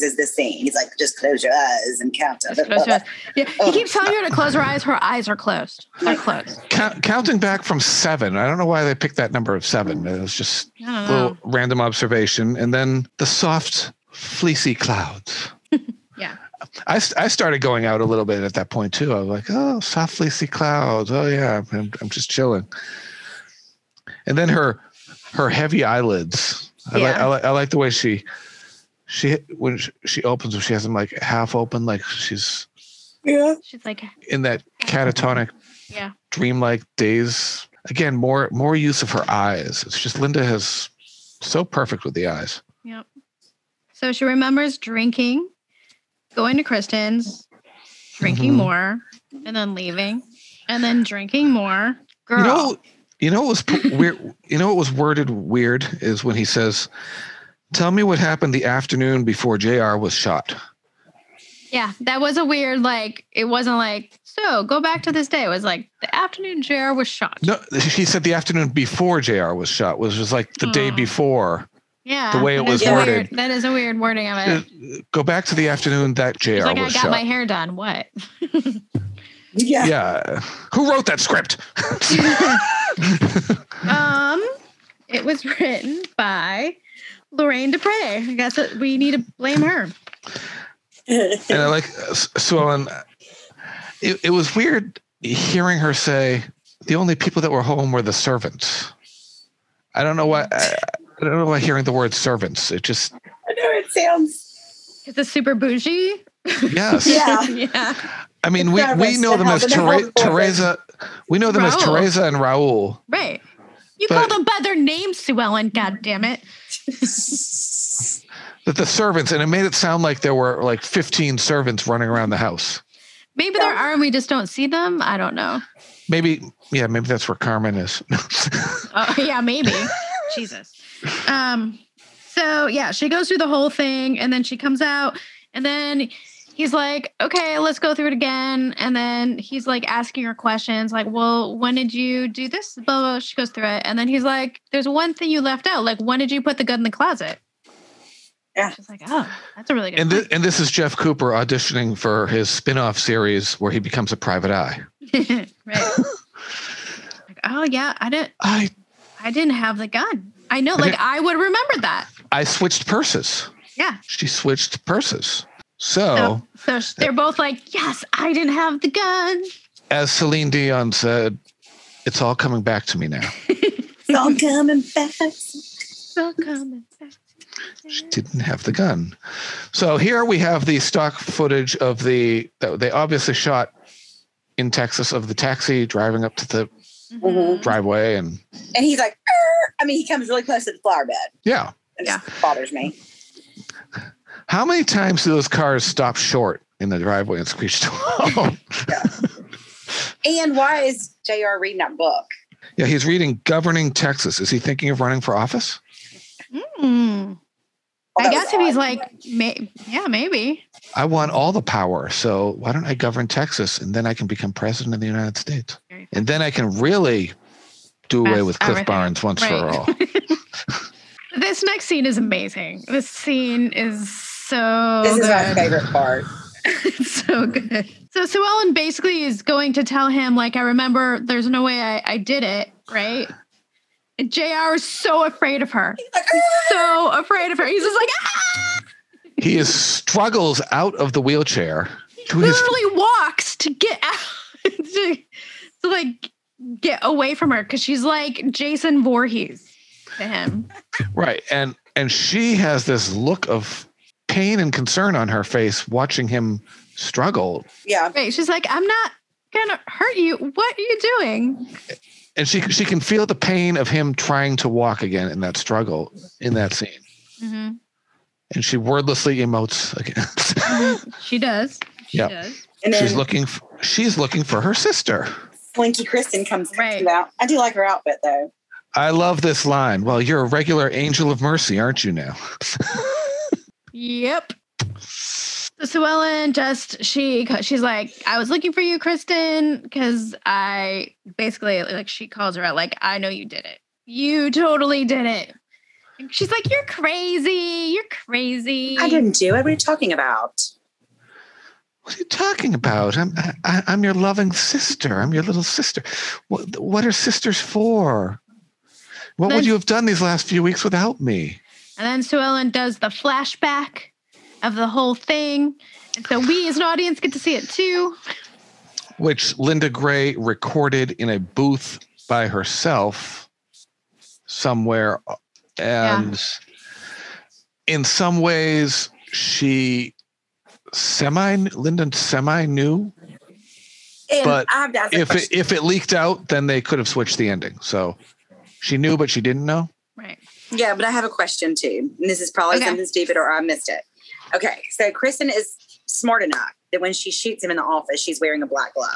[SPEAKER 4] is this scene. He's like, just close your eyes and count.
[SPEAKER 3] Just close your eyes. Yeah, he keeps telling her to close her eyes. Her eyes are closed. They're closed.
[SPEAKER 1] Count, counting back from seven. I don't know why they picked that number of seven. It was just
[SPEAKER 3] I
[SPEAKER 1] a
[SPEAKER 3] don't know.
[SPEAKER 1] little random observation. And then the soft, fleecy clouds.
[SPEAKER 3] [LAUGHS] Yeah.
[SPEAKER 1] I, st- I started going out a little bit at that point too. I was like, oh, soft fleecy clouds. Oh yeah, I'm, I'm just chilling. And then her her heavy eyelids. I, like
[SPEAKER 3] Yeah.
[SPEAKER 1] I, like I like the way she she when she, she opens them, she has them like half open, like she's
[SPEAKER 4] Yeah.
[SPEAKER 3] She's like,
[SPEAKER 1] in that catatonic,
[SPEAKER 3] Yeah.
[SPEAKER 1] dreamlike daze. Again, more more use of her eyes. It's just Linda has so perfect with the eyes.
[SPEAKER 3] so she remembers drinking, going to Kristen's, drinking
[SPEAKER 1] Mhm.
[SPEAKER 3] more, and then leaving, and then drinking more. Girl.
[SPEAKER 1] You know, you know what was p- weird. You know what was worded weird is when he says, "Tell me what happened the afternoon before Jr. was shot."
[SPEAKER 3] yeah, that was a weird, like, it wasn't like, so go back to this day. It was like the afternoon JR was shot.
[SPEAKER 1] No, he said the afternoon before Jr. was shot, which was like the day
[SPEAKER 3] Oh.
[SPEAKER 1] before.
[SPEAKER 3] Yeah.
[SPEAKER 1] The way it
[SPEAKER 3] that is
[SPEAKER 1] was
[SPEAKER 3] a
[SPEAKER 1] worded.
[SPEAKER 3] weird- that is a weird wording of it.
[SPEAKER 1] Uh, Go back to the afternoon that Jr.
[SPEAKER 3] It's like, I got
[SPEAKER 1] was shot.
[SPEAKER 3] my hair done. What?
[SPEAKER 4] [LAUGHS] Yeah.
[SPEAKER 1] yeah, who wrote that
[SPEAKER 3] [LAUGHS]
[SPEAKER 1] script?
[SPEAKER 3] Um, it was [LAUGHS] written by Lorraine Dupre. I guess that we need to blame her.
[SPEAKER 1] and I like uh, S- Sue Ellen. It, it was weird hearing her say the only people that were home were the servants. I don't know why. I, I don't know why hearing the word servants. It just
[SPEAKER 4] I know it sounds.
[SPEAKER 3] It's a super bougie.
[SPEAKER 1] yes.
[SPEAKER 4] Yeah.
[SPEAKER 3] [LAUGHS] yeah.
[SPEAKER 1] I mean, we, we
[SPEAKER 4] Servants
[SPEAKER 1] know
[SPEAKER 4] that
[SPEAKER 1] them
[SPEAKER 4] have
[SPEAKER 1] as
[SPEAKER 4] the
[SPEAKER 1] Tere-
[SPEAKER 4] home
[SPEAKER 1] Teresa. We know them as
[SPEAKER 3] Raoul.
[SPEAKER 1] Teresa and Raul.
[SPEAKER 3] Right. You
[SPEAKER 1] But-
[SPEAKER 3] call them by their name, Sue Ellen. God damn it.
[SPEAKER 1] That the servants, and it made it sound like there were like fifteen servants running around the house.
[SPEAKER 3] Maybe there are and we just don't see them. I don't know.
[SPEAKER 1] Maybe, yeah, maybe that's where Carmen is. [LAUGHS]
[SPEAKER 3] Oh, [LAUGHS] yeah, maybe. Jesus. Um, so yeah, she goes through the whole thing and then she comes out and then he's like, okay, let's go through it again. And then he's like asking her questions like, well, when did you do this? Blah, blah, blah. She goes through it. And then he's like, there's one thing you left out. Like, when did you put the gun in the closet?
[SPEAKER 4] Yeah.
[SPEAKER 3] She's like, oh, that's a really good
[SPEAKER 1] and
[SPEAKER 3] point.
[SPEAKER 1] this, and this is Jeff Cooper auditioning for his spin-off series where he becomes a private eye.
[SPEAKER 3] [LAUGHS] right. like, oh yeah, I didn't
[SPEAKER 1] I
[SPEAKER 3] I didn't have the gun. I know,
[SPEAKER 1] I
[SPEAKER 3] like
[SPEAKER 1] didn't-
[SPEAKER 3] I would remember that.
[SPEAKER 1] I switched purses.
[SPEAKER 3] Yeah.
[SPEAKER 1] She switched purses. So,
[SPEAKER 4] Oh.
[SPEAKER 3] So, so sh- they're both like, yes, I didn't have the gun.
[SPEAKER 1] as Celine Dion said, it's all coming back to me now.
[SPEAKER 4] It's all coming back.
[SPEAKER 3] So coming back.
[SPEAKER 1] She
[SPEAKER 3] Mm.
[SPEAKER 1] didn't have the gun. So here we have the stock footage of the that they obviously shot in Texas of the taxi driving up to the
[SPEAKER 3] Mm-hmm.
[SPEAKER 4] Mhm.
[SPEAKER 1] driveway and
[SPEAKER 4] And he's like, "Er." I mean, he comes really close to the flower bed.
[SPEAKER 1] yeah.
[SPEAKER 4] It just bothers me.
[SPEAKER 1] How many times do those cars stop short in the driveway and screech to [LAUGHS] a halt?
[SPEAKER 3] [LAUGHS]
[SPEAKER 4] And why is JR reading that book?
[SPEAKER 1] Yeah,
[SPEAKER 4] Mm-hmm.
[SPEAKER 1] he's reading Governing Texas. Is he thinking of running for office?
[SPEAKER 3] Mm. I guess if he's like, may, yeah, maybe.
[SPEAKER 1] I want all the power. So why don't I govern Texas and then I can become president of the United States? And then I can really do away
[SPEAKER 3] That's
[SPEAKER 1] with Cliff
[SPEAKER 3] everything.
[SPEAKER 1] Barnes once for
[SPEAKER 3] Right. [LAUGHS]
[SPEAKER 1] all.
[SPEAKER 3] This next scene is amazing. This scene is so
[SPEAKER 4] This is
[SPEAKER 3] "Oh, good.
[SPEAKER 4] my favorite part.
[SPEAKER 3] it's so good. [LAUGHS] So Sue Ellen basically is going to tell him, like, I remember there's no way I, I did it, right? And JR is so afraid of her.
[SPEAKER 4] "Ah!"
[SPEAKER 3] He's so afraid of her. He's just like, ah!
[SPEAKER 1] he is struggles out of the wheelchair to his
[SPEAKER 3] literally walks to get out [LAUGHS] to, to like get away from her because she's like Jason Voorhees to him.
[SPEAKER 1] right and and she has this look of pain and concern on her face watching him struggle
[SPEAKER 4] Yeah.
[SPEAKER 3] Right. She's like, I'm not gonna hurt you. What are you doing?
[SPEAKER 1] and she she can feel the pain of him trying to walk again in that struggle in that scene and she wordlessly emotes again
[SPEAKER 3] She does. She
[SPEAKER 1] Yep.
[SPEAKER 3] does.
[SPEAKER 1] [LAUGHS]
[SPEAKER 4] And
[SPEAKER 1] she's
[SPEAKER 4] then
[SPEAKER 1] looking f she's looking for her sister
[SPEAKER 4] Slinky Kristen comes
[SPEAKER 3] Right.
[SPEAKER 4] out. I do like her outfit though.
[SPEAKER 1] i love this line well you're a regular angel of mercy aren't you now
[SPEAKER 3] Yep. So Sue Ellen just she she's like, I was looking for you, Kristen, because I basically like she calls her out, like, I know you did it. You totally did it. And She's like, You're crazy. You're crazy.
[SPEAKER 4] I didn't do it. What are you talking about?
[SPEAKER 1] What are you talking about? I'm I- I, I'm your loving sister. I'm your little sister. What what are sisters for? What would
[SPEAKER 3] Then-
[SPEAKER 1] you have done these last few weeks without me?
[SPEAKER 3] And then Sue Ellen does the flashback of the whole thing. And so we as an audience get to see it too.
[SPEAKER 1] Which Linda Gray recorded in a booth by herself somewhere, and in some ways she semi Linda semi knew.
[SPEAKER 4] And
[SPEAKER 1] But
[SPEAKER 4] I've asked
[SPEAKER 1] If it, if it leaked out, then they could have switched the ending. So she knew, but she didn't know.
[SPEAKER 3] Right.
[SPEAKER 4] Yeah, but I have a question too. And this is probably
[SPEAKER 3] Okay.
[SPEAKER 4] something stupid or I missed it. Okay, so Kristen is smart enough that when she shoots him in the office, she's wearing a black glove.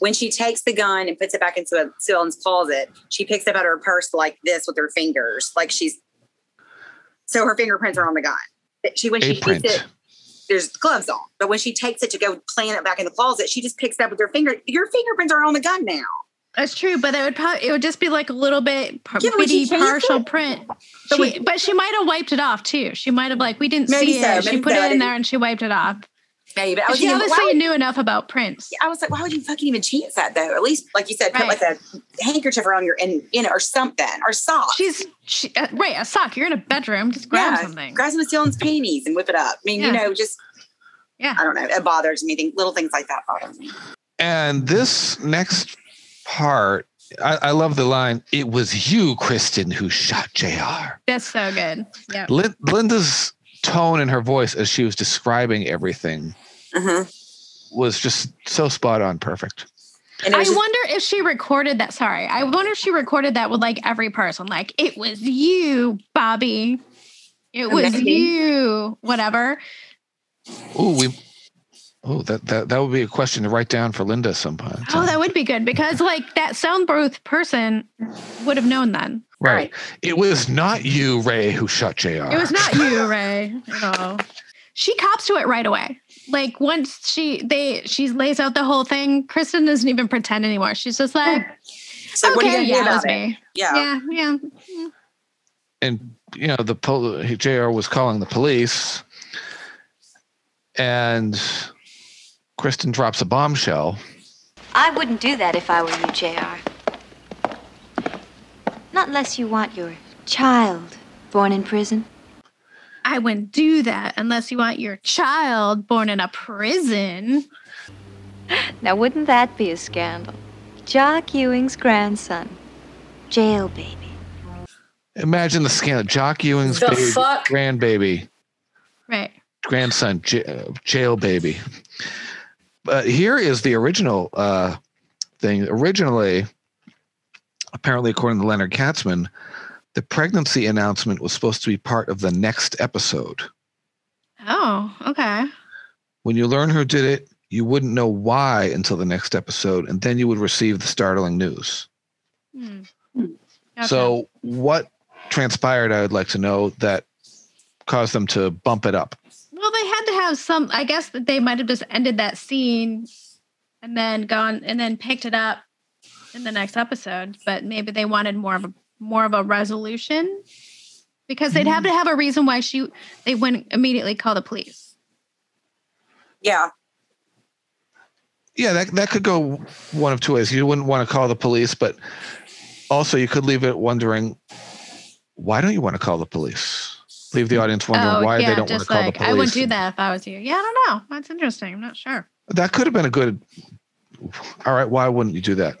[SPEAKER 4] When she takes the gun and puts it back into a- Sue Ellen's closet, she picks up out her purse like this with her fingers, like she's. So her fingerprints are on the gun. But She when she
[SPEAKER 1] A
[SPEAKER 4] shoots
[SPEAKER 1] print.
[SPEAKER 4] it, there's gloves on. But when she takes it to go plant it back in the closet, she just picks it up with her finger. Your fingerprints are on the gun now.
[SPEAKER 3] That's true, but it would probably it would just be like a little bit par-
[SPEAKER 4] Yeah, but when she
[SPEAKER 3] bitty
[SPEAKER 4] changed
[SPEAKER 3] partial
[SPEAKER 4] it-
[SPEAKER 3] print.
[SPEAKER 4] But
[SPEAKER 3] She,
[SPEAKER 4] when-
[SPEAKER 3] but she might have wiped it off too. She might have like we didn't
[SPEAKER 4] Maybe
[SPEAKER 3] see
[SPEAKER 4] so,
[SPEAKER 3] it. She
[SPEAKER 4] maybe
[SPEAKER 3] put
[SPEAKER 4] so, I
[SPEAKER 3] it in
[SPEAKER 4] didn't-
[SPEAKER 3] there and she wiped it off.
[SPEAKER 4] Maybe, but I was
[SPEAKER 3] she
[SPEAKER 4] thinking, why
[SPEAKER 3] obviously
[SPEAKER 4] would
[SPEAKER 3] knew enough about prints.
[SPEAKER 4] I was like, why would you fucking even chance that though? Or at least, like you said, put
[SPEAKER 3] Right.
[SPEAKER 4] like a handkerchief around your and you know, or something, or sock.
[SPEAKER 3] She's she, uh, right a sock. You're in a bedroom. Just grab something.
[SPEAKER 4] Grab some of Dylan's panties and whip it up. I mean,
[SPEAKER 3] Yeah.
[SPEAKER 4] you know, just
[SPEAKER 3] Yeah.
[SPEAKER 4] I don't know. It bothers me. Think- Little things like that bother me.
[SPEAKER 1] And this next part, I, I love the line, it was you, Kristen, who shot JR.
[SPEAKER 3] That's so good. Yeah.
[SPEAKER 1] Lin- Linda's tone in her voice as she was describing everything
[SPEAKER 4] Uh-huh.
[SPEAKER 1] Mm-hmm. was just so spot on perfect.
[SPEAKER 4] And it
[SPEAKER 3] I
[SPEAKER 4] was just-
[SPEAKER 3] wonder if she recorded that. Sorry, I wonder if she recorded that with like every person. Like it was you, Bobby. It was
[SPEAKER 4] Maybe.
[SPEAKER 3] you, whatever.
[SPEAKER 1] Ooh, we Oh, that, that that would be a question to write down for Linda sometime.
[SPEAKER 3] Oh, that would be good because like that sound booth person would have known then.
[SPEAKER 1] right. It was not you, Ray, who shot JR.
[SPEAKER 3] It was not
[SPEAKER 4] [LAUGHS]
[SPEAKER 3] you, Ray, at all. She cops to it right away. Like once she they she lays out the whole thing, Kristen doesn't even pretend anymore. She's just like,
[SPEAKER 4] so what are you
[SPEAKER 3] okay,
[SPEAKER 4] gonna do
[SPEAKER 3] yeah, it
[SPEAKER 4] about
[SPEAKER 3] was
[SPEAKER 4] it? Oh.
[SPEAKER 3] me.
[SPEAKER 4] Yeah.
[SPEAKER 3] Yeah, yeah.
[SPEAKER 1] and you know the pol- JR was calling the police, and Kristen drops a bombshell.
[SPEAKER 12] I wouldn't do that if I were you, JR. Not unless you want your child born in prison.
[SPEAKER 3] I wouldn't do that unless you want your child born in a prison.
[SPEAKER 12] Now, wouldn't that be a scandal? Jock Ewing's grandson. Jail baby.
[SPEAKER 1] Imagine the scandal. Jock Ewing's
[SPEAKER 11] The
[SPEAKER 1] baby,
[SPEAKER 11] fuck?
[SPEAKER 1] grandbaby,
[SPEAKER 3] Right.
[SPEAKER 1] grandson, j- uh, jail baby. But here is the original uh, thing. Originally, apparently, according to Leonard Katzman, the pregnancy announcement was supposed to be part of the next episode.
[SPEAKER 3] Oh, okay.
[SPEAKER 1] When you learn who did it, you wouldn't know why until the next episode, and then you would receive the startling news.
[SPEAKER 3] Hmm. Gotcha.
[SPEAKER 1] So, what transpired, I would like to know that caused them to bump it up.
[SPEAKER 3] Well, they had to have some. I guess that they might have just ended that scene and then gone and then picked it up in the next episode. But maybe they wanted more of a more of a resolution because they'd
[SPEAKER 1] Mm-hmm.
[SPEAKER 3] have to have a reason why she they wouldn't immediately call the police.
[SPEAKER 4] Yeah.
[SPEAKER 1] Yeah, that that could go one of two ways. You wouldn't want to call the police, but also you could leave it wondering why don't you want to call the police? Leave the audience wondering
[SPEAKER 3] Oh,
[SPEAKER 1] why
[SPEAKER 3] yeah,
[SPEAKER 1] they don't want to
[SPEAKER 3] just
[SPEAKER 1] call
[SPEAKER 3] like,
[SPEAKER 1] the police.
[SPEAKER 3] I would do that if I was you. Yeah, I don't know. That's interesting. I'm not sure.
[SPEAKER 1] That could have been a good. All right, why wouldn't you do that?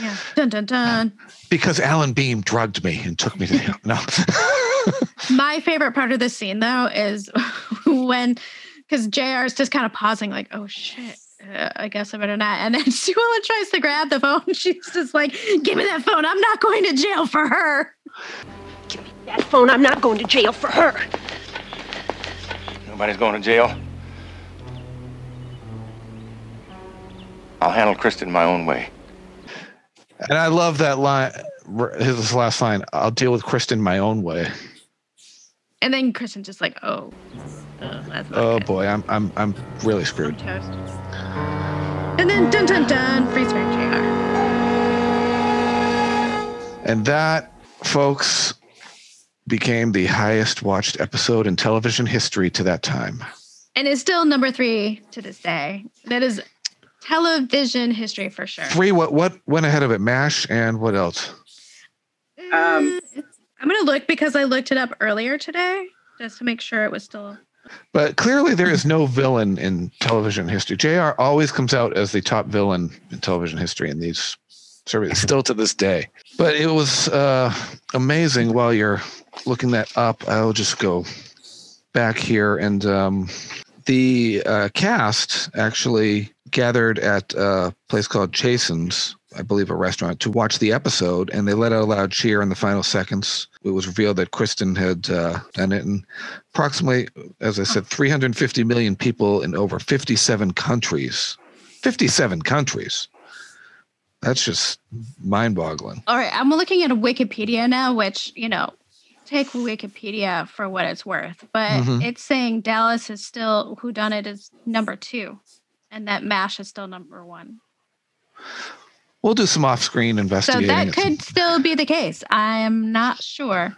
[SPEAKER 3] Yeah. Dun dun dun.
[SPEAKER 1] Because Alan Beam drugged me and took me [LAUGHS] to him. No.
[SPEAKER 3] My favorite part of this scene, though, is [LAUGHS] when because JR is just kind of pausing, like, "Oh shit, uh, I guess I better not." And then [LAUGHS] Suella tries to grab the phone. [LAUGHS] She's just like, "Give me that phone. I'm not going to jail for her."
[SPEAKER 9] That phone, I'm not going to jail for her.
[SPEAKER 6] Nobody's going to jail. I'll handle Kristen my own way.
[SPEAKER 1] And I love that line. His last line I'll deal with Kristen my own way.
[SPEAKER 3] And then Kristen's just like, "Oh, uh, that's not
[SPEAKER 1] Oh boy, I'm, I'm, I'm really screwed.
[SPEAKER 3] toast." And then dun dun dun, freeze frame JR.
[SPEAKER 1] And that, folks, became the highest watched episode in television history to that time.
[SPEAKER 3] And is still number three to this day. That is television history for sure.
[SPEAKER 1] Three, what, what went ahead of it? MASH and what else?
[SPEAKER 3] Um, I'm gonna look because I looked it up earlier today just to make sure it was still.
[SPEAKER 1] But clearly, there is no villain in television history. JR always comes out as the top villain in television history in these surveys, [LAUGHS] still to this day. But it was uh, amazing. While you're looking that up, I'll just go back here. And um, the uh, cast actually gathered at a place called Chasen's, I believe a restaurant, to watch the episode. And they let out a loud cheer in the final seconds. It was revealed that Kristen had uh, done it. And approximately, as I said, 350 million people in over 57 countries. 57 countries. That's just mind boggling.
[SPEAKER 3] All right, I'm looking at Wikipedia now, which you know, take Wikipedia for what it's worth. But
[SPEAKER 1] Mhm.
[SPEAKER 3] it's saying Dallas is still who done it is number two, and that Mash is still number one.
[SPEAKER 1] We'll do some off screen
[SPEAKER 3] So
[SPEAKER 1] investigating.
[SPEAKER 3] that
[SPEAKER 1] It's-
[SPEAKER 3] could still be the case. I am not sure.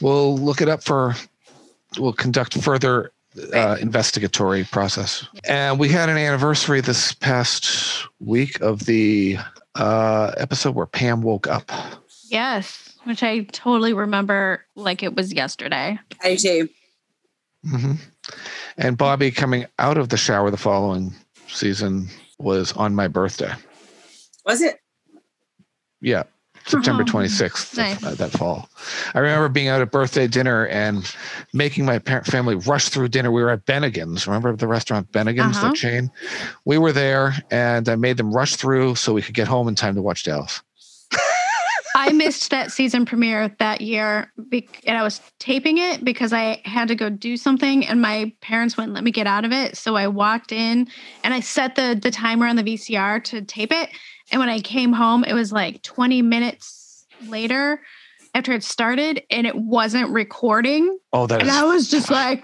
[SPEAKER 1] We'll look it up for, we'll conduct further uh, investigatory process. And we had an anniversary this past week of the uh, episode where Pam woke up.
[SPEAKER 3] Yes, which I totally remember like it was yesterday.
[SPEAKER 4] I do.
[SPEAKER 1] hmm And Bobby coming out of the shower the following season was on my birthday.
[SPEAKER 4] Was it?
[SPEAKER 1] Yeah, September
[SPEAKER 3] [LAUGHS]
[SPEAKER 4] Oh,
[SPEAKER 1] 26th
[SPEAKER 4] nice.
[SPEAKER 1] uh, that fall. I remember being out at birthday dinner and making my parent family rush through dinner. We were at Bennigan's. Remember the restaurant Bennigan's,
[SPEAKER 3] Uh-huh.
[SPEAKER 1] the chain? We were there and I made them rush through so we could get home in time to watch Dallas.
[SPEAKER 3] I missed that season premiere that year, be- and I was taping it because I had to go do something, and my parents wouldn't let me get out of it. So I walked in, and I set the the timer on the VCR to tape it. And when I came home, it was like 20 minutes later after it started, and it wasn't recording.
[SPEAKER 1] Oh, that
[SPEAKER 3] And
[SPEAKER 1] is-
[SPEAKER 3] I was just like,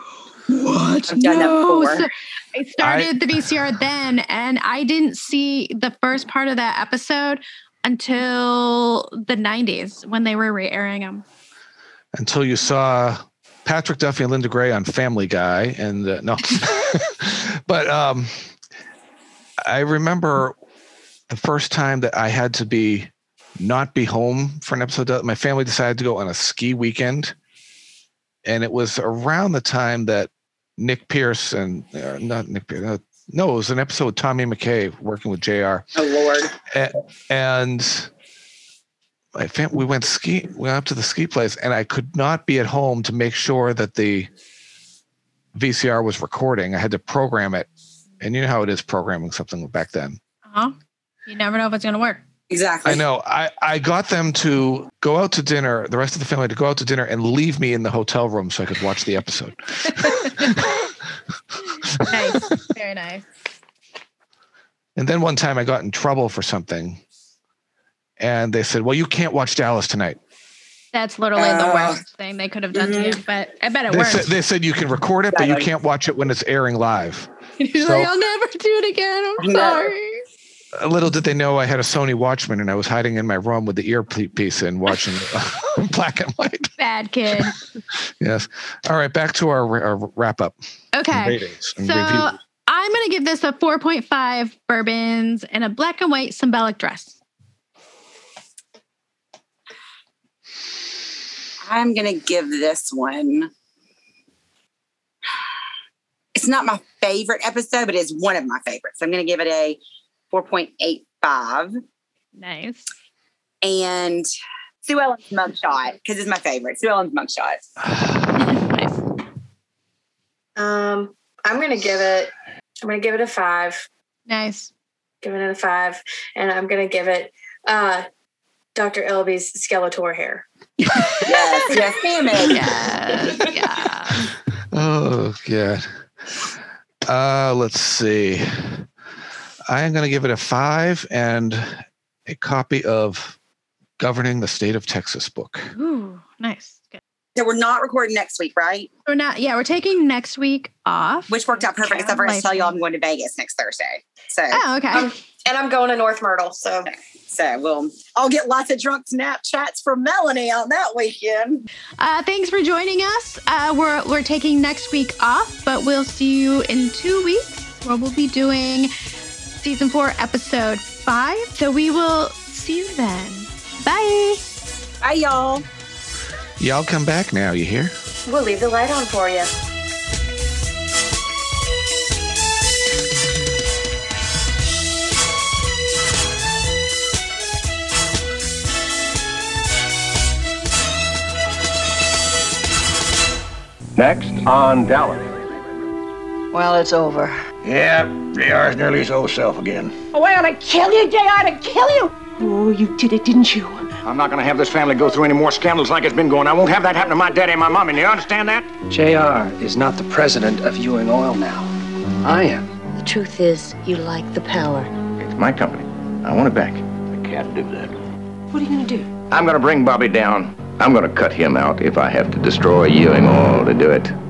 [SPEAKER 3] "What?
[SPEAKER 4] I've done that before.
[SPEAKER 3] So I started the VCR then, and I didn't see the first part of that episode until the 90s when they were re-airing them.
[SPEAKER 1] Until you saw Patrick Duffy and Linda Gray on Family Guy. And uh, no, but um, I remember the first time that I had to be not be home for an episode. uh, My family decided to go on a ski weekend, and it was around the time that Nick Pierce and uh, not Nick Pierce. uh, no, it was an episode with Tommy McKay working with JR.
[SPEAKER 4] Oh Lord!
[SPEAKER 1] And, my fam- we went ski. We went up to the ski place, and I could not be at home to make sure that the VCR was recording. I had to program it, and you know how it is programming something back then.
[SPEAKER 3] Uh-huh. You never know if it's going to work.
[SPEAKER 4] Exactly.
[SPEAKER 1] I know. I, I got them to go out to dinner, the rest of the family to go out to dinner and leave me in the hotel room so I could watch the episode.
[SPEAKER 3] nice. [LAUGHS] Very nice.
[SPEAKER 1] And then one time I got in trouble for something. And they said, Well, you can't watch Dallas tonight.
[SPEAKER 3] That's literally the
[SPEAKER 1] Uh,
[SPEAKER 3] worst thing they could have done to you. But I bet it
[SPEAKER 1] They
[SPEAKER 3] worked.
[SPEAKER 1] said, they said you can record it, but you can't watch it when it's airing live.
[SPEAKER 3] [LAUGHS] He's
[SPEAKER 1] So-
[SPEAKER 3] like, I'll never do it again. I'm
[SPEAKER 1] No.
[SPEAKER 3] sorry.
[SPEAKER 1] Uh, Little did they know I had a Sony Watchman and I was hiding in my room with the earpiece in [LAUGHS] watching uh, black and white.
[SPEAKER 3] Bad kid.
[SPEAKER 1] Yes. All right, back to our, our wrap up.
[SPEAKER 3] Okay.
[SPEAKER 1] Ratings and
[SPEAKER 3] So
[SPEAKER 1] review.
[SPEAKER 3] I'm going to give this a 4.5 bourbons and a black and white symbolic dress.
[SPEAKER 4] I'm gonna give this one. It's not my favorite episode, but it's one of my favorites. I'm gonna give it a 4.85.
[SPEAKER 3] Nice.
[SPEAKER 4] And Sue Ellen's mugshot, because it's my favorite. Sue Ellen's mugshot.
[SPEAKER 5] Um, I'm gonna give it. I'm gonna give it a five.
[SPEAKER 3] [LAUGHS] Nice.
[SPEAKER 5] Giving it a five, and I'm gonna give it uh, Dr. Elby's Skeletor hair.
[SPEAKER 4] yes, yes, damn it.
[SPEAKER 3] Yes,
[SPEAKER 1] Oh god. Uh let's see. I am gonna give it a five and a copy of Governing the State of Texas book.
[SPEAKER 3] Ooh, nice. Good.
[SPEAKER 4] [LAUGHS] So we're not recording next week, right?
[SPEAKER 3] We're not, yeah, we're taking next week off.
[SPEAKER 4] Which worked out perfect because I forgot to tell you all I'm going to Vegas next Thursday. So
[SPEAKER 3] Oh, okay.
[SPEAKER 5] and I'm going to North Myrtle. So
[SPEAKER 4] so we'll I'll get lots of drunk Snapchats from Melanie on that weekend.
[SPEAKER 3] Uh, thanks for joining us. Uh, we're, we're taking next week off, but we'll see you in two weeks where we'll be doing season four, episode five. So we will see you then. Bye.
[SPEAKER 4] Bye, y'all.
[SPEAKER 1] Y'all come back now, you hear?
[SPEAKER 5] We'll leave the light on for you.
[SPEAKER 13] Next on Dallas.
[SPEAKER 14] Well, it's over.
[SPEAKER 7] Yeah, JR's nearly his old self again.
[SPEAKER 9] Oh, I ought to kill you, Jay. I ought to kill you. Oh, you did it, didn't you?
[SPEAKER 7] I'm not gonna have this family go through any more scandals like it's been going. I won't have that happen to my daddy and my mommy. Do you understand that?
[SPEAKER 8] JR is not the president of Ewing Oil now. I am.
[SPEAKER 14] The truth is, you like the power.
[SPEAKER 7] It's my company. I want it back. I can't do that.
[SPEAKER 9] What are you going to do?
[SPEAKER 7] I'm gonna bring Bobby down. I'm gonna cut him out if I have to destroy Ewing all to do it.